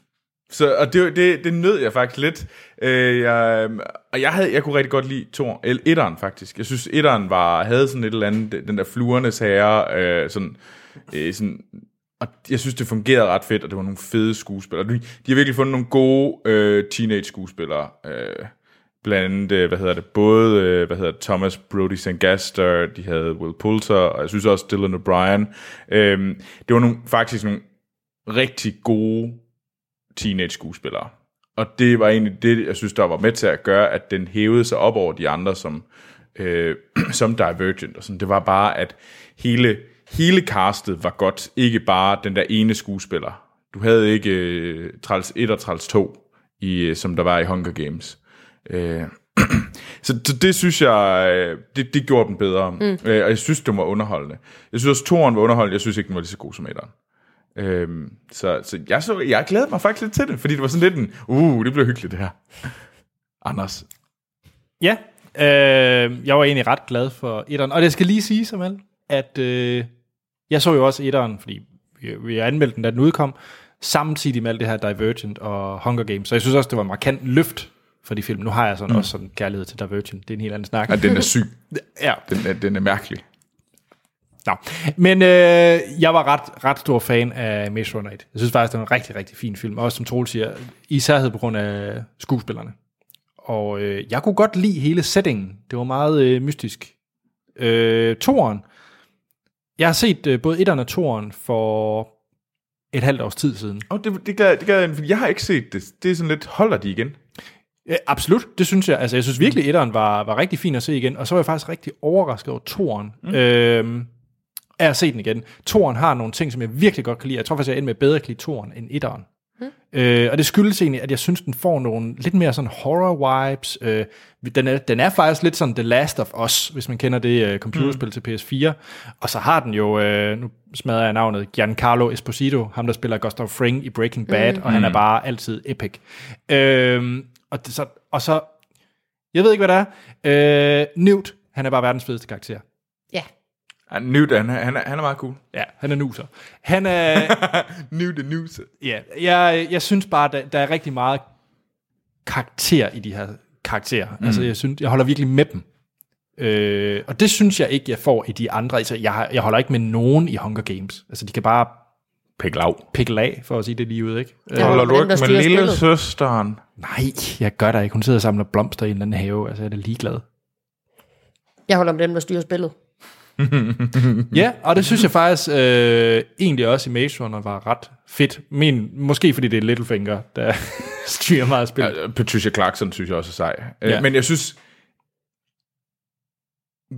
Speaker 2: Så, og det, det, det nød jeg faktisk lidt. Øh, jeg, og jeg, havde, jeg kunne rigtig godt lide to, eller etteren faktisk. Jeg synes, etteren var, havde sådan et eller andet, den der fluernes herre, øh, sådan, øh, sådan, og jeg synes, det fungerede ret fedt, og det var nogle fede skuespillere. De, de har virkelig fundet nogle gode øh, teenage-skuespillere. Øh, blandt andet, øh, hvad hedder det, både øh, hvad hedder det, Thomas Brody Sangaster, de havde Will Poulter, og jeg synes også Dylan O'Brien. Øh, det var nogle, faktisk nogle rigtig gode teenage-skuespillere. Og det var egentlig det, jeg synes, der var med til at gøre, at den hævede sig op over de andre som, øh, som Divergent. Og sådan. Det var bare, at hele, hele castet var godt. Ikke bare den der ene skuespiller. Du havde ikke øh, Trals 1 og Trals 2, i, øh, som der var i Hunger Games. Øh, så, så det synes jeg, øh, det, det gjorde den bedre. Mm. Øh, og jeg synes, den var underholdende. Jeg synes også, toren var underholdende. Jeg synes ikke, den var lige så god som etteren. Øhm, så, så jeg, så jeg glæder mig faktisk lidt til det, fordi det var sådan lidt en, uh, det bliver hyggeligt det her. Anders.
Speaker 1: Ja. Øh, jeg var egentlig ret glad for etteren. Og det skal lige sige, som alt, at øh, jeg så jo også etteren, fordi vi, vi anmeldte den, da den udkom, samtidig med alt det her Divergent og Hunger Games. Så jeg synes også, det var en markant løft for de film. Nu har jeg sådan mm. også sådan kærlighed til Divergent. Det er en helt anden snak.
Speaker 2: Ja, den er syg.
Speaker 1: Ja.
Speaker 2: Den er, den er mærkelig.
Speaker 1: Nå. Men øh, jeg var ret, ret stor fan af Maze Runner 1. Jeg synes faktisk, det var en rigtig, rigtig fin film. Også som Troel siger, isærhed på grund af skuespillerne. Og øh, jeg kunne godt lide hele settingen. Det var meget øh, mystisk. Øh, toren. Jeg har set øh, både etteren og toren for et halvt års tid siden.
Speaker 2: Og det, det, gad, det gad jeg, fordi jeg har ikke set det. Det er sådan lidt, holder de igen?
Speaker 1: Ja, Øh, absolut, det synes jeg. Altså, jeg synes virkelig, etteren var, var rigtig fin at se igen, og så var jeg faktisk rigtig overrasket over toren. Mm. Øhm, af at se den igen. Toren har nogle ting, som jeg virkelig godt kan lide. Jeg tror faktisk, jeg endte med at bedre kan lide toren end etteren. Mm. Øh, og det skyldes egentlig, at jeg synes, den får nogle lidt mere sådan horror-vibes. Øh, den, er, den er faktisk lidt sådan The Last of Us, hvis man kender det øh, computerspil mm. til PS4. Og så har den jo, øh, nu smadrer jeg navnet, Giancarlo Esposito, ham der spiller Gustav Fring i Breaking Bad, mm. og han er bare altid epic. Øh, og, det, så, og så, jeg ved ikke, hvad det er. Øh, Newt, han er bare verdens fedeste karakter.
Speaker 3: Ja.
Speaker 2: Ja, Ah, Newt, han, er- han, er, han er meget cool.
Speaker 1: Ja, han er nuser. Han er,
Speaker 2: Newt the news.
Speaker 1: Ja, jeg, jeg synes bare, der, der er rigtig meget karakter i de her karakterer. Mm. Altså, jeg, synes, jeg holder virkelig med dem. Øh, og det synes jeg ikke, jeg får i de andre. Altså, jeg, har- jeg holder ikke med nogen i Hunger Games. Altså, de kan bare
Speaker 2: Pik lav.
Speaker 1: pikle af, for at sige det lige ud, ikke? Øh,
Speaker 3: Ja.
Speaker 2: Holder
Speaker 3: Hvem,
Speaker 2: du
Speaker 3: der
Speaker 2: ikke med
Speaker 3: styrer
Speaker 2: lille
Speaker 3: spillet?
Speaker 2: søsteren?
Speaker 1: nej, jeg gør der ikke. Hun sidder og samler blomster i en eller anden have. Altså, jeg er da ligeglad.
Speaker 3: Jeg holder med dem, der styrer spillet.
Speaker 1: Ja, og det synes jeg faktisk øh, egentlig også i Maze Runner var ret fedt. Men måske fordi det er Littlefinger, der styrer meget spil.
Speaker 2: Ja, Patricia Clarkson synes jeg også er sej.
Speaker 1: Ja.
Speaker 2: Ja. Men jeg synes,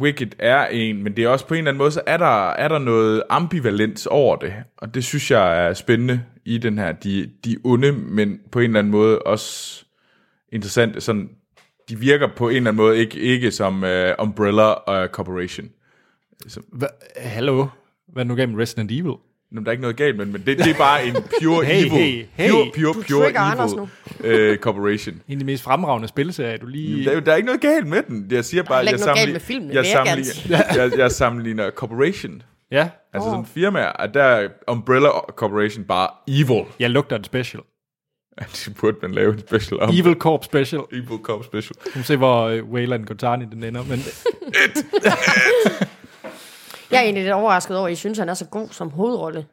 Speaker 2: Wicked er en, men det er også på en eller anden måde, så er der, er der noget ambivalens over det. Og det synes jeg er spændende i den her. De, de er onde, men på en eller anden måde også interessante. Sådan, de virker på en eller anden måde ikke, ikke som uh, Umbrella uh, Corporation.
Speaker 1: Hva- Hallo? Hvad er det nu gav med Resident Evil?
Speaker 2: Jamen, der er ikke noget galt med den, men det, det er bare en pure
Speaker 1: Hey,
Speaker 2: evil.
Speaker 1: hey, hey.
Speaker 2: Pure, pure,
Speaker 3: Du
Speaker 2: pure
Speaker 3: trigger Anders
Speaker 2: evil øh, corporation.
Speaker 1: En af de mest fremragende spilserier, du lige...
Speaker 2: Der, er jo- der er ikke noget galt med den. Jeg siger bare,
Speaker 3: heller
Speaker 2: jeg
Speaker 3: ikke noget
Speaker 2: sammenligner,
Speaker 3: galt med filmen,
Speaker 2: jeg,
Speaker 3: vil jeg gerne
Speaker 2: sammenligner, jeg, jeg sammenligner corporation.
Speaker 1: Ja,
Speaker 2: Altså
Speaker 3: Åh.
Speaker 2: sådan firmaer, og der er Umbrella Corporation bare evil.
Speaker 1: jeg lugter en special.
Speaker 2: Det burde man lave en special om.
Speaker 1: Evil Corp special.
Speaker 2: Evil Cop special.
Speaker 1: Nu se, hvor øh, Wayland Gotani den ender, men
Speaker 3: Jeg er egentlig lidt overrasket over, at I synes, han er så god som hovedrolle.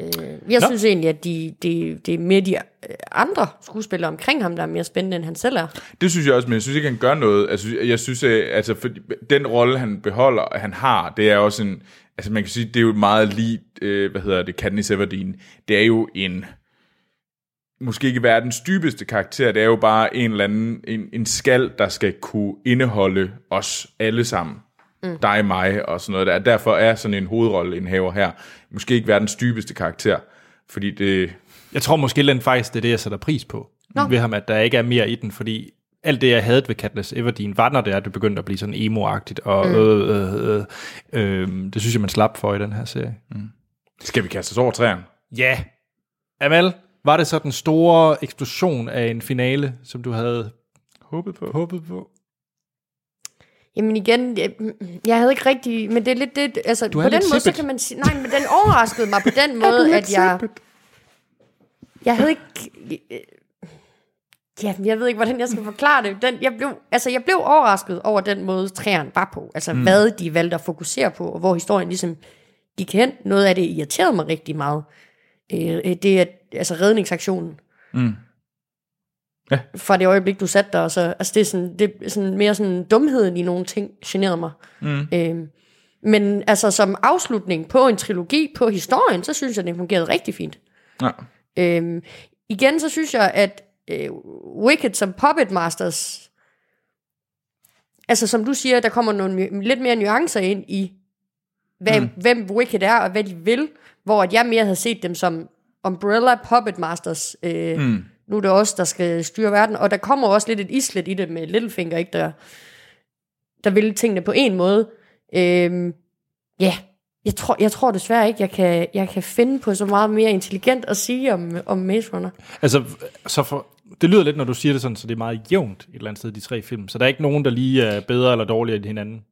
Speaker 3: Øh, jeg
Speaker 1: Nå.
Speaker 3: synes egentlig, at de, de, det er mere de øh, andre skuespillere omkring ham, der er mere spændende, end han selv er.
Speaker 2: Det synes jeg også, men jeg synes ikke, han gør noget. Altså, jeg synes, øh, altså, for den rolle, han beholder, og han har, det er også en... Altså, man kan sige, det er jo meget lige, øh, hvad hedder det, Katniss Everdeen. Det er jo en... Måske ikke verdens dybeste karakter, det er jo bare en eller anden, en, en skal, der skal kunne indeholde os alle sammen. Mm. Dig, mig og sådan noget der. Derfor er sådan en hovedrolleindhaver her. Måske ikke verdens dybeste karakter, fordi det...
Speaker 1: jeg tror måske, den faktisk det er det, jeg sætter pris på Nå. ved ham, at der ikke er mere i den, fordi alt det, jeg havde ved Katniss Everdeen, var når det er, at det begyndte at blive sådan emo-agtigt, og mm. øh, øh, øh, øh, det synes jeg, man slap for i den her serie.
Speaker 2: Skal vi kaste os over træerne?
Speaker 1: Ja. Amal, var det så den store eksplosion af en finale, som du havde
Speaker 2: Håbet på.
Speaker 1: håbet på?
Speaker 3: Jamen igen, jeg, jeg havde ikke rigtig... Men det er lidt det... Altså,
Speaker 1: er
Speaker 3: på den
Speaker 1: lidt
Speaker 3: måde, så
Speaker 1: sippet.
Speaker 3: kan man sige... Nej, men den overraskede mig på den måde, at jeg... Jeg havde ikke... øh, Ja, jeg ved ikke, hvordan jeg skal forklare det. Den, jeg, blev, altså, jeg blev overrasket over den måde, træerne var på. Altså, mm. hvad de valgte at fokusere på, og hvor historien ligesom gik hen. Noget af det irriterede mig rigtig meget. Øh, øh, det er altså redningsaktionen. Mm.
Speaker 2: Ja.
Speaker 3: Fra det øjeblik, du satte dig, og så, altså, det er, sådan, det er sådan mere sådan dumheden i nogle ting, generede mig. Mm. Øh, men altså, som afslutning på en trilogi, på historien, så synes jeg, den fungerede rigtig fint.
Speaker 2: Ja.
Speaker 3: Øhm, igen så synes jeg, at øh, Wicked som Puppet Masters, altså som du siger, der kommer nogle, nu- lidt mere nuancer ind i, hvad, mm. hvem Wicked er og hvad de vil, hvor at jeg mere havde set dem som Umbrella Puppet Masters. Øh, mm. Nu er det os, der skal styre verden, og der kommer også lidt et islet i det med Littlefinger, ikke, der, der vil tingene på en måde. Øhm, Ja, yeah. jeg tror, jeg tror desværre ikke, jeg kan, jeg kan finde på så meget mere intelligent at sige om, om Maze Runner.
Speaker 1: Altså, så for, det lyder lidt, når du siger det sådan, så det er meget jævnt et eller andet sted, de tre film. Så der er ikke nogen, der lige er bedre eller dårligere end hinanden.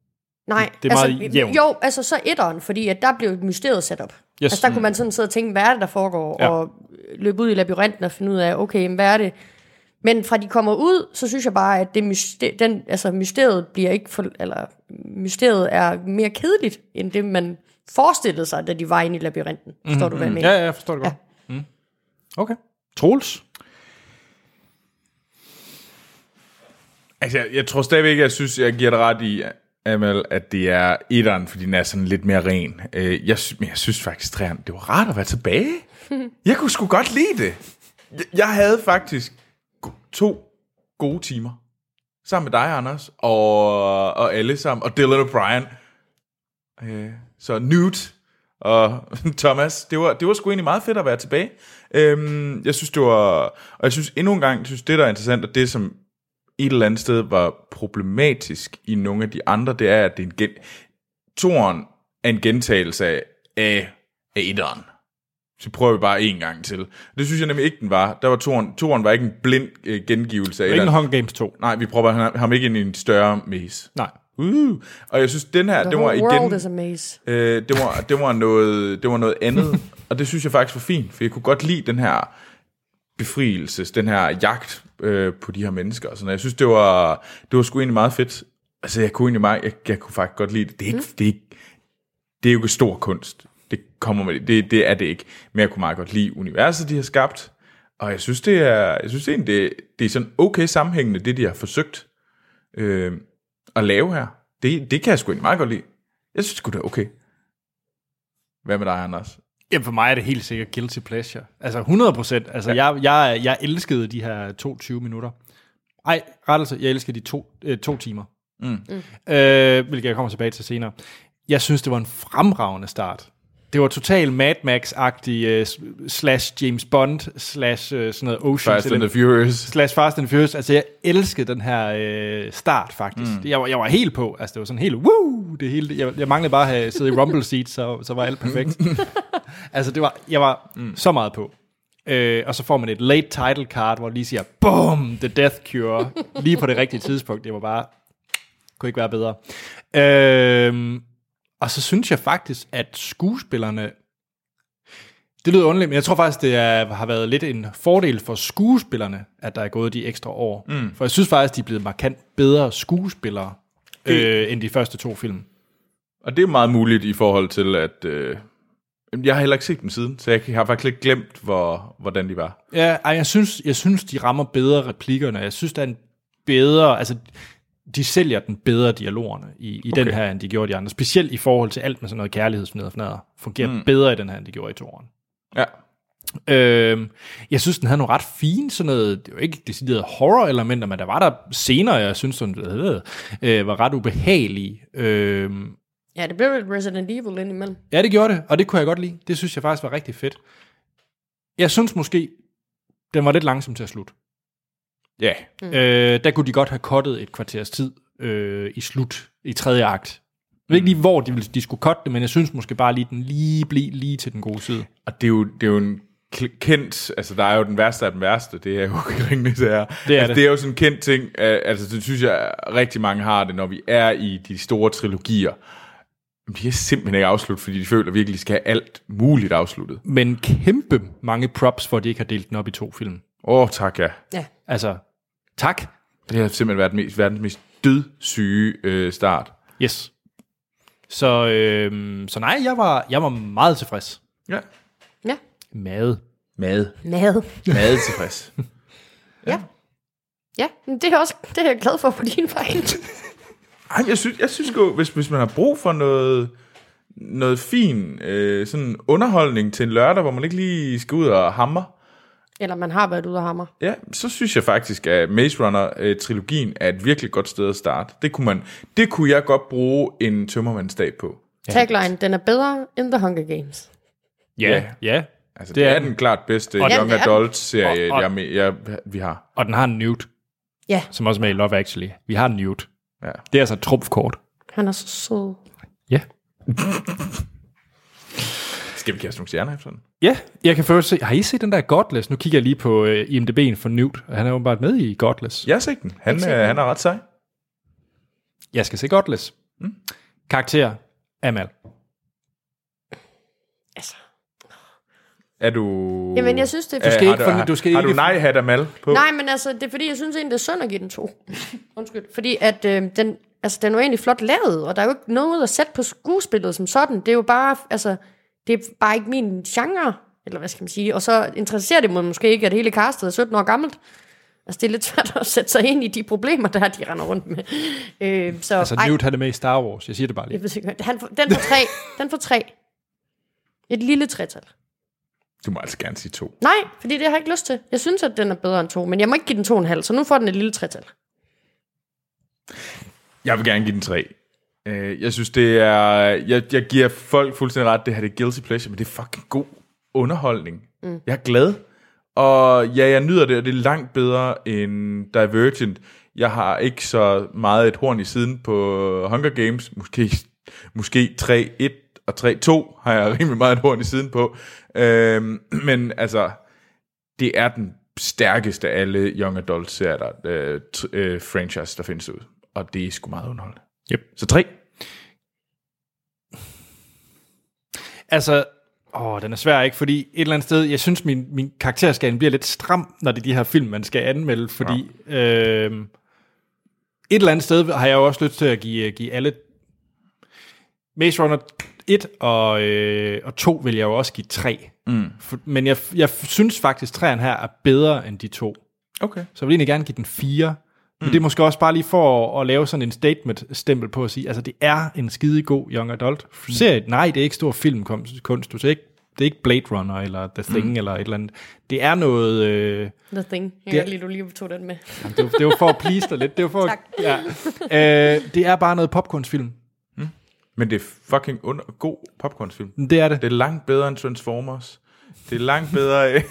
Speaker 3: Nej,
Speaker 1: Det er
Speaker 3: altså,
Speaker 1: meget jævnt.
Speaker 3: Jo, altså så etteren, fordi at der blev mysteriet sat op.
Speaker 1: Yes.
Speaker 3: Altså der kunne man sådan sidde og tænke, hvad er det, der foregår, ja. og løbe ud i labyrinten og finde ud af, okay, men hvad er det? Men fra de kommer ud, så synes jeg bare, at det myster- den, altså, mysteriet bliver ikke for, eller mysteriet er mere kedeligt, end det man forestillede sig, da de var inde i labyrinten. Forstår mm-hmm. du, hvad jeg mener?
Speaker 1: Mhm. Ja, ja, jeg forstår det godt. Ja. Mm. Okay. Troels?
Speaker 2: Altså, jeg, jeg tror stadigvæk, jeg synes, jeg giver dig ret i, Amal, at det er etteren, fordi den er sådan lidt mere ren. Øh, jeg, sy- men jeg synes faktisk, træerne, det var rart at være tilbage. Jeg kunne sgu godt lide det. Jeg, jeg havde faktisk go- to gode timer. Sammen med dig, Anders, og, og alle sammen, og Dylan og Brian. Øh, så Newt og Thomas, det var, det var sgu egentlig meget fedt at være tilbage. Øhm, jeg synes, det var... Og jeg synes endnu en gang, jeg synes, det der er interessant, og det som et eller andet sted var problematisk i nogle af de andre, det er, at det er en gen... Toren er en gentagelse af, af etteren. Så prøver vi bare en gang til. Det synes jeg nemlig ikke, den var. Der var toren, toren var ikke en blind øh, gengivelse af
Speaker 1: Ingen
Speaker 2: etteren.
Speaker 1: Hunger Games 2.
Speaker 2: Nej, vi prøver ham, ham ikke ind i en større maze.
Speaker 1: Nej.
Speaker 2: Uh, og jeg synes, den her,
Speaker 3: The
Speaker 2: den var
Speaker 3: whole world is
Speaker 2: igen...
Speaker 3: a maze.
Speaker 2: Øh, det, var, det, var noget, det var noget andet, og det synes jeg faktisk var fint, for jeg kunne godt lide den her befrielses, den her jagt øh, på de her mennesker. Og sådan noget. Jeg synes, det var, det var sgu egentlig meget fedt. Altså, jeg kunne egentlig meget, jeg, jeg kunne faktisk godt lide det. Det er, ikke, det, er ikke, det er jo ikke stor kunst. Det, kommer med, det, det er det ikke. Men jeg kunne meget godt lide universet, de har skabt. Og jeg synes, det er, jeg synes egentlig, det, det er sådan okay sammenhængende, det de har forsøgt øh, at lave her. Det, det kan jeg sgu egentlig meget godt lide. Jeg synes sgu, det er okay. Hvad med dig, Anders?
Speaker 1: Jamen for mig er det helt sikkert guilty pleasure. Altså 100 procent. Altså ja. jeg, jeg, jeg elskede de her 22 minutter. Ej, rettelse, jeg elsker de to, øh, to timer. Mm. Mm. Øh, hvilket jeg kommer tilbage til senere. Jeg synes, det var en fremragende start Det var total Mad Max-agtig øh, s- slash James Bond slash øh, sådan noget Ocean's
Speaker 2: Fast and
Speaker 1: Eleven-
Speaker 2: the Furious.
Speaker 1: slash Fast and Furious. Altså, jeg elskede den her øh, start, faktisk. Mm. Jeg, var, jeg var helt på. Altså, det var sådan helt, woo, det hele. Jeg, jeg manglede bare at have siddet i rumble seat, så, så var alt perfekt. altså, det var, jeg var mm. så meget på. Øh, og så får man et late title card, hvor de lige siger, boom, the death cure, lige på det rigtige tidspunkt. Det var bare, kunne ikke være bedre. Øh, og så synes jeg faktisk, at skuespillerne det lyder underligt, men jeg tror faktisk, det er, har været lidt en fordel for skuespillerne, at der er gået de ekstra år. Mm. For jeg synes faktisk, de er blevet markant bedre skuespillere, øh, end de første to film.
Speaker 2: Og det er meget muligt i forhold til, at... Øh, jamen, jeg har heller ikke set dem siden, så jeg har faktisk lidt glemt, hvor, hvordan de var.
Speaker 1: Ja, ej, jeg, synes, jeg synes, de rammer bedre replikkerne. Jeg synes, der er en bedre... Altså, de sælger den bedre dialogerne i, i okay. den her, end de gjorde i de andre. Specielt i forhold til alt med sådan noget kærlighedsfnader. Fungerer mm. bedre i den her, end de gjorde i toeren.
Speaker 2: Ja.
Speaker 1: Øhm, jeg synes, den havde nogle ret fine sådan noget, det var ikke decideret horror-elementer, men der var der scener, jeg synes, sådan, øh, øh, var ret ubehagelige. Øhm,
Speaker 3: Ja, det blev lidt Resident Evil indimellem.
Speaker 1: ja, det gjorde det, og det kunne jeg godt lide. Det synes jeg faktisk var rigtig fedt. Jeg synes måske, den var lidt langsom til at slutte.
Speaker 2: Ja.
Speaker 1: Mm. Øh, der kunne de godt have kottet et kvarters tid øh, i slut, i tredje akt. Jeg ved ikke lige, hvor de, ville- de skulle kotte det, men jeg synes måske bare lige, den lige blev lige til den gode side.
Speaker 2: Og det er jo, det er jo en kl- kendt, altså der er jo den værste af den værste, det er jo ringende det er.
Speaker 1: Det er
Speaker 2: altså,
Speaker 1: det.
Speaker 2: det er jo sådan en kendt ting, øh, altså det synes jeg rigtig mange har det, når vi er i de store trilogier. Men De er simpelthen ikke afsluttet, fordi de føler at virkelig, de skal have alt muligt afsluttet.
Speaker 1: Men kæmpe mange props for, at de ikke har delt den op i to film.
Speaker 2: Åh, oh, tak ja.
Speaker 3: Ja.
Speaker 1: Altså, tak.
Speaker 2: Det har simpelthen været den mest, verdens mest dødsyge øh, start.
Speaker 1: Yes. Så, øh, så nej, jeg var, jeg var meget tilfreds.
Speaker 2: Ja.
Speaker 3: Ja.
Speaker 1: Mad.
Speaker 2: Mad.
Speaker 3: Mad.
Speaker 2: Mad tilfreds.
Speaker 3: Ja. Ja, men det er, også, det er jeg glad for på din vej.
Speaker 2: Ej, jeg synes, jeg synes jo, hvis, hvis man har brug for noget, noget fin øh, sådan underholdning til en lørdag, hvor man ikke lige skal ud og hamre,
Speaker 3: Eller man har været ude og hammer.
Speaker 2: ja, så synes jeg faktisk, at Maze Runner-trilogien er et virkelig godt sted at starte. Det kunne, man, det kunne jeg godt bruge en tømmermandsdag på.
Speaker 3: Tagline, den er bedre end The Hunger Games.
Speaker 1: Ja, ja.
Speaker 2: Altså, det, det er den klart bedste og
Speaker 3: den
Speaker 2: Young
Speaker 3: er den.
Speaker 2: Adult-serie,
Speaker 1: Og- og-
Speaker 2: jeg, me- jeg, vi har.
Speaker 1: Og den har en Newt,
Speaker 3: Ja,
Speaker 1: som også er med i Love Actually. Vi har en Newt.
Speaker 2: Ja.
Speaker 1: Det er altså et trumfkort.
Speaker 3: han er så sød.
Speaker 1: Ja.
Speaker 2: Skal vi kaste nogle stjerner efter den?
Speaker 1: Ja, jeg kan først se, har I set den der Godless? Nu kigger jeg lige på øh, IMDb'en for Newt, og han er åbenbart med i Godless.
Speaker 2: Jeg har set den. Han, øh, han er ret sej.
Speaker 1: Jeg skal se Godless. Mm. Karakter, Amal.
Speaker 3: Altså.
Speaker 2: Er du...
Speaker 3: Jamen, jeg synes, det er...
Speaker 2: Øh,
Speaker 1: skal
Speaker 2: har
Speaker 1: ikke forny-
Speaker 2: har,
Speaker 1: du skal
Speaker 2: har
Speaker 1: ikke
Speaker 2: du
Speaker 1: forny-
Speaker 2: nej-hat Amal på?
Speaker 3: Nej, men altså, det er fordi, jeg synes egentlig, det er synd at give den to. Undskyld. Fordi at øh, den, altså, den er jo egentlig flot lavet, og der er jo ikke noget at sætte på skuespillet som sådan. Det er jo bare, altså, det er bare ikke min genre, eller hvad skal man sige. Og så interesserer det mig måske ikke, at hele castet er 17 år gammelt. Altså, det er lidt svært at sætte sig ind i de problemer, der er, de render rundt med. Øh, så,
Speaker 1: Altså, Newt han er med i Star Wars. Jeg siger det bare lige.
Speaker 3: jeg ved ikke, hvad- han får, den får tre. den får tre. Et lille tretal.
Speaker 2: Du må altså gerne sige to.
Speaker 3: Nej, fordi det har jeg ikke lyst til. Jeg synes, at den er bedre end to, men jeg må ikke give den to og en halv, så nu får den et lille tretal.
Speaker 2: Jeg vil gerne give den 3. Øh, jeg synes, det er... Jeg, jeg giver folk fuldstændig ret, det her det er guilty pleasure, men det er fucking god underholdning. Mm. Jeg er glad. Og ja, jeg nyder det, og det er langt bedre end Divergent. Jeg har ikke så meget et horn i siden på Hunger Games. Måske, måske 3-1 og 3-2 har jeg rimelig meget et horn i siden på. Øhm, men altså, det er den stærkeste af alle young adult serier, der, øh, tr- øh, franchise, der findes ud. Og det er sgu meget underholdende.
Speaker 1: Yep.
Speaker 2: Så tre.
Speaker 1: Altså, åh, den er svær, ikke? Fordi et eller andet sted, jeg synes, min, min karakterskala bliver lidt stram, når det er de her film, man skal anmelde, fordi ja. øh, et eller andet sted har jeg jo også lyst til at give, øh, give alle... Maze Runner 1 og, øh, og 2 vil jeg jo også give 3. Mm. For, men jeg, jeg synes faktisk, at 3'eren her er bedre end de to.
Speaker 2: Okay.
Speaker 1: Så jeg vil egentlig gerne give den 4. Men det er måske også bare lige for at, at lave sådan en statement-stempel på at sige, altså det er en skide god young adult serie. Nej, det er ikke stor filmkunst. Du ser ikke, det er ikke Blade Runner eller The Thing mm. eller et eller andet. Det er noget... Øh,
Speaker 3: The Thing. Jeg
Speaker 1: Det-
Speaker 3: kan lige, du lige tog den med.
Speaker 1: jamen, det, var, det var for at please dig lidt. Det var for, tak. Ja. Øh, det er bare noget popcornsfilm.
Speaker 2: Men det er fucking under, god popcornsfilm.
Speaker 1: Det er det.
Speaker 2: Det er langt bedre end Transformers. Det er langt bedre øh,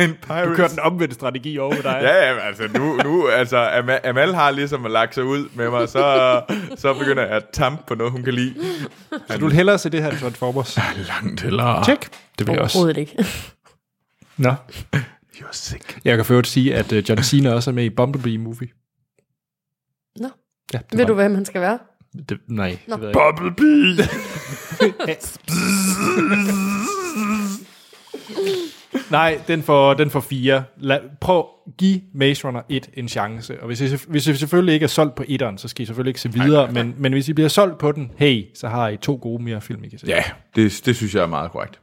Speaker 2: end Pirates.
Speaker 1: Du kører den omvendte strategi over med dig.
Speaker 2: Ja, ja, altså nu, nu altså Amal, Amal har ligesom lagt sig ud med mig, så, så begynder jeg at tampe på noget, hun kan lide.
Speaker 1: Så du vil hellere se det her end Transformers?
Speaker 2: Langt eller...
Speaker 1: Tjek. Ah, Det vil jeg også.
Speaker 3: Overhovedet ikke.
Speaker 1: Nå.
Speaker 2: You're sick.
Speaker 1: Jeg kan for øvrigt sige, at øh, John Cena også er med i Bumblebee-movie.
Speaker 3: Nå.
Speaker 1: Ja, det
Speaker 3: Ved
Speaker 1: var-
Speaker 3: du, hvem han skal være?
Speaker 1: Det, nej,
Speaker 3: Nå.
Speaker 1: det ved jeg ikke.
Speaker 2: Bumblebee!
Speaker 1: Nej, den får, den får fire. La, prøv, give Maze Runner 1 en chance. Og hvis I, selvf- hvis I selvfølgelig ikke er solgt på etteren, så skal I selvfølgelig ikke se videre. Men, men hvis I bliver solgt på den, hey, så har I to gode mere film, I kan se.
Speaker 2: Ja, det, det synes jeg er meget korrekt.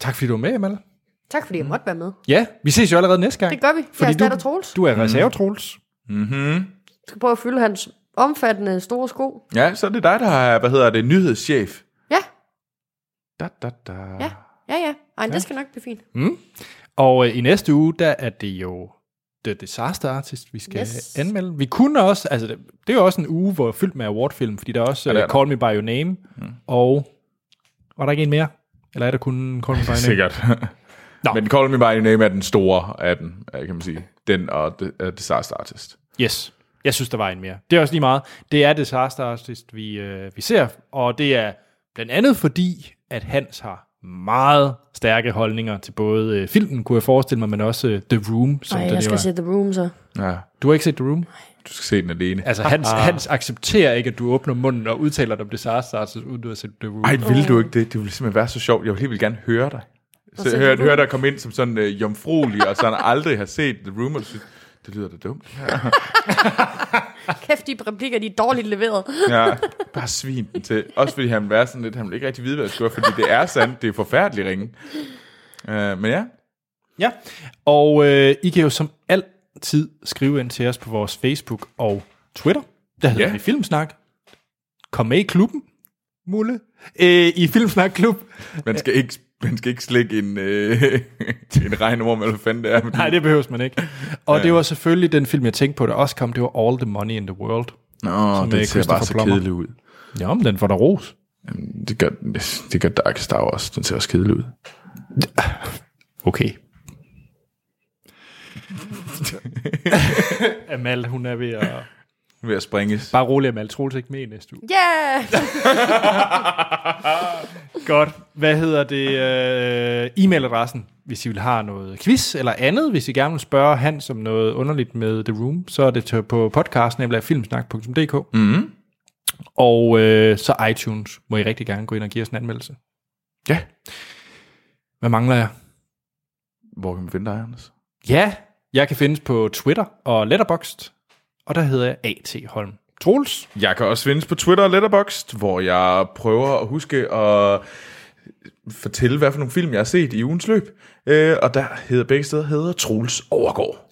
Speaker 1: Tak fordi du var med, Amal.
Speaker 3: Tak fordi jeg måtte være med.
Speaker 1: Ja, vi ses jo allerede næste gang.
Speaker 3: Det gør vi.
Speaker 1: Fordi
Speaker 3: jeg erstatter
Speaker 1: du-
Speaker 3: Troels. Mm.
Speaker 1: Du er reserve, Troels.
Speaker 3: Jeg skal prøve at fylde hans omfattende store sko.
Speaker 2: Ja, så er det dig, der er, hvad hedder det, nyhedschef.
Speaker 3: Ja,
Speaker 2: Da, da, da.
Speaker 3: ja, ja, ja. Ej, ja. det skal nok blive fint.
Speaker 1: Og øh, i næste uge, der er det jo The Disaster Artist, vi skal yes.
Speaker 3: Yes.
Speaker 1: anmelde. Vi kunne også, altså det, det er jo også en uge, hvor fyldt med awardfilm, fordi der er også
Speaker 2: Ja,
Speaker 1: ja,
Speaker 2: det
Speaker 1: er
Speaker 2: er der.
Speaker 1: Call Me By Your Name, mm. og var der ikke en mere? Eller er der kun Call Me By Your Name?
Speaker 2: Sikkert.
Speaker 1: Nå.
Speaker 2: Nå. Men Call Me By Your Name er den store af dem, øh, kan man sige. Den og The- øh, Disaster Artist.
Speaker 1: Yes. Jeg synes, der var en mere. Det er også lige meget. Det er Disaster Artist, vi, øh, vi ser, og det er blandt andet fordi, at Hans har meget stærke holdninger til både øh, filmen, kunne jeg forestille mig, men også øh, The Room. Som
Speaker 3: Ej,
Speaker 1: den jo
Speaker 3: jeg
Speaker 1: er.
Speaker 3: skal se The Room så.
Speaker 2: Ja,
Speaker 1: Du har ikke set The Room?
Speaker 2: du skal se den alene.
Speaker 1: Altså, Hans, Hans accepterer ikke, at du åbner munden og udtaler dig om disaster artist, uden du har set The Room.
Speaker 2: Ej, vil du ikke det? Det ville simpelthen være så sjovt. Jeg ville helt vildt gerne høre dig. Så
Speaker 3: se
Speaker 2: høre,
Speaker 3: The Room.
Speaker 2: høre dig komme ind som sådan øh, jomfruelig, og sådan aldrig har set The Room, og du synes, det lyder da dumt.
Speaker 3: Kæft, de replikker, de er dårligt leveret.
Speaker 2: Ja, bare svin den til. Også fordi han vil være sådan lidt, han vil ikke rigtig vide, hvad jeg skulle gøre, fordi det er sandt, det er forfærdeligt ringe. Uh, men ja,
Speaker 1: Ja, og øh, I kan jo som altid skrive ind til os på vores Facebook og Twitter. Der hedder
Speaker 2: Ja.
Speaker 1: yeah. vi Filmsnak. Kom med i klubben, Mulle. Øh, I Filmsnak Klub.
Speaker 2: man skal ikke, man skal ikke slikke en, øh, en regnorm, eller hvad fanden det er. fordi-
Speaker 1: Nej, det behøves man ikke. Og det var selvfølgelig den film, jeg tænkte på, der også kom. Det var All the Money in the World.
Speaker 2: Nå,
Speaker 1: med
Speaker 2: det ser
Speaker 1: Christopher
Speaker 2: bare så
Speaker 1: Plummer.
Speaker 2: kedelig ud.
Speaker 1: Ja, men den får der ros.
Speaker 2: Jamen, Det gør, det gør Dark Star også, den ser også kedelig ud.
Speaker 1: Okay. Amal, hun er ved at...
Speaker 2: Ved at springes.
Speaker 1: Bare rolig, Amal. Troels er ikke med i næste uge.
Speaker 3: Yeah!
Speaker 1: Godt. Hvad hedder det? Øh, e-mailadressen, hvis I vil have noget quiz eller andet. Hvis I gerne vil spørge Hans om noget underligt med The Room, så er det til- på podcasten, nemlig filmsnak.dk. Mm. Og øh, så iTunes må I rigtig gerne gå ind og give os en anmeldelse.
Speaker 2: Ja.
Speaker 1: Hvad mangler jeg?
Speaker 2: Hvor kan man finde dig, Anders?
Speaker 1: Ja, jeg kan findes på Twitter og Letterboxd, og der hedder jeg A.T. Holm. Troels?
Speaker 2: Jeg kan også findes på Twitter og Letterboxd, hvor jeg prøver at huske at fortælle, hvad for nogle film, jeg har set i ugens løb. Øh, og der hedder begge steder hedder Troels Overgaard.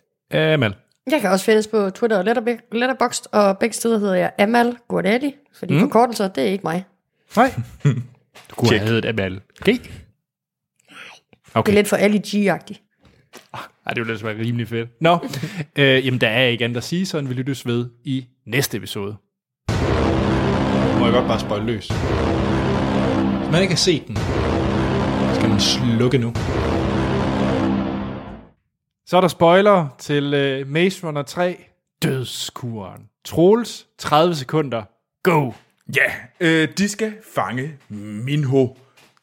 Speaker 1: Amal.
Speaker 3: Jeg kan også findes på Twitter og Letterbe- Letterboxd, og begge steder hedder jeg Amal Gordali, fordi mm. forkortelser, det er ikke mig.
Speaker 1: Nej. Du kunne
Speaker 2: Tjek.
Speaker 1: have heddet Amal G.
Speaker 3: Det er lidt for Ali G-agtigt.
Speaker 1: Ej, det ville ellers være rimelig fedt. Nå, øh, jamen der er ikke andet at sige, sådan vi lyttes ved i næste episode. Må jeg godt bare spøjle løs? Hvis man ikke har set den, skal man slukke nu. Så er der spoiler til øh, Maze Runner 3, Dødskuren. Troels, 30 sekunder. Go!
Speaker 2: Ja, øh, de skal fange Minho.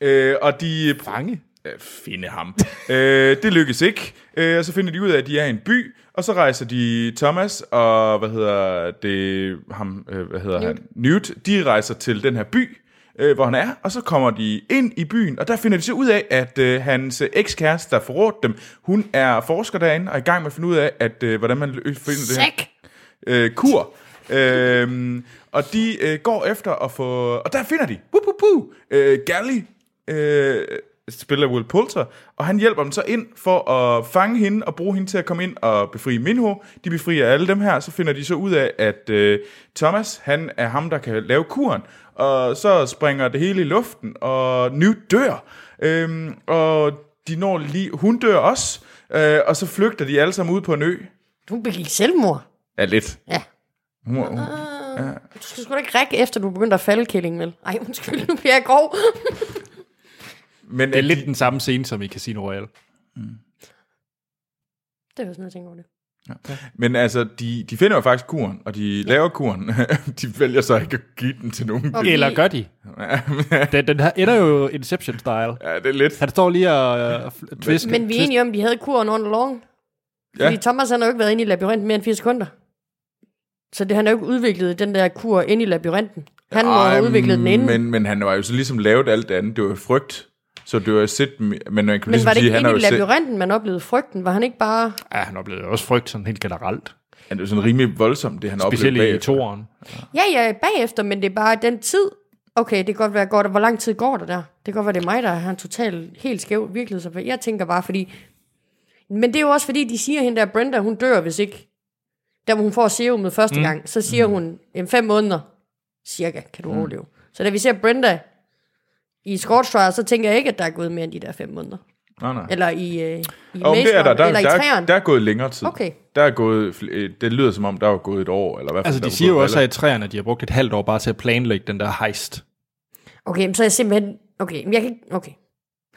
Speaker 2: Øh, og de
Speaker 1: Fange?
Speaker 2: øh, finde ham. øh, det lykkes ikke. Øh, og så finder de ud af, at de er i en by, og så rejser de Thomas og, hvad hedder det, ham, øh, hvad hedder Newt. han? Newt. De rejser til den her by, øh, hvor han er, og så kommer de ind i byen, og der finder de så ud af, at øh, hans øh, ekskæreste, der forrådte dem, hun er forsker derinde, og er i gang med at finde ud af, at, øh, hvordan man lø- finder det her
Speaker 3: Sæk!
Speaker 2: øh, kur. Øhm, og de øh, går efter at få... Og der finder de... Wup, wup, wup, øh, Gally øh, spiller Will Poulter, og han hjælper dem så ind for at fange hende og bruge hende til at komme ind og befri Minho. De befrier alle dem her, så finder de så ud af, at øh, Thomas, han er ham, der kan lave kuren. Og så springer det hele i luften, og Newt dør. Øhm, og de når lige... Hun dør også, øh, og så flygter de alle sammen ud på en ø.
Speaker 3: Du begik selvmord.
Speaker 2: Ja, lidt.
Speaker 3: Ja. Ah.
Speaker 2: Hun, hun,
Speaker 3: Du skal sgu da ikke række efter, du begyndte at falde, Killing, vel? Ej, undskyld, nu bliver jeg grov.
Speaker 2: Men
Speaker 1: Det er lidt den samme scene som i Casino Royale.
Speaker 3: det var sådan, jeg tænker over det.
Speaker 2: Men altså, de, de finder jo faktisk kuren, og de laver kuren. de vælger så ikke at give den til nogen.
Speaker 3: Okay.
Speaker 2: Okay.
Speaker 1: Eller gør de? den, den her ender jo Inception-style.
Speaker 2: Ja, det er lidt.
Speaker 1: Han står lige og øh, tvisker.
Speaker 3: Men vi er enige om, at vi havde kuren under long.
Speaker 2: Ja.
Speaker 3: Ja. Fordi Thomas han har jo ikke været inde i labyrinten mere end 4 sekunder. Så det, han har jo ikke udviklet den der kur ind i labyrinten. Han må
Speaker 2: Ej,
Speaker 3: have udviklet den inden. Men,
Speaker 2: Men, men han var jo så ligesom lavet alt det andet. Det var jo frygt. Så det var sit, men man kan
Speaker 3: men
Speaker 2: ligesom
Speaker 3: var det
Speaker 2: sige,
Speaker 3: ikke
Speaker 2: han
Speaker 3: inde
Speaker 2: er
Speaker 3: i
Speaker 2: jo selv,
Speaker 3: labyrinten, man oplevede frygten? Var han ikke bare...
Speaker 1: Ja, han oplevede også frygt sådan helt generelt.
Speaker 2: han er jo sådan rimelig voldsomt, det han
Speaker 1: Specielt
Speaker 2: oplevede
Speaker 1: i
Speaker 2: bagefter.
Speaker 1: toeren.
Speaker 3: Ja, ja, bagefter, men det er bare den tid. Okay, det kan godt være godt, og hvor lang tid går der der? Det kan godt være, det er mig, der har en total helt skæv virkelighed. Jeg tænker bare, fordi... Men det er jo også fordi, de siger hende der, Brenda, hun dør, hvis ikke... Der hvor hun får serumet første mm. gang, så siger mm. hun, om fem måneder, cirka, kan du mm. overleve. Så da vi ser Brenda i Scorch Trial, så tænker jeg ikke, at der er gået mere end de der fem måneder.
Speaker 2: Nej, nej.
Speaker 3: Eller i, øh, i
Speaker 2: Og
Speaker 3: Maze
Speaker 2: det er der,
Speaker 3: Runner,
Speaker 2: der, der,
Speaker 3: eller i
Speaker 2: der,
Speaker 3: træeren.
Speaker 2: der er gået længere tid.
Speaker 3: Okay.
Speaker 2: Der er gået, fl- øh, det lyder som om, der er gået et år. Eller hvad
Speaker 1: Altså, de siger jo også, at i træerne, de har brugt et halvt år bare til at planlægge den der heist.
Speaker 3: Okay, men så er jeg simpelthen... Okay, men jeg kan ikke... Okay.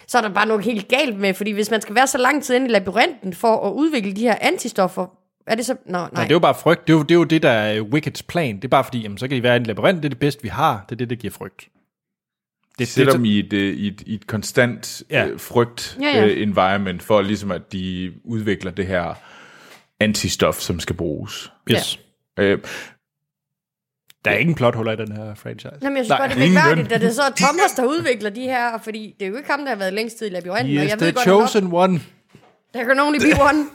Speaker 3: Så er der bare noget helt galt med, fordi hvis man skal være så lang tid inde i labyrinten for at udvikle de her antistoffer, er det så... Nå, nej.
Speaker 1: Nej, det er jo bare frygt. Det er jo det, er jo det der er Wickeds plan. Det er bare fordi, jamen, så kan I være i en labyrint. Det er det bedste, vi har. Det er det, der giver frygt.
Speaker 2: De
Speaker 1: det er
Speaker 2: sætter
Speaker 1: så-
Speaker 2: dem i et, øh, i et, i et konstant
Speaker 1: Ja.
Speaker 2: ja. øh, frygt
Speaker 3: Ja, ja.
Speaker 2: Øh, environment, for ligesom at de udvikler det her antistof, som skal bruges.
Speaker 1: Yes. Ja.
Speaker 2: Øh,
Speaker 1: Der er ingen plothuller i den her franchise.
Speaker 3: Jamen, jeg synes
Speaker 1: Nej,
Speaker 3: godt, det er
Speaker 2: ingen
Speaker 3: mærkeligt, at det så er Thomas, der udvikler de her, fordi det er jo ikke ham, der har været længst tid i labyrinten, og
Speaker 1: Yes,
Speaker 3: jeg
Speaker 1: the
Speaker 3: ved godt, chosen.
Speaker 1: chosen one.
Speaker 3: der kan only be one.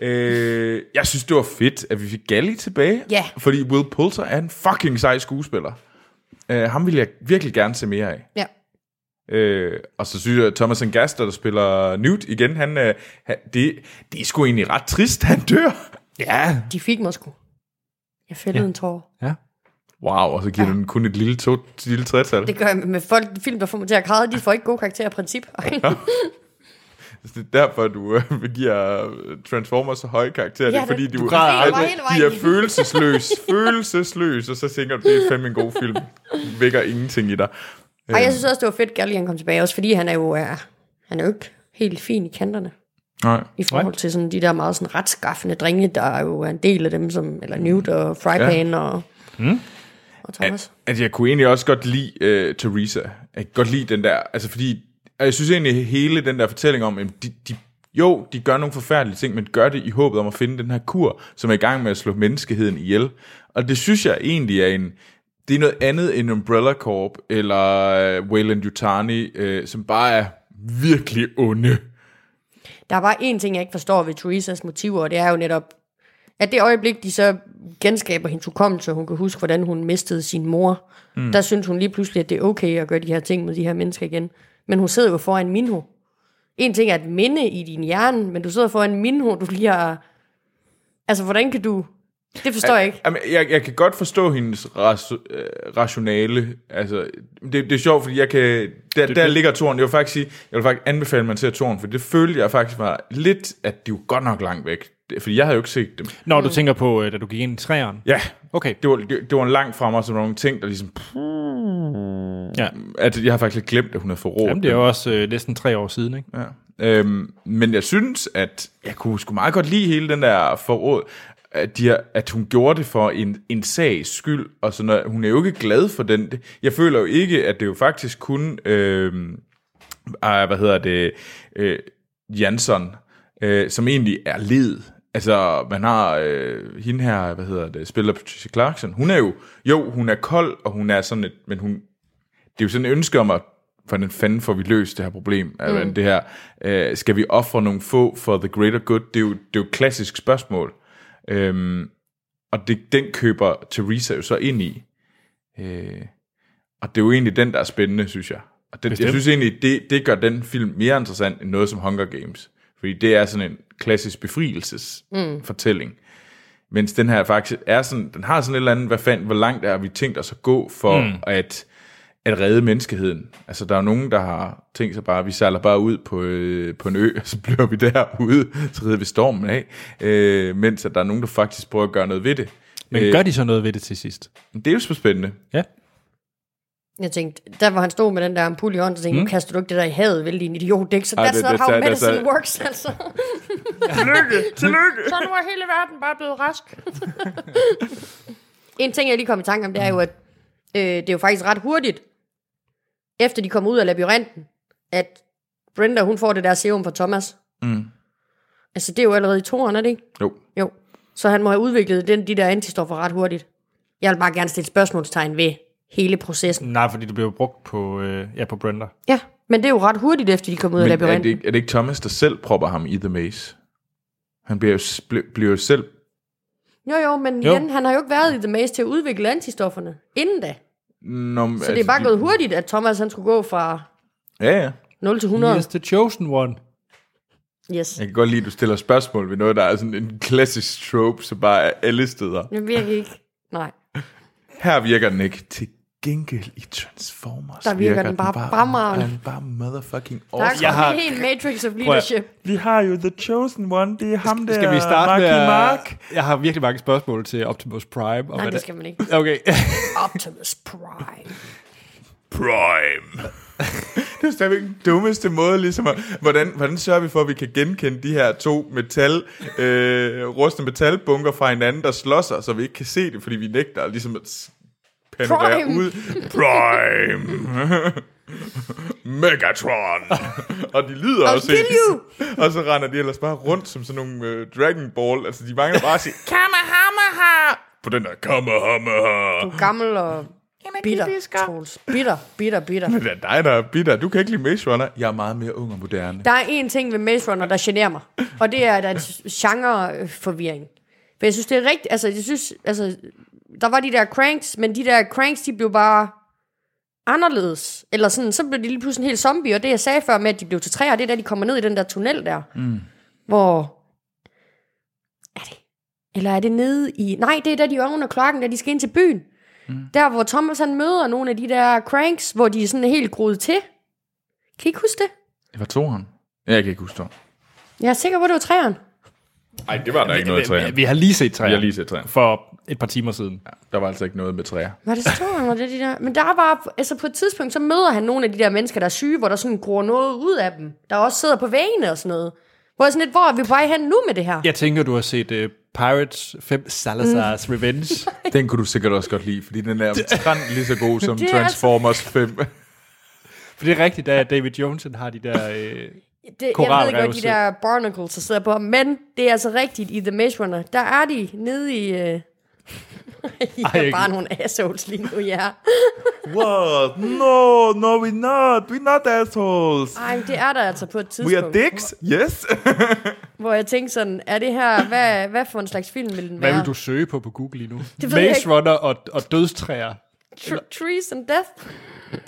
Speaker 2: øh, jeg synes, det var fedt, at vi fik Gally tilbage.
Speaker 3: Ja.
Speaker 2: Fordi Will Poulter er en fucking sej skuespiller. Øh, ham ville jeg virkelig gerne se mere af.
Speaker 3: Ja.
Speaker 2: Øh, og så synes jeg, at Thomas Gaster, der spiller Newt igen, han, øh, han det, det er sgu egentlig ret trist, han dør.
Speaker 1: Ja.
Speaker 3: De fik mig sgu. Jeg fældede ja. en tårer.
Speaker 1: ja.
Speaker 2: Wow, og så giver ja. den kun et lille, to, et lille tretal.
Speaker 3: Det gør jeg med folk, film, der får mig til at græde, de får ikke gode karakterer af princip.
Speaker 2: Det er derfor, du øh, giver øh, Transformers så høje karakterer. Ja, det, er,
Speaker 3: det-
Speaker 2: fordi, de,
Speaker 3: du græder
Speaker 2: at
Speaker 3: aldrig. Hele
Speaker 2: de
Speaker 3: vejen.
Speaker 2: er følelsesløse. følelsesløse, og så tænker du, det er fandme en god film. Vækker ingenting i dig.
Speaker 3: og jeg synes også, det var fedt, at han kom tilbage, også fordi han er jo, er, han er jo ikke helt fin i kanterne.
Speaker 2: Nej.
Speaker 3: i forhold til sådan de der meget sådan retskaffende drenge, der er jo er en del af dem, som, eller Newt og Frypan ja. og, mm. og Thomas.
Speaker 2: At jeg kunne egentlig også godt lide øh, Teresa. Jeg kan godt lide den der, altså fordi, og jeg synes egentlig hele den der fortælling om, jamen, de, de, jo, de gør nogle forfærdelige ting, men gør det i håbet om at finde den her kur, som er i gang med at slå menneskeheden ihjel. Og det synes jeg egentlig er en, det er noget andet end Umbrella Corp, eller øh, Wayland Yutani, øh, som bare er virkelig onde.
Speaker 3: Der er bare én ting, jeg ikke forstår ved Theresas motiver, og det er jo netop, at det øjeblik, de så genskaber hendes hukommelse, og hun kan huske, hvordan hun mistede sin mor, mm. der synes hun lige pludselig, at det er okay at gøre de her ting med de her mennesker igen. Men hun sidder jo foran Minho. En ting er et minde i din hjerne, men du sidder foran Minho, du lige har... Altså, hvordan kan du... Det forstår jeg ikke.
Speaker 2: Jamen, jeg, jeg kan godt forstå hendes ras, øh, rationale. Altså, det, det er sjovt, fordi jeg kan, der, der ligger toren. Jeg vil faktisk sige, jeg vil faktisk anbefale, at man ser toren, for det følte jeg faktisk var lidt, at de var godt nok langt væk. Det- Fordi jeg havde jo ikke set dem.
Speaker 1: Når
Speaker 3: Mm.
Speaker 1: du tænker på, øh, da du gik ind i træerne.
Speaker 2: Ja,
Speaker 1: Okay.
Speaker 2: det var, det, det var langt fra mig, som nogle ting, der ligesom...
Speaker 1: Ja.
Speaker 2: At jeg har faktisk lidt glemt, at hun havde forrådt
Speaker 1: Jamen, det er jo også øh, næsten tre år siden, ikke? Ja.
Speaker 2: Øhm, men jeg synes, at jeg kunne sgu meget godt lide hele den der forråd, at, de, har- at hun gjorde det for en, en sags skyld, og sådan noget. Hun er jo ikke glad for den. Jeg føler jo ikke, at det jo faktisk kun, øhm, ah, hvad hedder det, øh, Jansson, øh, som egentlig er led. Altså, man har øh, hende her, hvad hedder det, spiller Patricia Clarkson. Hun er jo, jo, hun er kold, og hun er sådan et, men hun, det er jo sådan et ønske om, at hvordan fanden får vi løst det her problem? Mm. Det her, øh, skal vi ofre nogle få for the greater good? Det er jo, det er jo et klassisk spørgsmål. Øhm, og det, den køber Teresa jo så ind i. Øh, og det er jo egentlig den, der er spændende, synes jeg. Og det, jeg
Speaker 1: Bestemt.
Speaker 2: synes egentlig, det, det gør den film mere interessant end noget som Hunger Games. Fordi det er sådan en klassisk befrielsesfortælling. Mm. fortælling. Mens den her faktisk er sådan, den har sådan et eller andet, hvad fanden, hvor langt er vi tænkt os at gå for mm. at, at redde menneskeheden. Altså, der er jo nogen, der har tænkt sig bare, vi sejler bare ud på, øh, på en ø, og så bliver vi derude, så rider vi stormen af. Øh, mens at der er nogen, der faktisk prøver at gøre noget ved det.
Speaker 1: Men
Speaker 2: Øh.
Speaker 1: øh, gør de så noget ved det til sidst?
Speaker 2: Det er jo så spændende.
Speaker 1: Ja.
Speaker 3: Jeg tænkte, der hvor han stod med den der ampul i hånden, så tænkte jeg, mm. kaster du ikke det der i havet, vel, din idiot, det er ikke? Så
Speaker 2: Ej,
Speaker 3: that's
Speaker 2: det-
Speaker 3: not
Speaker 2: det-
Speaker 3: how
Speaker 2: det- det-
Speaker 3: medicine
Speaker 2: det-
Speaker 3: works, altså.
Speaker 2: Tillykke, tillykke.
Speaker 3: Sådan var hele verden bare blevet rask. en ting, jeg lige kom i tanke om, det er jo, at øh, det er jo faktisk ret hurtigt, efter de kommer ud af labyrinten, at Brenda, hun får det der serum fra Thomas. Mm. Altså, det er jo allerede i toeren, er det ikke?
Speaker 2: Jo.
Speaker 3: Jo. Så han må have udviklet den, de der antistoffer ret hurtigt. Jeg vil bare gerne stille spørgsmålstegn ved hele processen.
Speaker 1: Nej, fordi det blev brugt på, øh, ja, på Brenda.
Speaker 3: Ja, men det er jo ret hurtigt, efter de kommer ud af
Speaker 2: Men er
Speaker 3: labyrinten.
Speaker 2: det, ikke- er det ikke Thomas, der selv propper ham i The Maze? Han bliver jo, s- bl- bliver jo selv...
Speaker 3: Jo, jo, men
Speaker 1: Jo.
Speaker 3: igen, han har jo ikke været i The Maze til at udvikle antistofferne inden da.
Speaker 2: Nå, men
Speaker 3: Så det er bare gået hurtigt, at Thomas han skulle gå fra
Speaker 2: altså, Ja, ja.
Speaker 3: 0 til 100.
Speaker 1: Yes, the chosen one.
Speaker 3: Yes.
Speaker 2: Jeg kan godt lide, at du stiller spørgsmål ved noget, der er sådan en klassisk trope, så bare er alle steder.
Speaker 3: Det virker ikke. Nej,
Speaker 2: Her virker den ikke. Til gengæld i Transformers
Speaker 3: Der virker den bare fremragende.
Speaker 2: Den bare motherfucking
Speaker 3: der er
Speaker 2: awesome.
Speaker 3: jeg
Speaker 1: Jeg
Speaker 3: har...
Speaker 1: har-
Speaker 3: en hel matrix of leadership.
Speaker 2: Vi har jo The Chosen One. Det er ham der,
Speaker 1: Skal vi starte med...
Speaker 2: Marky
Speaker 1: at-
Speaker 2: Mark.
Speaker 1: Jeg har virkelig mange spørgsmål til Optimus Prime. Og
Speaker 3: Nej,
Speaker 1: hvad
Speaker 3: det
Speaker 1: det-
Speaker 3: skal man ikke.
Speaker 1: Okay.
Speaker 3: Optimus Prime.
Speaker 2: Prime. det er stadigvæk den dummeste måde, ligesom at, hvordan, hvordan sørger vi for, at vi kan genkende de her to metal, øh, rustne metalbunker fra hinanden, der slår sig, så vi ikke kan se det, fordi vi nægter ligesom at s- panorere
Speaker 3: Prime.
Speaker 2: ud. Prime! Megatron! og de lider
Speaker 3: I'll
Speaker 2: også
Speaker 3: kill
Speaker 2: ens. Og så render de ellers bare rundt som sådan nogle øh, Dragon Ball. Altså, de mangler bare at sige, Kamahamaha! På den der Kamahamaha!
Speaker 3: Gammel og bitter, Troels. Bitter, bitter, bitter.
Speaker 2: Det er dig, der er bitter. Du kan ikke lide Maze Runner. Jeg er meget mere ung og moderne.
Speaker 3: Der er en ting ved Maze Runner, der generer mig. Og det er, at der er genreforvirring. For jeg synes, det er rigtigt. Altså, jeg synes, altså, der var de der cranks, men de der cranks, de blev bare anderledes. Eller sådan, så blev de lige pludselig en helt zombie, og det jeg sagde før med, at de blev til træer, det er da, de kommer ned i den der tunnel der. Mm. Hvor... Er det? Eller er det nede i... Nej, det er da, de er under klokken, da de skal ind til byen. Mm. Der, hvor Thomas han møder nogle af de der cranks, hvor de er sådan helt groet til. Kan I ikke huske det?
Speaker 2: Det var toeren. Ja, jeg kan ikke huske toeren.
Speaker 3: Jeg er sikker på, det var træeren.
Speaker 2: Nej, det var der ikke noget træer.
Speaker 1: vi, vi har lige set træer.
Speaker 2: Vi har lige set træer.
Speaker 1: For et par timer siden.
Speaker 2: Der var altså ikke noget med træer.
Speaker 3: Var det Storen, var det de der? Men der er bare, altså på et tidspunkt, så møder han nogle af de der mennesker, der er syge, hvor der sådan gror noget ud af dem. Der også sidder på væggene og sådan noget. Hvor jeg sådan lidt, hvor er vi på vej hen nu med det her?
Speaker 1: Jeg tænker, du har set uh, Pirates 5 Salazar's mm. Revenge.
Speaker 2: Den kunne du sikkert også godt lide, fordi den er omtrent lige så god som
Speaker 3: Det er
Speaker 2: Transformers 5.
Speaker 1: For det er rigtigt, at David Jones han har de der... Øh,
Speaker 3: det, jeg ved godt,
Speaker 1: koralrevse.
Speaker 3: de der barnacles, der sidder på, men det er altså rigtigt i The Maze Runner. Der er de nede i... Øh... I er
Speaker 1: ikke-
Speaker 3: bare nogle assholes lige nu, ja.
Speaker 2: What? No, no, we're not. We're not assholes.
Speaker 3: Ej, men det er der altså på et
Speaker 2: We are
Speaker 3: tidspunkt,
Speaker 2: dicks, yes.
Speaker 3: hvor jeg tænkte sådan, er det her, hvad, hvad for en slags film vil den
Speaker 1: hvad
Speaker 3: være?
Speaker 1: vil du søge på på Google lige nu?
Speaker 3: ved jeg ikke.
Speaker 1: Maze Runner og, og dødstræer.
Speaker 3: Tr- trees and Death?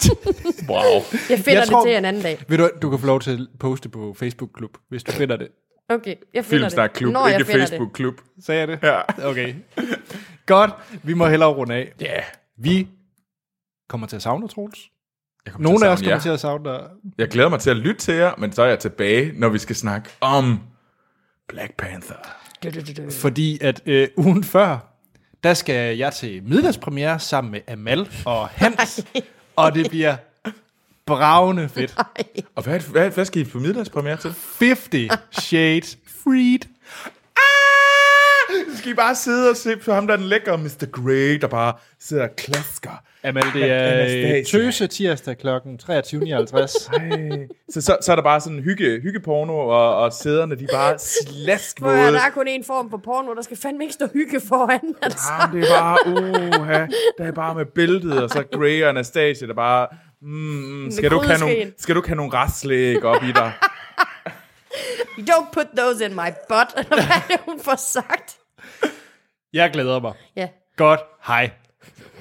Speaker 2: wow.
Speaker 3: Jeg finder jeg
Speaker 1: Jeg
Speaker 3: det
Speaker 1: tror-
Speaker 3: til en anden dag.
Speaker 1: Ved du, du kan få lov til at poste på Facebook-klub, hvis du finder det.
Speaker 3: Okay, jeg finder
Speaker 2: Filmsnak
Speaker 3: det.
Speaker 2: Klub,
Speaker 3: Når jeg
Speaker 2: ikke
Speaker 3: finder
Speaker 2: Facebook
Speaker 3: Det.
Speaker 2: Klub.
Speaker 1: Sagde jeg det?
Speaker 2: Ja.
Speaker 1: Okay. Godt, vi må hellere runde af.
Speaker 2: Ja. Yeah.
Speaker 1: Vi kommer til at savne, Troels. Nogle af os kommer til at savne dig.
Speaker 2: Jeg glæder mig til at lytte til jer, men så er jeg tilbage, når vi skal snakke om Black Panther.
Speaker 1: Fordi at øh, ugen før, der skal jeg til middagspremiere sammen med Amal og Hans. og det bliver bravende fedt.
Speaker 2: Og hvad, hvad, hvad skal I på middagspremiere til?
Speaker 1: 50 Shades Freed.
Speaker 2: Ah! Så skal I bare sidde og se på ham, der er den lækre Mr. Grey, der bare sidder og klasker.
Speaker 1: Amal, det er øh,
Speaker 2: Anastasia.
Speaker 1: tøse tirsdag kl. 23.59.
Speaker 2: Ej. Så, så, så er der bare sådan hygge, hyggeporno, og, og sæderne, de er bare
Speaker 3: Prøv at høre,
Speaker 2: slaskvåde.
Speaker 3: der er kun én form for porno, der skal fandme ikke stå hygge foran. Altså.
Speaker 2: Ah, det er bare, uh, der er bare med bæltet, og så Grey og Anastasia, der bare, mm, skal, du ikke have nogle,
Speaker 3: kryddeskeen.
Speaker 2: skal du ikke have nogle restlæg op i dig?
Speaker 3: You don't put those in my butt. Eller hvad er det, hun får sagt?
Speaker 1: Jeg glæder mig.
Speaker 3: Ja.
Speaker 1: Godt, hej.